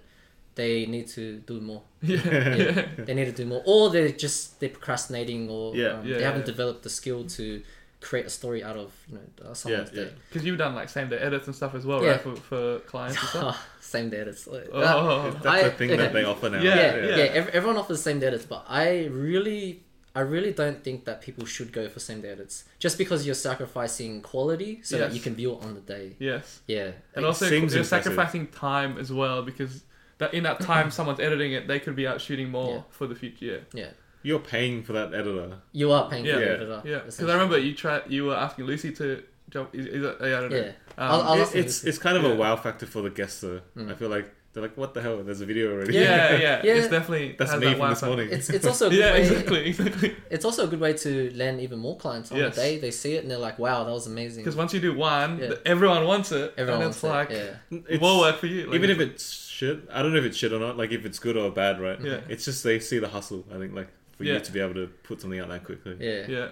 Speaker 3: they need to do more (laughs)
Speaker 1: Yeah. yeah.
Speaker 3: they need to do more or they're just they're procrastinating or
Speaker 2: Yeah,
Speaker 3: um,
Speaker 1: yeah,
Speaker 3: they haven't
Speaker 1: yeah.
Speaker 3: developed the skill to create a story out of you know uh,
Speaker 2: Yeah,
Speaker 3: someone's
Speaker 2: yeah.
Speaker 3: day
Speaker 1: Because you've done like same day edits and stuff as well,
Speaker 3: Yeah.
Speaker 1: right? For, for clients and
Speaker 3: (laughs)
Speaker 1: stuff.
Speaker 3: same day edits like,
Speaker 1: Oh,
Speaker 3: uh,
Speaker 2: That's
Speaker 3: I-
Speaker 2: the thing that
Speaker 3: okay.
Speaker 2: they offer now.
Speaker 1: Yeah,
Speaker 3: yeah yeah,
Speaker 1: yeah.
Speaker 3: ev- everyone offers the same day edits but i really i really don't think that people should go for same day edits just because you're sacrificing quality so that
Speaker 1: Yes.
Speaker 3: you can view it on the day
Speaker 1: yes.
Speaker 3: yeah
Speaker 1: And
Speaker 3: like,
Speaker 1: also, you're
Speaker 2: seems impressive.
Speaker 1: sacrificing time as well because that in that time someone's editing it, they could be out shooting more
Speaker 3: Yeah.
Speaker 1: for the future. Yeah.
Speaker 3: yeah
Speaker 2: You're paying for that editor.
Speaker 3: you are paying
Speaker 1: Yeah.
Speaker 3: for the
Speaker 2: Yeah.
Speaker 3: editor
Speaker 1: Yeah. Because
Speaker 3: essentially.
Speaker 1: I remember you tried. You were asking Lucy to jump. Is, is that, yeah, I don't know.
Speaker 3: Yeah. I'll-
Speaker 1: Um,
Speaker 3: I'll-
Speaker 2: It-
Speaker 3: ask them
Speaker 2: it's
Speaker 3: to- Mm.
Speaker 2: it's kind of
Speaker 1: Yeah.
Speaker 2: a wow factor for the guests though. I feel like they're like, what the hell? There's a video already. (laughs)
Speaker 1: yeah, yeah,
Speaker 3: Yeah.
Speaker 1: It's definitely
Speaker 2: That's
Speaker 1: has
Speaker 2: me
Speaker 1: that
Speaker 2: from this
Speaker 1: wow
Speaker 2: morning.
Speaker 3: it's it's also a (laughs)
Speaker 1: factor.
Speaker 3: good
Speaker 1: (laughs) Yeah,
Speaker 3: way,
Speaker 1: exactly, exactly.
Speaker 3: it's also a good way to land even more clients on
Speaker 1: Yes.
Speaker 3: the day they see it and they're like wow that was amazing
Speaker 1: Because once you do one,
Speaker 3: Yeah.
Speaker 1: th- everyone wants it,
Speaker 3: everyone
Speaker 1: and
Speaker 3: wants
Speaker 1: it's like
Speaker 3: it yeah
Speaker 2: (laughs) It's-
Speaker 1: more work for you. Like,
Speaker 2: even if it's shit, I don't know if it's shit or not. Like if it's good or bad, right?
Speaker 1: Yeah.
Speaker 2: It's just they see the hustle. I think like for
Speaker 1: Yeah.
Speaker 2: you to be able to put something out that quickly.
Speaker 3: yeah
Speaker 1: yeah,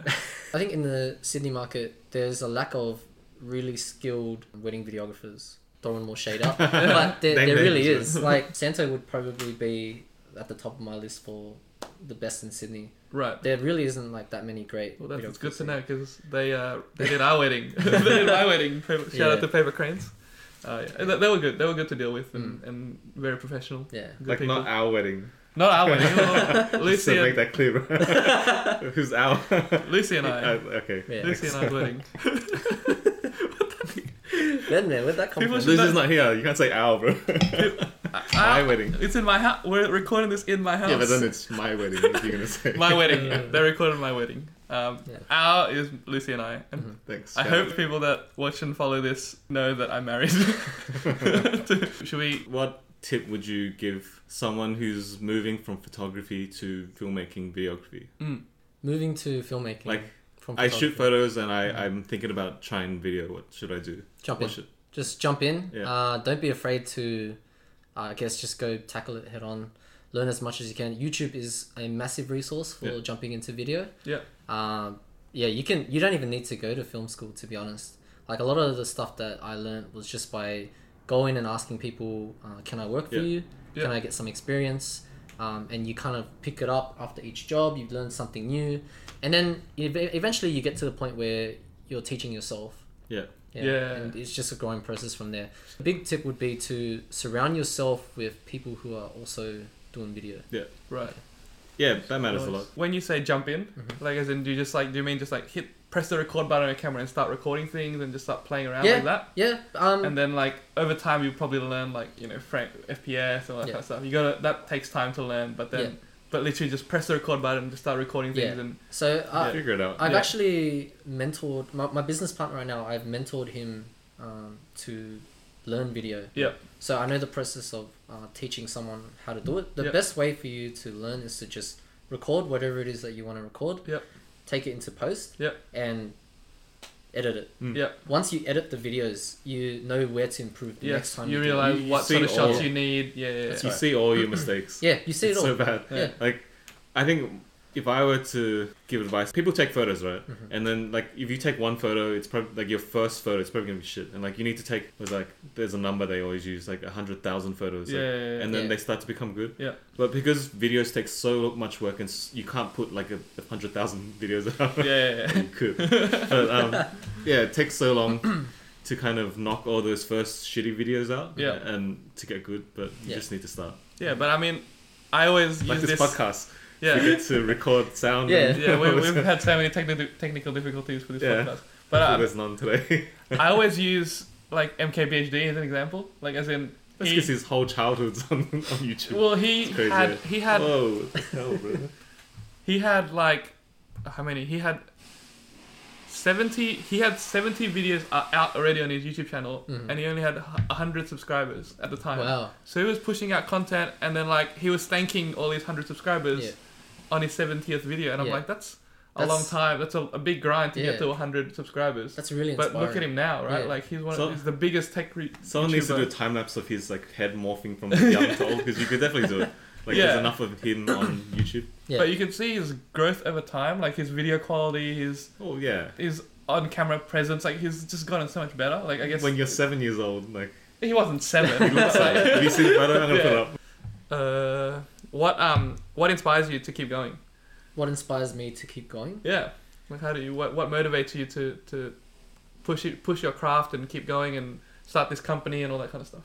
Speaker 3: I think in the Sydney market there's a lack of really skilled wedding videographers throwing more shade
Speaker 1: (laughs)
Speaker 3: up but there,
Speaker 2: Name
Speaker 3: there really
Speaker 2: names,
Speaker 3: is like Santo would probably be at the top of my list for the best in Sydney
Speaker 1: right.
Speaker 3: there really isn't like that many great
Speaker 1: Well, that's it's good
Speaker 3: videographers
Speaker 1: to know because they uh, they did our
Speaker 2: (laughs)
Speaker 1: wedding. (laughs) they did my wedding. Paper- Shout out
Speaker 3: Yeah.
Speaker 1: to Paper Cranes. Uh, yeah. And th- They were good. They were good to deal with and, and very professional. (laughs)
Speaker 3: yeah
Speaker 1: Good
Speaker 2: Mm. Like
Speaker 1: people.
Speaker 2: not our wedding.
Speaker 1: Not our
Speaker 2: (laughs)
Speaker 1: wedding. well,
Speaker 2: Just to
Speaker 1: Lucy,
Speaker 2: make
Speaker 1: and,
Speaker 2: that clear. (laughs) Who's our?
Speaker 1: Lucy
Speaker 2: (laughs)
Speaker 1: and I.
Speaker 2: Uh, okay.
Speaker 3: Yeah.
Speaker 1: Lucy and I's
Speaker 2: (laughs)
Speaker 1: wedding.
Speaker 3: then man where'd that come
Speaker 1: People
Speaker 3: from
Speaker 1: should-
Speaker 2: Lucy's not here. You can't say our, bro. my
Speaker 1: Ah,
Speaker 2: wedding.
Speaker 1: It's in my house. We're recording this in my house.
Speaker 2: Yeah, but then it's my wedding. What are you gonna say?
Speaker 1: my wedding.
Speaker 3: Uh.
Speaker 1: they recorded my wedding. Um,
Speaker 3: Yeah.
Speaker 1: Our is Lucy and I,
Speaker 3: Mm-hmm.
Speaker 1: and
Speaker 2: Thanks.
Speaker 1: I
Speaker 2: Jack.
Speaker 1: hope people that watch and follow this know that I'm
Speaker 2: (laughs)
Speaker 1: married. (laughs) Should we?
Speaker 2: What tip would you give someone who's moving from photography to filmmaking, videography?
Speaker 3: moving to filmmaking
Speaker 2: Like,
Speaker 3: from
Speaker 2: I shoot
Speaker 3: photography.
Speaker 2: photos and I, I'm thinking about trying video. What should I do?
Speaker 3: jump in
Speaker 2: What should,
Speaker 3: just jump in.
Speaker 2: Yeah.
Speaker 3: Uh, don't be afraid to, uh, I guess, just go tackle it head on. Learn as much as you can. YouTube is a massive resource for
Speaker 2: Yeah.
Speaker 3: jumping into video.
Speaker 1: Yeah.
Speaker 3: Um, yeah, you can. You don't even need to go to film school to be honest. Like a lot of the stuff that I learned was just by going and asking people, uh, "Can I work for
Speaker 2: Yeah.
Speaker 3: you?
Speaker 1: Yeah.
Speaker 3: Can I get some experience?" Um, and you kind of pick it up after each job. You've learned something new, and then ev- eventually you get to the point where you're teaching yourself.
Speaker 2: yeah.
Speaker 1: Yeah.
Speaker 3: And it's just a growing process from there. A big tip would be to surround yourself with people who are also doing video.
Speaker 1: Right.
Speaker 2: Yeah, that matters a lot.
Speaker 1: When you say jump in, like as in, do you just like? Do you mean just like hit press the record button on your camera and start recording things and just start playing around
Speaker 3: yeah.
Speaker 1: like that?
Speaker 3: Yeah. Um,
Speaker 1: And then like over time, you probably learn like you know frame FPS and all that
Speaker 3: Yeah.
Speaker 1: kind of stuff. You gotta that takes time to learn, but then
Speaker 3: Yeah.
Speaker 1: but literally just press the record button and just start recording things
Speaker 3: Yeah.
Speaker 1: and
Speaker 3: so uh,
Speaker 2: Figure it out.
Speaker 3: I've
Speaker 1: Yeah.
Speaker 3: actually mentored my, my business partner right now. I've mentored him um, to learn video.
Speaker 1: Yeah.
Speaker 3: So I know the process of uh, teaching someone how to do it. The
Speaker 1: Yeah.
Speaker 3: best way for you to learn is to just record whatever it is that you want to record.
Speaker 1: Yep.
Speaker 3: Take it into post.
Speaker 1: Yep.
Speaker 3: And edit it.
Speaker 2: Mm.
Speaker 1: Yeah.
Speaker 3: Once you edit the videos, you know where to improve the next
Speaker 1: yes,
Speaker 3: time.
Speaker 1: you
Speaker 3: do it.
Speaker 1: realize
Speaker 2: You- you
Speaker 1: what
Speaker 2: see
Speaker 1: sort of
Speaker 2: all-
Speaker 1: shots you need. Yeah, yeah, yeah.
Speaker 2: you see all
Speaker 3: (clears throat)
Speaker 2: your mistakes.
Speaker 3: Yeah, you see
Speaker 2: it's
Speaker 3: it all.
Speaker 2: so bad.
Speaker 3: Yeah.
Speaker 2: Like, I think if I were to give advice, people take photos, right?
Speaker 3: Mm-hmm.
Speaker 2: And then like if you take one photo, it's probably like your first photo, it's probably gonna be shit. And like you need to take was like there's a number they always use, like a hundred thousand photos.
Speaker 1: Yeah,
Speaker 2: like,
Speaker 1: yeah, yeah.
Speaker 2: And then
Speaker 3: Yeah.
Speaker 2: they start to become good.
Speaker 1: Yeah.
Speaker 2: But because videos take so much work and s- you can't put like a, a hundred thousand (laughs) videos out.
Speaker 1: yeah, yeah,
Speaker 2: (laughs)
Speaker 1: yeah.
Speaker 2: you could.
Speaker 1: (laughs)
Speaker 2: but um, yeah, it takes so long to kind of knock all those first shitty videos out.
Speaker 1: Yeah.
Speaker 2: And to get good, but you
Speaker 3: Yeah.
Speaker 2: just need to start.
Speaker 1: Yeah, But I mean, I always
Speaker 2: Like
Speaker 1: use
Speaker 2: this,
Speaker 1: this.
Speaker 2: podcast.
Speaker 1: yeah,
Speaker 2: We get to record sound.
Speaker 3: (laughs) Yeah.
Speaker 2: and-
Speaker 1: yeah, we, we've had so many technical technical difficulties for this
Speaker 2: Yeah.
Speaker 1: podcast. But uh,
Speaker 2: (laughs) there's none today.
Speaker 1: I always use like MKBHD as an example, like as in
Speaker 2: That's because his whole childhood's (laughs) on, on YouTube.
Speaker 1: Well, he
Speaker 2: It's crazy.
Speaker 1: had he had
Speaker 2: Whoa, what the hell, bro?
Speaker 1: he had like how many? He had seventy. He had seventy videos uh, out already on his YouTube channel, and he only had a hundred subscribers at the time.
Speaker 3: Mm-hmm. Wow.
Speaker 1: So he was pushing out content, and then like he was thanking all his hundred subscribers
Speaker 3: Yeah.
Speaker 1: on his seventieth video, and I'm
Speaker 3: Yeah.
Speaker 1: like, that's a
Speaker 3: That's-
Speaker 1: long time. That's a, a big grind to
Speaker 3: Yeah.
Speaker 1: get to hundred subscribers.
Speaker 3: That's really
Speaker 1: but
Speaker 3: inspiring.
Speaker 1: look at him now, right?
Speaker 3: Yeah.
Speaker 1: Like he's one.
Speaker 2: So-
Speaker 1: of, he's the biggest tech. Re-
Speaker 2: Someone needs to do a
Speaker 1: YouTuber.
Speaker 2: time lapse of his like head morphing
Speaker 1: (laughs)
Speaker 2: from young to old because you could definitely do it. Like there's
Speaker 1: Yeah.
Speaker 2: enough of him
Speaker 1: (coughs)
Speaker 2: on YouTube.
Speaker 3: Yeah.
Speaker 1: But you can see his growth over time, like his video quality, his
Speaker 2: Oh yeah.
Speaker 1: his on camera presence, like he's just gotten so much better. Like I guess
Speaker 2: When you're seven years old,
Speaker 1: (laughs)
Speaker 2: like
Speaker 1: he wasn't seven.
Speaker 2: (laughs) he looks
Speaker 1: but,
Speaker 2: like.
Speaker 1: like,
Speaker 2: Have you seen the photo? I'm gonna put it
Speaker 1: Yeah.
Speaker 2: up.
Speaker 1: uh, what um what inspires you to keep going?
Speaker 3: What inspires me to keep going?
Speaker 1: Yeah, like how do you what what motivates you to to push it push your craft and keep going and start this company and all that kind of stuff?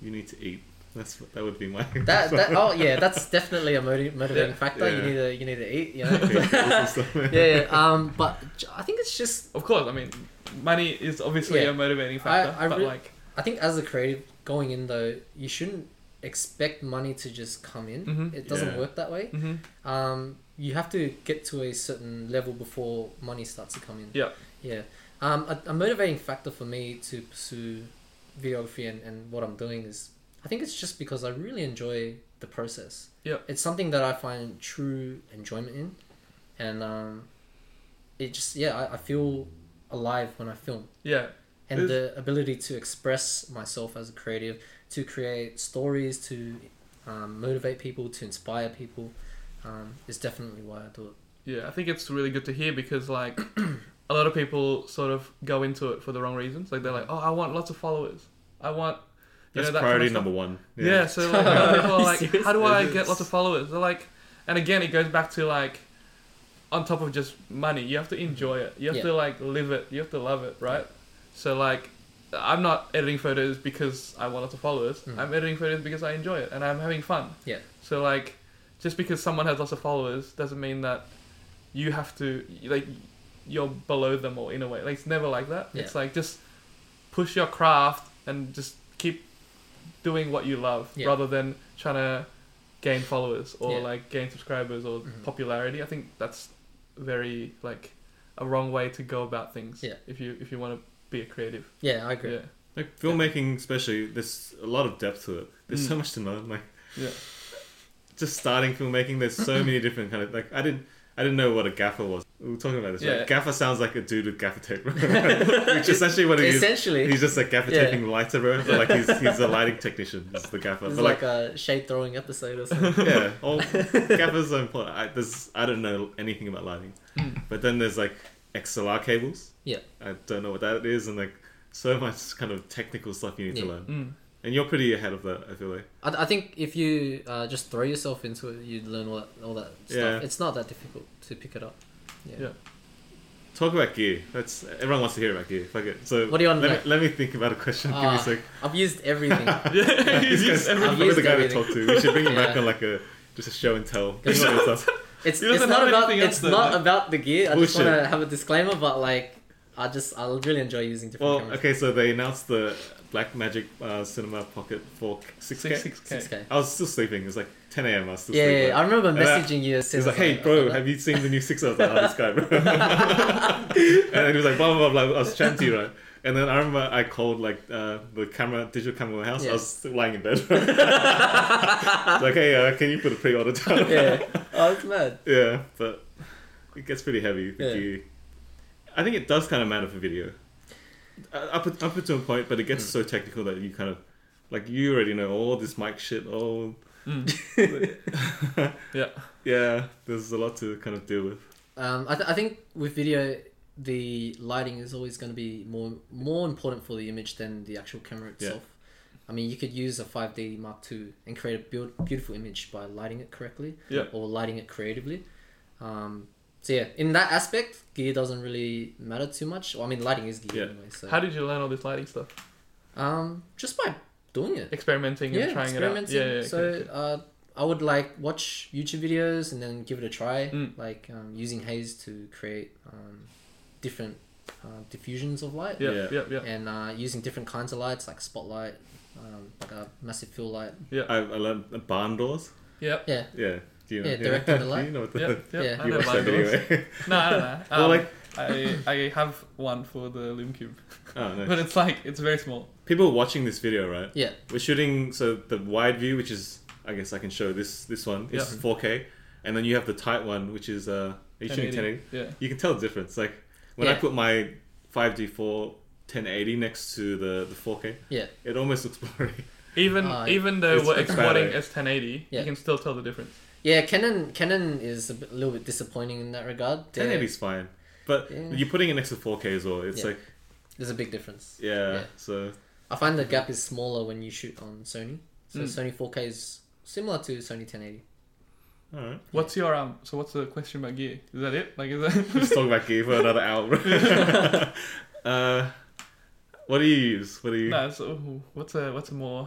Speaker 2: You need to eat. That's that would be my. (laughs)
Speaker 3: That, (laughs) that oh yeah, that's definitely a moti- motivating
Speaker 1: Yeah.
Speaker 3: factor. You
Speaker 2: Yeah.
Speaker 3: need to you need to eat. You know.
Speaker 2: Okay, awesome stuff.
Speaker 3: (laughs) yeah, yeah. Um, but j- I think it's just
Speaker 1: Of course, I mean money is obviously
Speaker 3: Yeah.
Speaker 1: a motivating factor,
Speaker 3: I
Speaker 1: but
Speaker 3: re-
Speaker 1: like
Speaker 3: I think as a creative going in though, you shouldn't expect money to just come in.
Speaker 1: Mhm.
Speaker 3: It doesn't
Speaker 2: Yeah.
Speaker 3: work that way.
Speaker 1: hmm
Speaker 3: Um, you have to get to a certain level before money starts to come in.
Speaker 1: Yeah.
Speaker 3: Yeah. Um, a, a motivating factor for me to pursue videography and, and what I'm doing is I think it's just because I really enjoy the process.
Speaker 1: Yeah.
Speaker 3: It's something that I find true enjoyment in. And um, it just, yeah, I, I feel alive when I film
Speaker 1: yeah,
Speaker 3: and
Speaker 2: Is-
Speaker 3: the ability to express myself as a creative, to create stories, to um, motivate people, to inspire people, um, is definitely why I do it.
Speaker 1: yeah. I think it's really good to hear because
Speaker 2: (clears throat)
Speaker 1: like a lot of people sort of go into it for the wrong reasons. Like they're like, oh, I want lots of followers. I want you
Speaker 2: That's
Speaker 1: know, that kind of
Speaker 2: priority
Speaker 1: stuff.
Speaker 2: number one.
Speaker 1: Yeah, so like, a
Speaker 3: (laughs)
Speaker 1: lot of people are like,
Speaker 3: Seriously?
Speaker 1: how do I
Speaker 2: It's-
Speaker 1: get lots of followers? They're like, and again, it goes back to like, on top of just money, you have to enjoy it. You have
Speaker 3: Yeah.
Speaker 1: to like live it. You have to love it, right? So like, I'm not editing photos because I want lots of followers.
Speaker 3: Mm.
Speaker 1: I'm editing photos because I enjoy it and I'm having fun.
Speaker 3: Yeah.
Speaker 1: So like, just because someone has lots of followers doesn't mean that you have to like you're below them or in a way. Like it's never like that.
Speaker 3: Yeah.
Speaker 1: It's like just push your craft and just keep doing what you love
Speaker 3: Yeah.
Speaker 1: rather than trying to gain followers or
Speaker 3: Yeah.
Speaker 1: like gain subscribers or
Speaker 3: Mhm.
Speaker 1: popularity. I think that's very like a wrong way to go about things.
Speaker 3: Yeah.
Speaker 1: If you if you want to be a creative.
Speaker 3: Yeah, I agree.
Speaker 1: Yeah.
Speaker 2: Like filmmaking, especially, there's a lot of depth to it. There's
Speaker 1: Mm.
Speaker 2: so much to know. Like,
Speaker 1: Yeah.
Speaker 2: just starting filmmaking, there's so many different kind of like. I didn't, I didn't know what a gaffer was. We were talking about this. right?
Speaker 1: Yeah.
Speaker 2: Gaffer sounds like a dude with gaffer
Speaker 1: (laughs)
Speaker 2: tape, (laughs) which is actually what it is.
Speaker 3: Essentially,
Speaker 2: He's just like gaffer
Speaker 3: Yeah.
Speaker 2: taping lighter, bro. But like he's he's a lighting technician. He's the gaffer.
Speaker 3: it's
Speaker 2: But like,
Speaker 3: like, a shade throwing episode or something.
Speaker 2: (laughs) yeah,
Speaker 3: (laughs)
Speaker 2: all gaffers are important. I, there's I don't know anything about lighting,
Speaker 1: Mm.
Speaker 2: but then there's like XLR cables.
Speaker 3: Yeah.
Speaker 2: I don't know what that is, and like so much kind of technical stuff you need to
Speaker 3: Yeah.
Speaker 2: learn.
Speaker 1: Mm.
Speaker 2: And you're pretty ahead of that, I feel like.
Speaker 3: I, I think if you uh, just throw yourself into it, you'd learn all that, all that stuff.
Speaker 2: Yeah.
Speaker 3: It's not that difficult to pick it up. Yeah.
Speaker 2: Talk about gear. That's everyone wants to hear about gear. Fuck it. So
Speaker 3: What do you want to
Speaker 2: let me, let me think about a question. Give me
Speaker 3: Ah,
Speaker 2: a sec.
Speaker 3: I've used
Speaker 2: (laughs)
Speaker 3: (laughs) everything.
Speaker 1: Yeah.
Speaker 2: This guy's
Speaker 1: He
Speaker 2: probably
Speaker 3: used
Speaker 2: the guy to
Speaker 3: everything.
Speaker 2: talk to. We should bring him back
Speaker 3: Yeah.
Speaker 2: on like a just a show and
Speaker 3: (laughs)
Speaker 2: tell.
Speaker 3: He doesn't-
Speaker 2: Sort of stuff.
Speaker 3: It's,
Speaker 1: He
Speaker 3: it's
Speaker 1: doesn't
Speaker 3: not
Speaker 1: have
Speaker 3: about
Speaker 1: anything else
Speaker 3: it's
Speaker 1: though,
Speaker 3: not
Speaker 1: like-
Speaker 3: about the gear. I just
Speaker 2: Bullshit.
Speaker 3: want to have a disclaimer, but like I just I really enjoy using different
Speaker 2: Well,
Speaker 3: cameras.
Speaker 2: okay. So they announced the Blackmagic uh, Cinema Pocket 4 6K.
Speaker 1: Six six K.
Speaker 3: 6K.
Speaker 2: I was still sleeping. It was like 10 a.m. I was still
Speaker 3: Yeah,
Speaker 2: sleeping.
Speaker 3: yeah, I remember
Speaker 2: And I-
Speaker 3: messaging you.
Speaker 2: He's like, hey, bro, have you seen the new six? I was like, oh, this guy, bro. and he was like, blah, blah, blah, blah. I was chatting to you, right? And then I remember I called, like, uh, the camera, digital camera in my house.
Speaker 3: Yeah.
Speaker 2: I was still lying in bed. (laughs) like, hey, uh, can you put a pre-order down?
Speaker 3: (laughs) yeah, oh, it's mad.
Speaker 2: (laughs) Yeah, but it gets pretty heavy. the
Speaker 3: Yeah.
Speaker 2: gear. I think it does kind of matter for video. Uh, Up, up to a point, but it gets so technical that you kind of, like, you already know all this mic shit, oh. all...
Speaker 1: Mm.
Speaker 2: (laughs)
Speaker 1: Yeah.
Speaker 2: Yeah, there's a lot to kind of deal with.
Speaker 3: Um, I, th- I think with video, the lighting is always going to be more more important for the image than the actual camera
Speaker 2: Yeah.
Speaker 3: itself. I mean, you could use a 5D Mark II and create a build, beautiful image by lighting it correctly
Speaker 1: Yeah.
Speaker 3: or lighting it creatively. Um, so yeah, in that aspect, gear doesn't really matter too much. Well, I mean, lighting is gear
Speaker 2: Yeah.
Speaker 3: anyway. So
Speaker 1: How did you learn all this lighting stuff?
Speaker 3: um, just by doing it
Speaker 1: Experimenting and trying it out.
Speaker 3: experimenting.
Speaker 1: Yeah, yeah, okay,
Speaker 3: so
Speaker 1: okay.
Speaker 3: Uh, I would like watch YouTube videos and then give it a try,
Speaker 1: Mm.
Speaker 3: like um, using haze to create um, different uh, diffusions of light,
Speaker 1: Yeah,
Speaker 2: Yeah.
Speaker 1: yeah, yeah.
Speaker 3: and uh, using different kinds of lights like spotlight, um, like a massive fuel light.
Speaker 2: I, I learned barn doors. (laughs)
Speaker 1: Yep.
Speaker 3: Yeah,
Speaker 2: Yeah. Do you know?
Speaker 3: Yeah, direct to the
Speaker 2: Do
Speaker 3: light.
Speaker 2: you know (laughs) what the?
Speaker 1: Yep. Yep.
Speaker 3: Yeah.
Speaker 1: I
Speaker 2: You
Speaker 1: know
Speaker 2: watched
Speaker 1: about
Speaker 2: that
Speaker 1: those.
Speaker 2: video?
Speaker 1: No, I don't know. Um,
Speaker 2: well, like,
Speaker 1: I, I have one for the Loom Cube,
Speaker 2: (laughs) oh no.
Speaker 1: but it's like it's very small.
Speaker 2: People are watching this video, right?
Speaker 3: yeah,
Speaker 2: We're shooting so the wide view, which is I guess I can show this this one. It's
Speaker 1: Yeah.
Speaker 2: 4K, and then you have the tight one, which is uh, are you shooting 1080?
Speaker 1: 1080. Yeah.
Speaker 2: You can tell the difference. Like when I
Speaker 3: Yeah.
Speaker 2: put my 5D 4 1080 next to the the 4K,
Speaker 3: yeah,
Speaker 2: it almost (laughs) looks blurry.
Speaker 1: Even
Speaker 3: Uh,
Speaker 1: even though
Speaker 2: it's-
Speaker 1: we're
Speaker 2: it's
Speaker 1: exporting
Speaker 2: better.
Speaker 1: as 1080,
Speaker 3: Yeah.
Speaker 1: you can still tell the difference.
Speaker 3: yeah. Canon, Canon is a bit- little bit disappointing in that regard. They're-
Speaker 2: 1080 is fine, but
Speaker 3: Yeah.
Speaker 2: you're putting it next to 4K as well. It's
Speaker 3: Yeah.
Speaker 2: like
Speaker 3: There's a big difference.
Speaker 2: yeah,
Speaker 3: Yeah.
Speaker 2: So
Speaker 3: I find the gap is smaller when you shoot on Sony. So
Speaker 1: Mm.
Speaker 3: Sony 4K is similar to Sony 1080.
Speaker 2: all right.
Speaker 1: What's your um? So what's the question about gear? Is that it? Like is that? (laughs)
Speaker 2: Let's talk about gear for another hour. (laughs) uh, what do you use? What do you
Speaker 1: no. So what's a what's a more?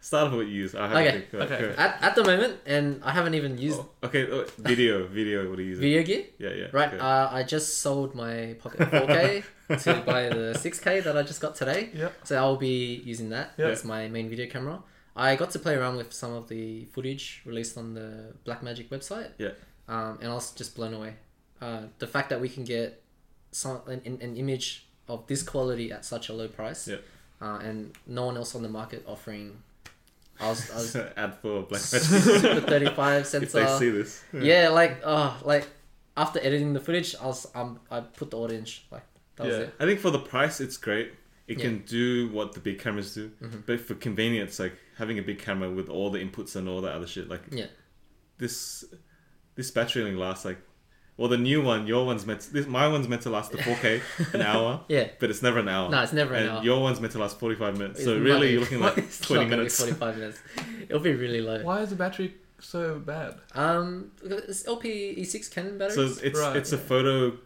Speaker 2: start off with what you use? I have
Speaker 3: Okay.
Speaker 2: to think. Right,
Speaker 1: Okay.
Speaker 2: correct.
Speaker 3: At, at the moment, and I haven't even used
Speaker 2: Oh, okay, oh, video, video. What do you use?
Speaker 3: video gear.
Speaker 2: Yeah, yeah.
Speaker 3: Right,
Speaker 2: (laughs) okay.
Speaker 3: uh, I just sold my
Speaker 2: (laughs)
Speaker 3: Pocket 4K to buy the 6K that I just got today.
Speaker 1: Yeah.
Speaker 3: So I'll be using that
Speaker 1: Yeah.
Speaker 3: as my main video camera. I got to play around with some of the footage released on the Blackmagic website.
Speaker 2: Yeah.
Speaker 3: Um, and I was just blown away. Uh, the fact that we can get some an, an an image of this quality at such a low price.
Speaker 2: Yeah.
Speaker 3: Uh, and no one else on the market offering. I was, I was
Speaker 2: Ad for (laughs)
Speaker 3: (laughs)
Speaker 2: Black Magic.
Speaker 3: super 35 sensor
Speaker 2: if they see this,
Speaker 3: yeah, like oh, like after editing the footage, I was um, I put the orange like that was
Speaker 1: Yeah.
Speaker 3: it.
Speaker 2: I think for the price, it's great. It can do what the big cameras do,
Speaker 3: Mm-hmm.
Speaker 2: but for convenience, like having a big camera with all the inputs and all that other shit, like
Speaker 3: Yeah,
Speaker 2: this this battery only lasts like well the new one your one's meant this my one's meant to last the 4k
Speaker 3: (laughs)
Speaker 2: an hour
Speaker 3: yeah.
Speaker 2: but it's never an hour
Speaker 3: No, it's never
Speaker 2: Oh.
Speaker 3: an
Speaker 2: and
Speaker 3: hour.
Speaker 2: your one's meant to last 45 minutes
Speaker 3: It's
Speaker 2: so
Speaker 3: not
Speaker 2: really
Speaker 3: even-
Speaker 2: you're looking like
Speaker 3: (laughs) it's not
Speaker 2: 20
Speaker 3: gonna be
Speaker 2: minutes
Speaker 3: Forty-five minutes. It'll be really low.
Speaker 1: Why is the battery so bad?
Speaker 3: Um, it's LPE6
Speaker 2: so
Speaker 3: Canon E batteries.
Speaker 2: it's
Speaker 1: Right,
Speaker 2: it's a photo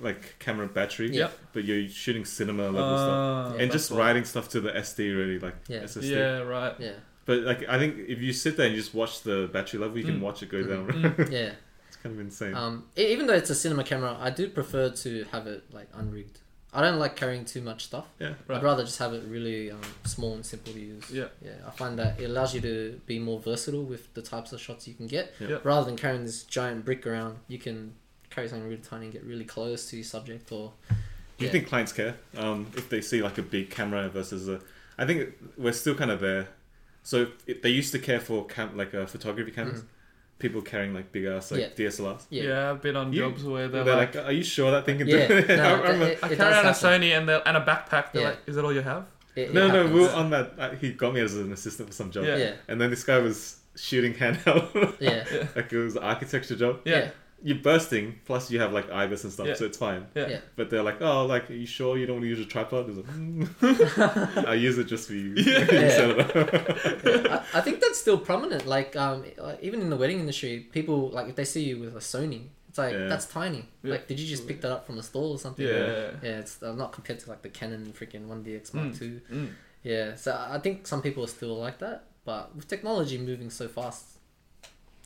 Speaker 2: like camera battery
Speaker 1: Yep.
Speaker 2: but you're shooting cinema level stuff
Speaker 1: Ah,
Speaker 2: and
Speaker 1: that's
Speaker 2: just
Speaker 1: why.
Speaker 2: writing stuff to the sd really like
Speaker 3: Yeah.
Speaker 2: ssd
Speaker 1: Yeah. Right.
Speaker 2: (laughs)
Speaker 3: yeah,
Speaker 2: but like i think if you sit there and you just watch the battery level you can
Speaker 1: Mm.
Speaker 2: watch it go
Speaker 3: Mm-hmm.
Speaker 2: down
Speaker 3: yeah.
Speaker 2: it's kind of insane
Speaker 3: Um, e- even though it's a cinema camera, I do prefer to have it like unrigged. I don't like carrying too much stuff.
Speaker 2: yeah
Speaker 1: Right.
Speaker 3: I'd rather just have it really um, small and simple to use.
Speaker 1: Yeah.
Speaker 3: Yeah. I find that it allows you to be more versatile with the types of shots you can get.
Speaker 2: Yeah.
Speaker 1: Yeah.
Speaker 3: Rather than carrying this giant brick around, you can carry something really tiny and get really close to your subject or
Speaker 2: Do you
Speaker 3: Yeah.
Speaker 2: think clients care um, if they see like a big camera versus a? I think we're still kind of there. So it, they used to care for cam like uh, photography cameras, people carrying like big ass like
Speaker 3: Mm-hmm. Yeah.
Speaker 2: DSLRs.
Speaker 1: Yeah. (laughs)
Speaker 3: yeah.
Speaker 1: I've been on
Speaker 2: You-
Speaker 1: jobs where
Speaker 2: They're
Speaker 1: they're, like,
Speaker 2: like, "Are you sure that thing can
Speaker 3: Yeah,
Speaker 2: do?" it?" (laughs)
Speaker 3: no,
Speaker 2: I remember-
Speaker 3: it-
Speaker 1: I
Speaker 3: does
Speaker 1: carry out a
Speaker 3: happen.
Speaker 1: Sony and they're- and a backpack. They're
Speaker 3: Yeah.
Speaker 1: like, is that all you have?
Speaker 3: It, it
Speaker 2: no, no, we were
Speaker 3: happens.
Speaker 2: on that. Uh, he got me as an assistant for some job,
Speaker 1: Yeah.
Speaker 3: Yeah.
Speaker 2: and then this guy was shooting (laughs) handheld,
Speaker 3: Yeah.
Speaker 2: like it was an architecture job.
Speaker 1: (laughs) Yeah.
Speaker 2: You're bursting, plus you have like IBIS and stuff,
Speaker 1: Yeah.
Speaker 2: so it's fine.
Speaker 1: Yeah.
Speaker 3: Yeah.
Speaker 2: But they're like, "Oh, like, are you sure you don't want to use a tripod?" I, was like,
Speaker 3: (laughs)
Speaker 2: "Mm." I use it just for you. (laughs) You
Speaker 3: Yeah.
Speaker 2: set it up.
Speaker 3: I, I think that's still prominent. Like, um, like, even in the wedding industry, people like if they see you with a Sony, it's like
Speaker 2: Yeah.
Speaker 3: that's tiny.
Speaker 1: Yeah.
Speaker 3: Like, did you just pick that up from a store or something?
Speaker 1: Yeah.
Speaker 3: Yeah, it's uh, not compared to like the Canon freaking one DX Mark
Speaker 1: Mm.
Speaker 3: II.
Speaker 1: Mm.
Speaker 3: Yeah, so I I think some people are still like that, but with technology moving so fast,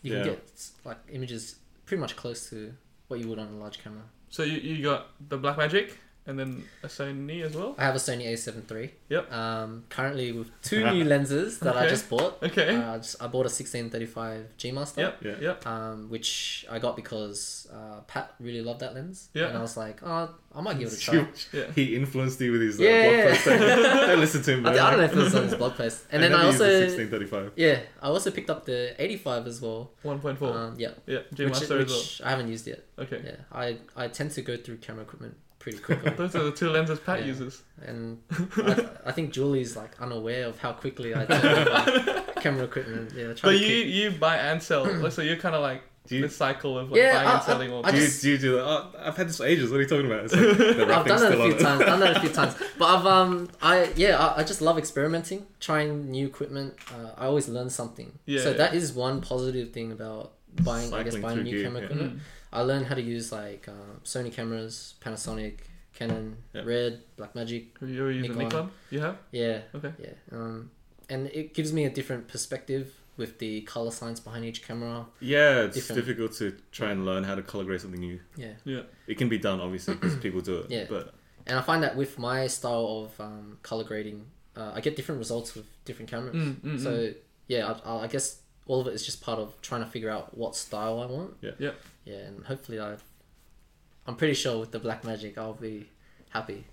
Speaker 3: you
Speaker 2: Yeah.
Speaker 3: can get like images pretty much close to what you would on a large camera.
Speaker 1: So you, you got the Black Magic and then a Sony as well.
Speaker 3: I have a Sony A7 III.
Speaker 1: Yep.
Speaker 3: Um, currently with two new lenses that I
Speaker 1: Okay.
Speaker 3: just bought.
Speaker 1: Okay.
Speaker 3: Uh, I, just, I bought a 1635 G Master.
Speaker 1: Yep.
Speaker 2: Yeah.
Speaker 1: Yep.
Speaker 3: Um, which I got because uh, Pat really loved that lens.
Speaker 1: Yeah.
Speaker 3: And I was like, oh, I
Speaker 2: (laughs)
Speaker 3: might give it a try.
Speaker 2: You-
Speaker 1: Yeah.
Speaker 2: He influenced you with his uh,
Speaker 3: Yeah,
Speaker 2: blog
Speaker 3: yeah,
Speaker 2: post.
Speaker 3: (laughs)
Speaker 2: Don't listen to him.
Speaker 3: I,
Speaker 2: man.
Speaker 3: I don't know if it was on his blog post. And then I
Speaker 2: never used the
Speaker 3: also
Speaker 2: 1635.
Speaker 3: Yeah, I also picked up the 85 as well.
Speaker 1: One point four.
Speaker 3: Um, yeah,
Speaker 1: yeah. G
Speaker 3: which,
Speaker 1: Master as well.
Speaker 3: which I haven't used yet.
Speaker 1: Okay.
Speaker 3: Yeah, I, I tend to go through camera equipment pretty quickly,
Speaker 1: (laughs) Those are the two lenses Pat
Speaker 3: Yeah.
Speaker 1: uses.
Speaker 3: and I, I think Julie's like unaware of how
Speaker 1: (laughs)
Speaker 3: quickly I turn on camera equipment. Yeah,
Speaker 1: But
Speaker 3: try to
Speaker 1: you
Speaker 3: keep-
Speaker 1: you buy and (clears throat) sell. Like, so you're kind of like
Speaker 2: Do you,
Speaker 1: this cycle of like
Speaker 3: Yeah,
Speaker 1: buying
Speaker 3: I-
Speaker 1: and selling all.
Speaker 3: I
Speaker 2: do,
Speaker 1: the
Speaker 2: you,
Speaker 3: just-
Speaker 2: do you do that? Oh, I've had this for ages. What are you talking about? It's
Speaker 3: (laughs)
Speaker 2: like, the
Speaker 3: I've
Speaker 2: wrapping's
Speaker 3: done it a
Speaker 2: still
Speaker 3: few
Speaker 2: on.
Speaker 3: times. Done that
Speaker 1: (laughs)
Speaker 3: a few times, but I've um I yeah I, I just love experimenting, trying new equipment. Uh, I always learn something.
Speaker 1: Yeah,
Speaker 3: so
Speaker 1: yeah.
Speaker 3: that is one positive thing about buying. I guess
Speaker 2: Cycling
Speaker 3: buying
Speaker 2: through
Speaker 3: new
Speaker 2: gear,
Speaker 3: camera
Speaker 2: yeah.
Speaker 3: equipment. I learned how to use like uh, Sony cameras, Panasonic, Canon,
Speaker 2: Yeah.
Speaker 3: Red, Blackmagic.
Speaker 1: Mm. You're using
Speaker 3: Nikon.
Speaker 1: Nikon. You have
Speaker 3: Yeah.
Speaker 1: okay.
Speaker 3: Yeah. Um, and it gives me a different perspective with the color science behind each camera.
Speaker 2: Yeah, it's
Speaker 3: Different.
Speaker 2: difficult to try and learn how to color grade something new.
Speaker 3: Yeah.
Speaker 2: It can be
Speaker 3: (clears throat)
Speaker 2: done, obviously, because people do it.
Speaker 3: Yeah.
Speaker 2: But
Speaker 3: And I find that with my style of um, color grading, uh, I get different results with different cameras.
Speaker 1: Mm, mm,
Speaker 3: so yeah, I- I, I guess all of it is just part of trying to figure out what style I want.
Speaker 2: Yeah.
Speaker 1: Yeah.
Speaker 3: Yeah, and hopefully I, I'm pretty sure with the black magic I'll be happy.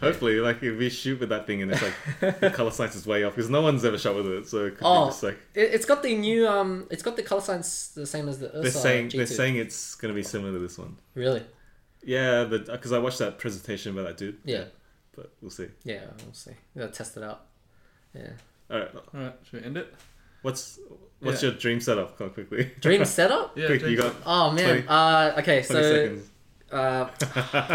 Speaker 2: Hopefully, like if we shoot with that thing and it's like
Speaker 3: (laughs)
Speaker 2: the color science is way off because no one's ever shot with it, so it could
Speaker 3: Oh,
Speaker 2: be just like
Speaker 3: It, it's got the new um, it's got the color science the same as the Ursa
Speaker 2: they're saying
Speaker 3: G2.
Speaker 2: they're saying it's gonna be similar to this one.
Speaker 3: really.
Speaker 2: Yeah, but because I watched that presentation by that dude,
Speaker 3: Yeah,
Speaker 2: but we'll see.
Speaker 3: yeah. We'll see. We gotta test it out. Yeah.
Speaker 2: All right,
Speaker 1: All right, should we end it?
Speaker 2: what's what's
Speaker 1: Yeah.
Speaker 2: your dream setup? Come on, quickly.
Speaker 3: Dream setup.
Speaker 1: Yeah,
Speaker 2: (laughs) Quick,
Speaker 1: James.
Speaker 2: you got
Speaker 3: Oh
Speaker 2: 20
Speaker 3: man. Uh, okay.
Speaker 2: twenty
Speaker 3: So
Speaker 2: seconds. (laughs)
Speaker 3: uh,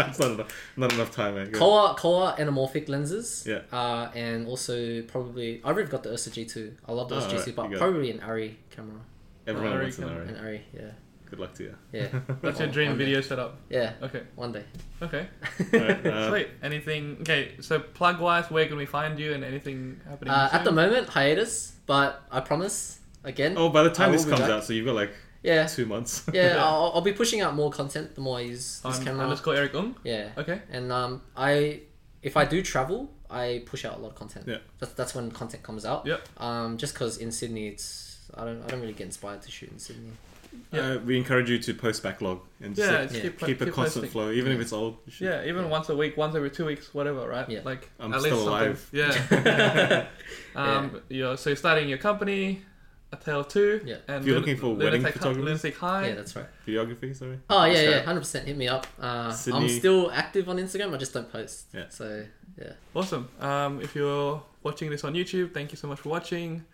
Speaker 2: it's not enough, not enough time, man. Go.
Speaker 3: Koa, Koa anamorphic lenses.
Speaker 2: Yeah.
Speaker 3: Uh, and also probably I already got the Ursa G2. I love the
Speaker 2: Oh,
Speaker 3: Ursa G2,
Speaker 2: alright,
Speaker 3: but
Speaker 2: you got it.
Speaker 3: probably an Arri camera.
Speaker 2: Everyone
Speaker 1: Alright,
Speaker 2: wants an
Speaker 1: come on.
Speaker 2: Ari.
Speaker 3: An Arri, yeah,
Speaker 2: Good luck to
Speaker 1: (laughs)
Speaker 2: you. (laughs)
Speaker 3: yeah,
Speaker 1: That's your
Speaker 3: Oh,
Speaker 1: dream
Speaker 3: one day.
Speaker 1: video setup.
Speaker 3: yeah.
Speaker 1: Okay.
Speaker 3: One day.
Speaker 1: Okay.
Speaker 2: Alright, uh,
Speaker 1: Sweet. Anything? Okay. So plug wise, where can we find you, and anything happening?
Speaker 3: (laughs) Uh, at the
Speaker 1: soon?
Speaker 3: moment, hiatus, but I promise again.
Speaker 2: oh, by the time
Speaker 3: I
Speaker 2: this
Speaker 3: will be
Speaker 2: comes
Speaker 3: back.
Speaker 2: out, so you've got like
Speaker 3: yeah,
Speaker 2: two
Speaker 1: (laughs)
Speaker 2: months.
Speaker 3: yeah.
Speaker 1: Yeah.
Speaker 3: I'll, I'll be pushing out more content the more I use this
Speaker 1: I'm
Speaker 3: camera.
Speaker 1: underscore Eric Ung.
Speaker 3: Yeah,
Speaker 1: Okay.
Speaker 3: and um, I if I do travel, I push out a lot of content.
Speaker 2: Yeah.
Speaker 3: that's that's when content comes out.
Speaker 1: Yep.
Speaker 3: Um, just because in Sydney, it's I don't I don't really get inspired to shoot in
Speaker 1: (laughs)
Speaker 3: Sydney. (laughs)
Speaker 2: Uh, we encourage you to post backlog and just
Speaker 1: Yeah.
Speaker 2: like,
Speaker 1: just
Speaker 3: yeah.
Speaker 1: Keep,
Speaker 2: keep a
Speaker 1: keep
Speaker 2: constant
Speaker 1: posting.
Speaker 2: flow, even if it's old. you should-
Speaker 1: Yeah. Even
Speaker 3: Yeah.
Speaker 1: once a week, once every two weeks, whatever. Right.
Speaker 3: Yeah.
Speaker 1: Like
Speaker 2: I'm
Speaker 1: at
Speaker 2: still
Speaker 1: least something-
Speaker 2: alive.
Speaker 1: (laughs) Yeah. um. You're so you're starting your company, a tale of two.
Speaker 3: Yeah.
Speaker 1: And
Speaker 2: If you're
Speaker 1: Lun-
Speaker 2: looking for
Speaker 1: Lunatic
Speaker 2: wedding
Speaker 1: Hut-
Speaker 2: photographers.
Speaker 1: Lunatic High.
Speaker 3: Yeah, that's right.
Speaker 2: Videography, sorry.
Speaker 3: Oh yeah,
Speaker 2: Just
Speaker 3: yeah,
Speaker 2: go.
Speaker 3: hundred percent. Hit me up. Uh, I'm
Speaker 2: Sydney.
Speaker 3: still active on Instagram. I just don't post.
Speaker 2: Yeah.
Speaker 3: So yeah,
Speaker 1: Awesome. Um, if you're watching this on YouTube, thank you so much for watching.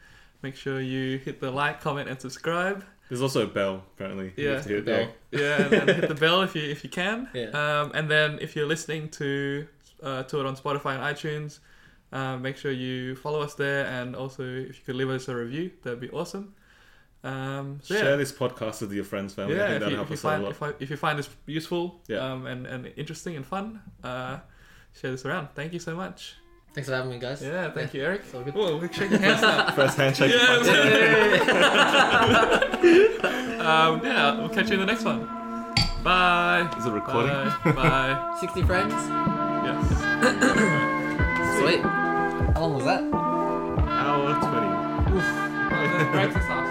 Speaker 1: Make sure you hit the like, comment, and subscribe.
Speaker 2: There's also a bell, apparently. You
Speaker 1: Yeah.
Speaker 2: have to hit
Speaker 3: Bell.
Speaker 2: there.
Speaker 1: Yeah, and, and hit the bell if you if you can.
Speaker 3: (laughs) Yeah.
Speaker 1: Um, and then if you're listening to uh, to it on Spotify and iTunes, uh, make sure you follow us there, and also if you could leave us a review, that'd be awesome. Um, so yeah.
Speaker 2: Share this podcast with your friends, family. I
Speaker 1: yeah,
Speaker 2: think
Speaker 1: if
Speaker 2: Oh, that'll
Speaker 1: you, if
Speaker 2: help
Speaker 1: you
Speaker 2: us out
Speaker 1: find
Speaker 2: a lot.
Speaker 1: if, I, if you find this useful
Speaker 2: Yeah.
Speaker 1: um, and, and interesting and fun, uh, share this around. Thank you so much.
Speaker 3: thanks for having me, guys.
Speaker 1: Yeah, thank you, Eric.
Speaker 3: It's all good.
Speaker 1: Whoa, we're shaking hands now.
Speaker 2: (laughs)
Speaker 1: (laughs)
Speaker 2: First handshake.
Speaker 1: um, yeah, we'll catch you in the next one. Bye.
Speaker 2: Is it recording? (laughs)
Speaker 1: Bye. Bye.
Speaker 3: Sixty frames.
Speaker 1: yes.
Speaker 3: Sweet. How long was that?
Speaker 2: Hour 20.
Speaker 1: Breaks and stuff.